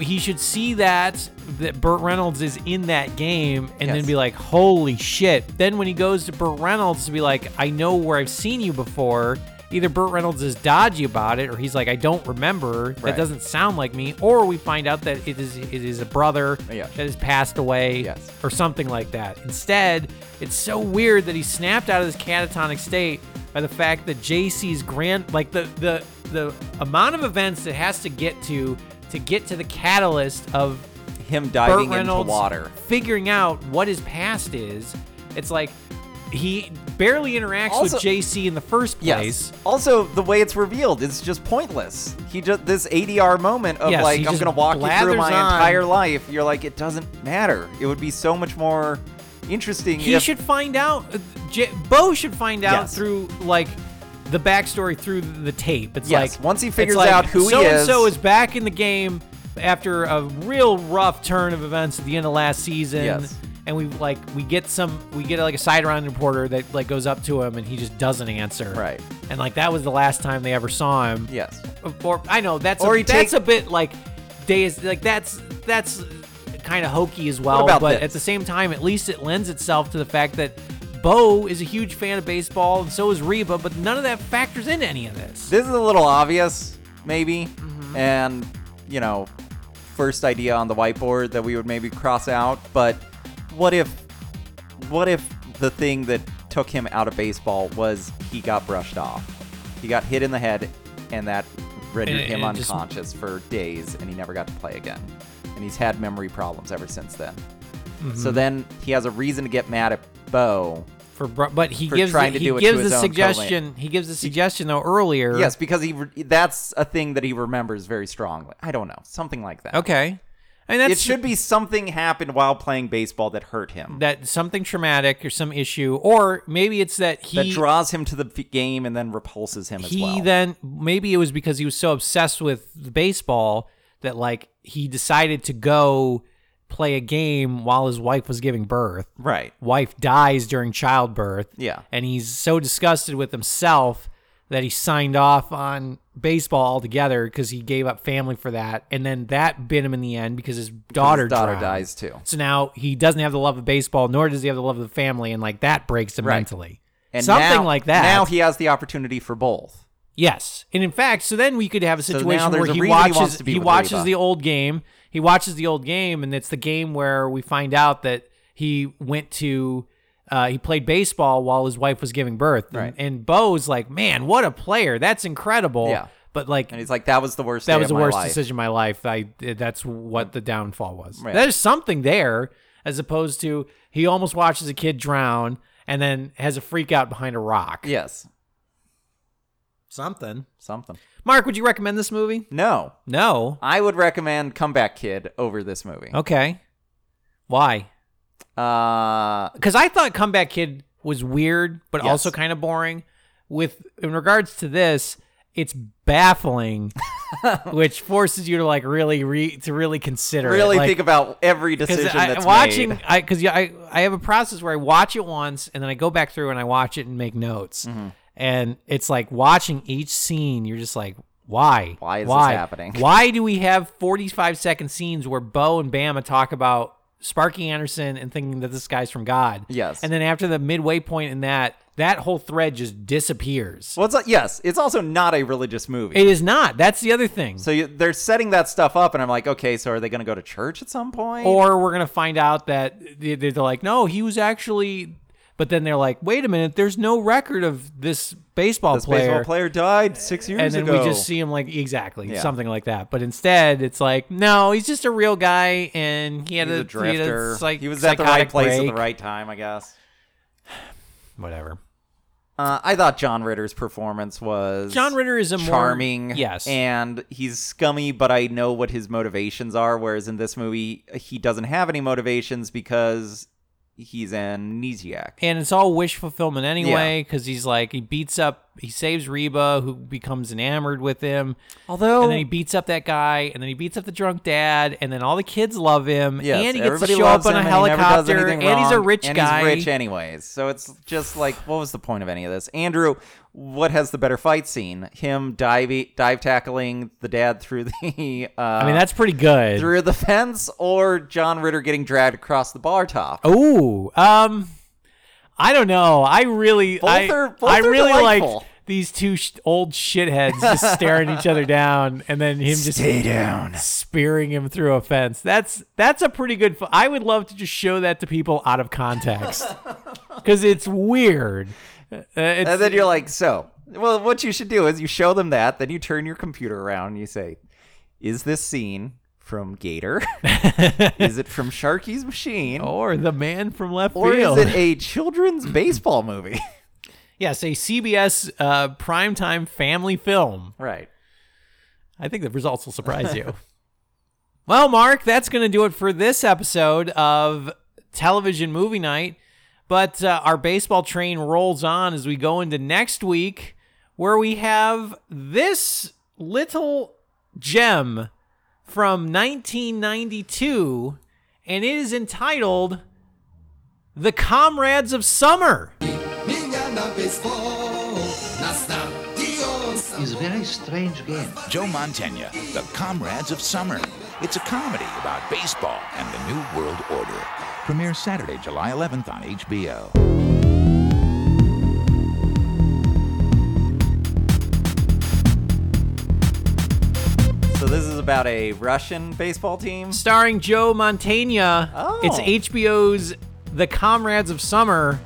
Speaker 5: he should see that that Burt Reynolds is in that game and
Speaker 6: Yes.
Speaker 5: then be like, "Holy shit." Then when he goes to Burt Reynolds to be like, "I know where I've seen you before." Either Burt Reynolds is dodgy about it or he's like, "I don't remember.
Speaker 6: Right.
Speaker 5: That doesn't sound like me." Or we find out that it is it is a brother
Speaker 6: Yeah.
Speaker 5: that has passed away
Speaker 6: Yes.
Speaker 5: or something like that. Instead, it's so weird that he snapped out of this catatonic state by the fact that JC's grand like the the the amount of events it has to get to to get to the catalyst of
Speaker 6: Him
Speaker 5: Burt
Speaker 6: diving into
Speaker 5: Reynolds
Speaker 6: water.
Speaker 5: figuring out what his past is. It's like he barely interacts
Speaker 6: Also-
Speaker 5: with JC in the first place.
Speaker 6: Yes. Also, the way it's revealed is just pointless. He just this ADR moment of
Speaker 5: Yes,
Speaker 6: like
Speaker 5: he
Speaker 6: I'm
Speaker 5: just
Speaker 6: gonna walk you through
Speaker 5: blathers
Speaker 6: my
Speaker 5: on.
Speaker 6: entire life. You're like it doesn't matter. It would be so much more interesting.
Speaker 5: He
Speaker 6: if-
Speaker 5: should find out. uh, J- Bo should find out
Speaker 6: Yes.
Speaker 5: through like the backstory through the tape. It's
Speaker 6: Yes,
Speaker 5: like
Speaker 6: once he
Speaker 5: it's
Speaker 6: figures
Speaker 5: like,
Speaker 6: out who he
Speaker 5: so and so
Speaker 6: is-
Speaker 5: is back in the game after a real rough turn of events at the end of last season.
Speaker 6: Yes.
Speaker 5: And we like we get some we get like a side round reporter that like goes up to him and he just doesn't answer.
Speaker 6: Right.
Speaker 5: And like that was the last time they ever saw him.
Speaker 6: Yes.
Speaker 5: Or I know that's
Speaker 6: Or
Speaker 5: a,
Speaker 6: he
Speaker 5: that's
Speaker 6: take-
Speaker 5: a bit like days like that's that's kind of hokey as well.
Speaker 6: What about
Speaker 5: but
Speaker 6: this?
Speaker 5: at the same time, at least it lends itself to the fact that Bo is a huge fan of baseball and so is Reba, but none of that factors into any of this.
Speaker 6: This is a little obvious, maybe,
Speaker 5: Mm-hmm.
Speaker 6: and you know, first idea on the whiteboard that we would maybe cross out. But what if, what if the thing that took him out of baseball was he got brushed off, he got hit in the head, and that rendered
Speaker 5: And-
Speaker 6: him
Speaker 5: and it just-
Speaker 6: unconscious for days, and he never got to play again, and he's had memory problems ever since then.
Speaker 5: Mm-hmm.
Speaker 6: So then he has a reason to get mad at Bo.
Speaker 5: For Bro- but he
Speaker 6: For
Speaker 5: gives
Speaker 6: trying
Speaker 5: the,
Speaker 6: to
Speaker 5: he
Speaker 6: do it to
Speaker 5: gives
Speaker 6: his
Speaker 5: the
Speaker 6: own co-link.
Speaker 5: suggestion he gives the suggestion though earlier.
Speaker 6: Yes, because he re- that's a thing that he remembers very strongly. I don't know, something like that.
Speaker 5: Okay. I mean that's
Speaker 6: it should be something happened while playing baseball that hurt him. That,
Speaker 5: that something traumatic or some issue, or maybe it's that he
Speaker 6: draws him to the f- game and then repulses him as
Speaker 5: he
Speaker 6: well.
Speaker 5: then maybe it was because he was so obsessed with the baseball that like he decided to go play a game while his wife was giving birth.
Speaker 6: right.
Speaker 5: Wife dies during childbirth.
Speaker 6: Yeah.
Speaker 5: And he's so disgusted with himself that he signed off on baseball altogether because he gave up family for that. And then that bit him in the end because his daughter,
Speaker 6: His daughter
Speaker 5: drowned.
Speaker 6: dies too.
Speaker 5: So now he doesn't have the love of baseball, nor does he have the love of the family, and like that breaks him
Speaker 6: Right.
Speaker 5: mentally.
Speaker 6: And
Speaker 5: Something
Speaker 6: now-
Speaker 5: like that.
Speaker 6: Now he has the opportunity for both.
Speaker 5: Yes, and in fact, so then we could have a
Speaker 6: now
Speaker 5: situation
Speaker 6: there's
Speaker 5: where
Speaker 6: a
Speaker 5: he
Speaker 6: reason he
Speaker 5: watches
Speaker 6: wants to be
Speaker 5: he
Speaker 6: with
Speaker 5: watches
Speaker 6: Reba.
Speaker 5: the old game. He watches the old game, and it's the game where we find out that he went to uh, he played baseball while his wife was giving birth. And,
Speaker 6: Right.
Speaker 5: and Bo's like, man, what a player! That's incredible.
Speaker 6: Yeah.
Speaker 5: But like
Speaker 6: And he's like, "That was the worst.
Speaker 5: that
Speaker 6: day
Speaker 5: was
Speaker 6: of
Speaker 5: the
Speaker 6: my
Speaker 5: worst
Speaker 6: life."
Speaker 5: decision of my life. I that's what the downfall was.
Speaker 6: Right.
Speaker 5: There's something there as opposed to he almost watches a kid drown and then has a freak out behind a rock.
Speaker 6: Yes,
Speaker 5: Something.
Speaker 6: something.
Speaker 5: Mark, would you recommend this movie?
Speaker 6: No,
Speaker 5: No.
Speaker 6: I would recommend Comeback Kid over this movie.
Speaker 5: Okay. Why?
Speaker 6: Uh,
Speaker 5: Because I thought Comeback Kid was weird, but
Speaker 6: Yes.
Speaker 5: also kind of boring. With in regards to this, it's baffling, which forces you to like really re, to really consider. it.
Speaker 6: really
Speaker 5: Like,
Speaker 6: think about every
Speaker 5: because
Speaker 6: decision
Speaker 5: I,
Speaker 6: that's
Speaker 5: watching
Speaker 6: made.
Speaker 5: I because I I have a process where I watch it once and then I go back through and I watch it and make notes,
Speaker 6: Mm-hmm.
Speaker 5: and it's like watching each scene. You're just like, why?
Speaker 6: Why is this happening?
Speaker 5: Why do we have 45 second scenes where Bo and Bama talk about Sparky Anderson and thinking that this guy's from God?
Speaker 6: Yes.
Speaker 5: and then after the midway point in that, that whole thread just disappears.
Speaker 6: Well, it's, uh, yes, it's also not a religious movie.
Speaker 5: it is not. That's the other thing.
Speaker 6: So you, they're setting that stuff up, and I'm like, okay, so are they going to go to church at some point?
Speaker 5: or we're gonna find out that they- they're like, no, he was actually. But then they're like, wait a minute, there's no record of this baseball
Speaker 6: this
Speaker 5: player.
Speaker 6: baseball player died six years
Speaker 5: and then
Speaker 6: ago.
Speaker 5: we just see him like exactly
Speaker 6: Yeah.
Speaker 5: something like that. But instead, it's like, no, he's just a real guy, and he had
Speaker 6: He's
Speaker 5: a,
Speaker 6: a drifter.
Speaker 5: He, had a psych-
Speaker 6: he was at the right
Speaker 5: psychotic
Speaker 6: place at
Speaker 5: break.
Speaker 6: the right time, I guess.
Speaker 5: whatever.
Speaker 6: Uh, I thought John Ritter's performance was
Speaker 5: John Ritter is a more-
Speaker 6: charming,
Speaker 5: yes.
Speaker 6: and he's scummy, but I know what his motivations are. Whereas in this movie, he doesn't have any motivations because he's amnesiac.
Speaker 5: And it's all wish fulfillment anyway, because he's like, he beats up, he saves Reba, who becomes enamored with him.
Speaker 6: Although
Speaker 5: and then he beats up that guy, and then he beats up the drunk dad, and then all the kids love him,
Speaker 6: Yes,
Speaker 5: and he gets to
Speaker 6: everybody
Speaker 5: show up
Speaker 6: loves
Speaker 5: on a
Speaker 6: him, and he never does
Speaker 5: helicopter,
Speaker 6: anything
Speaker 5: and he's a
Speaker 6: wrong,
Speaker 5: rich
Speaker 6: and
Speaker 5: guy.
Speaker 6: He's rich anyways, so it's just like, what was the point of any of this? Andrew, what has the better fight scene? Him dive dive tackling the dad through the uh,
Speaker 5: I mean, that's pretty good.
Speaker 6: through the fence, or John Ritter getting dragged across the bar top?
Speaker 5: Ooh, um, I don't know. I really, I,
Speaker 6: Both are- both
Speaker 5: I
Speaker 6: are
Speaker 5: really like
Speaker 6: delightful.
Speaker 5: these two sh- old shitheads just staring each other down, and then him just
Speaker 6: down.
Speaker 5: spearing him through a fence. That's that's a pretty good. Fu- I would love to just show that to people out of context because it's weird. Uh, it's,
Speaker 6: And then you're like, so, well, what you should do is you show them that, then you turn your computer around and you say, is this scene from Gator? is it from
Speaker 5: Oh,
Speaker 6: Sharky's Machine?
Speaker 5: Or the man from left
Speaker 6: Or
Speaker 5: field.
Speaker 6: is it a children's baseball movie?
Speaker 5: Yes, a CBS uh, primetime family film.
Speaker 6: Right.
Speaker 5: I think the results will surprise you. well, Mark, that's going to do it for this episode of Television Movie Night. But uh, our baseball train rolls on as we go into next week, where we have this little gem from 1992, and it is entitled The Comrades of Summer.
Speaker 7: It's a very strange game.
Speaker 8: Joe Montaigne, The Comrades of Summer. It's a comedy about baseball and the New World Order. Premieres Saturday, July 11th on HBO.
Speaker 6: So this is about a Russian baseball team.
Speaker 5: Um, starring Joe Montaigne.
Speaker 6: Oh.
Speaker 5: It's HBO's The Comrades of Summer.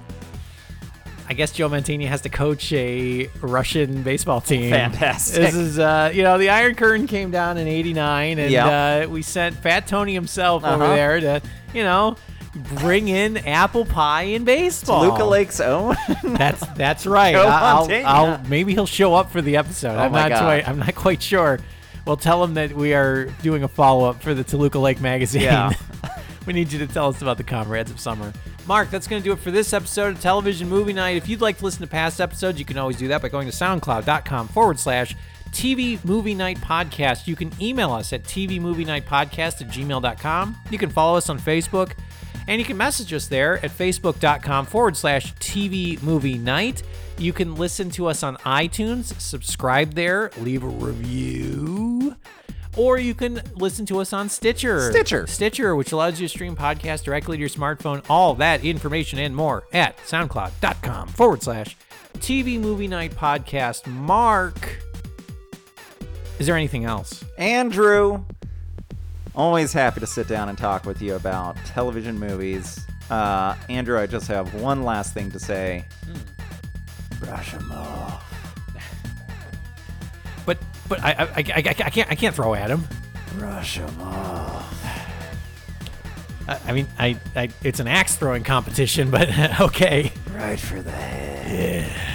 Speaker 5: I guess Joe Montaigne has to coach a Russian baseball team.
Speaker 6: Fantastic.
Speaker 5: This is, uh, you know, the Iron Curtain came down in '89, and
Speaker 6: Yep.
Speaker 5: uh, we sent Fat Tony himself over
Speaker 6: Uh-huh.
Speaker 5: there to, you know, bring in apple pie and baseball.
Speaker 6: Luca Lake's own.
Speaker 5: That's that's right.
Speaker 6: Joe
Speaker 5: I'll,
Speaker 6: Montana.
Speaker 5: I'll- maybe he'll show up for the episode. I'm
Speaker 6: Oh
Speaker 5: not
Speaker 6: my God.
Speaker 5: quite. I'm not quite sure. We'll tell him that we are doing a follow up for the Toluca Lake magazine.
Speaker 6: Yeah.
Speaker 5: we need you to tell us about the comrades of summer. Mark, that's going to do it for this episode of Television Movie Night. If you'd like to listen to past episodes, you can always do that by going to soundcloud.com forward slash TV Movie Night Podcast. You can email us at TV Movie Night Podcast at gmail.com. You can follow us on Facebook. And you can message us there at facebook.com forward slash TV movie night. You can listen to us on iTunes, subscribe there, leave a review, or you can listen to us on Stitcher.
Speaker 6: Stitcher.
Speaker 5: Stitcher, which allows you to stream podcasts directly to your smartphone. All that information and more at soundcloud.com forward slash TV movie night podcast. Mark, is there anything else?
Speaker 6: Andrew, always happy to sit down and talk with you about television movies. Uh, Andrew, I just have one last thing to say. Brush 'em off.
Speaker 5: But but I, I, I, I, I can't I can't throw at him.
Speaker 6: Brush 'em off.
Speaker 5: I I mean, I, I it's an axe throwing competition, but okay.
Speaker 6: Right for the head.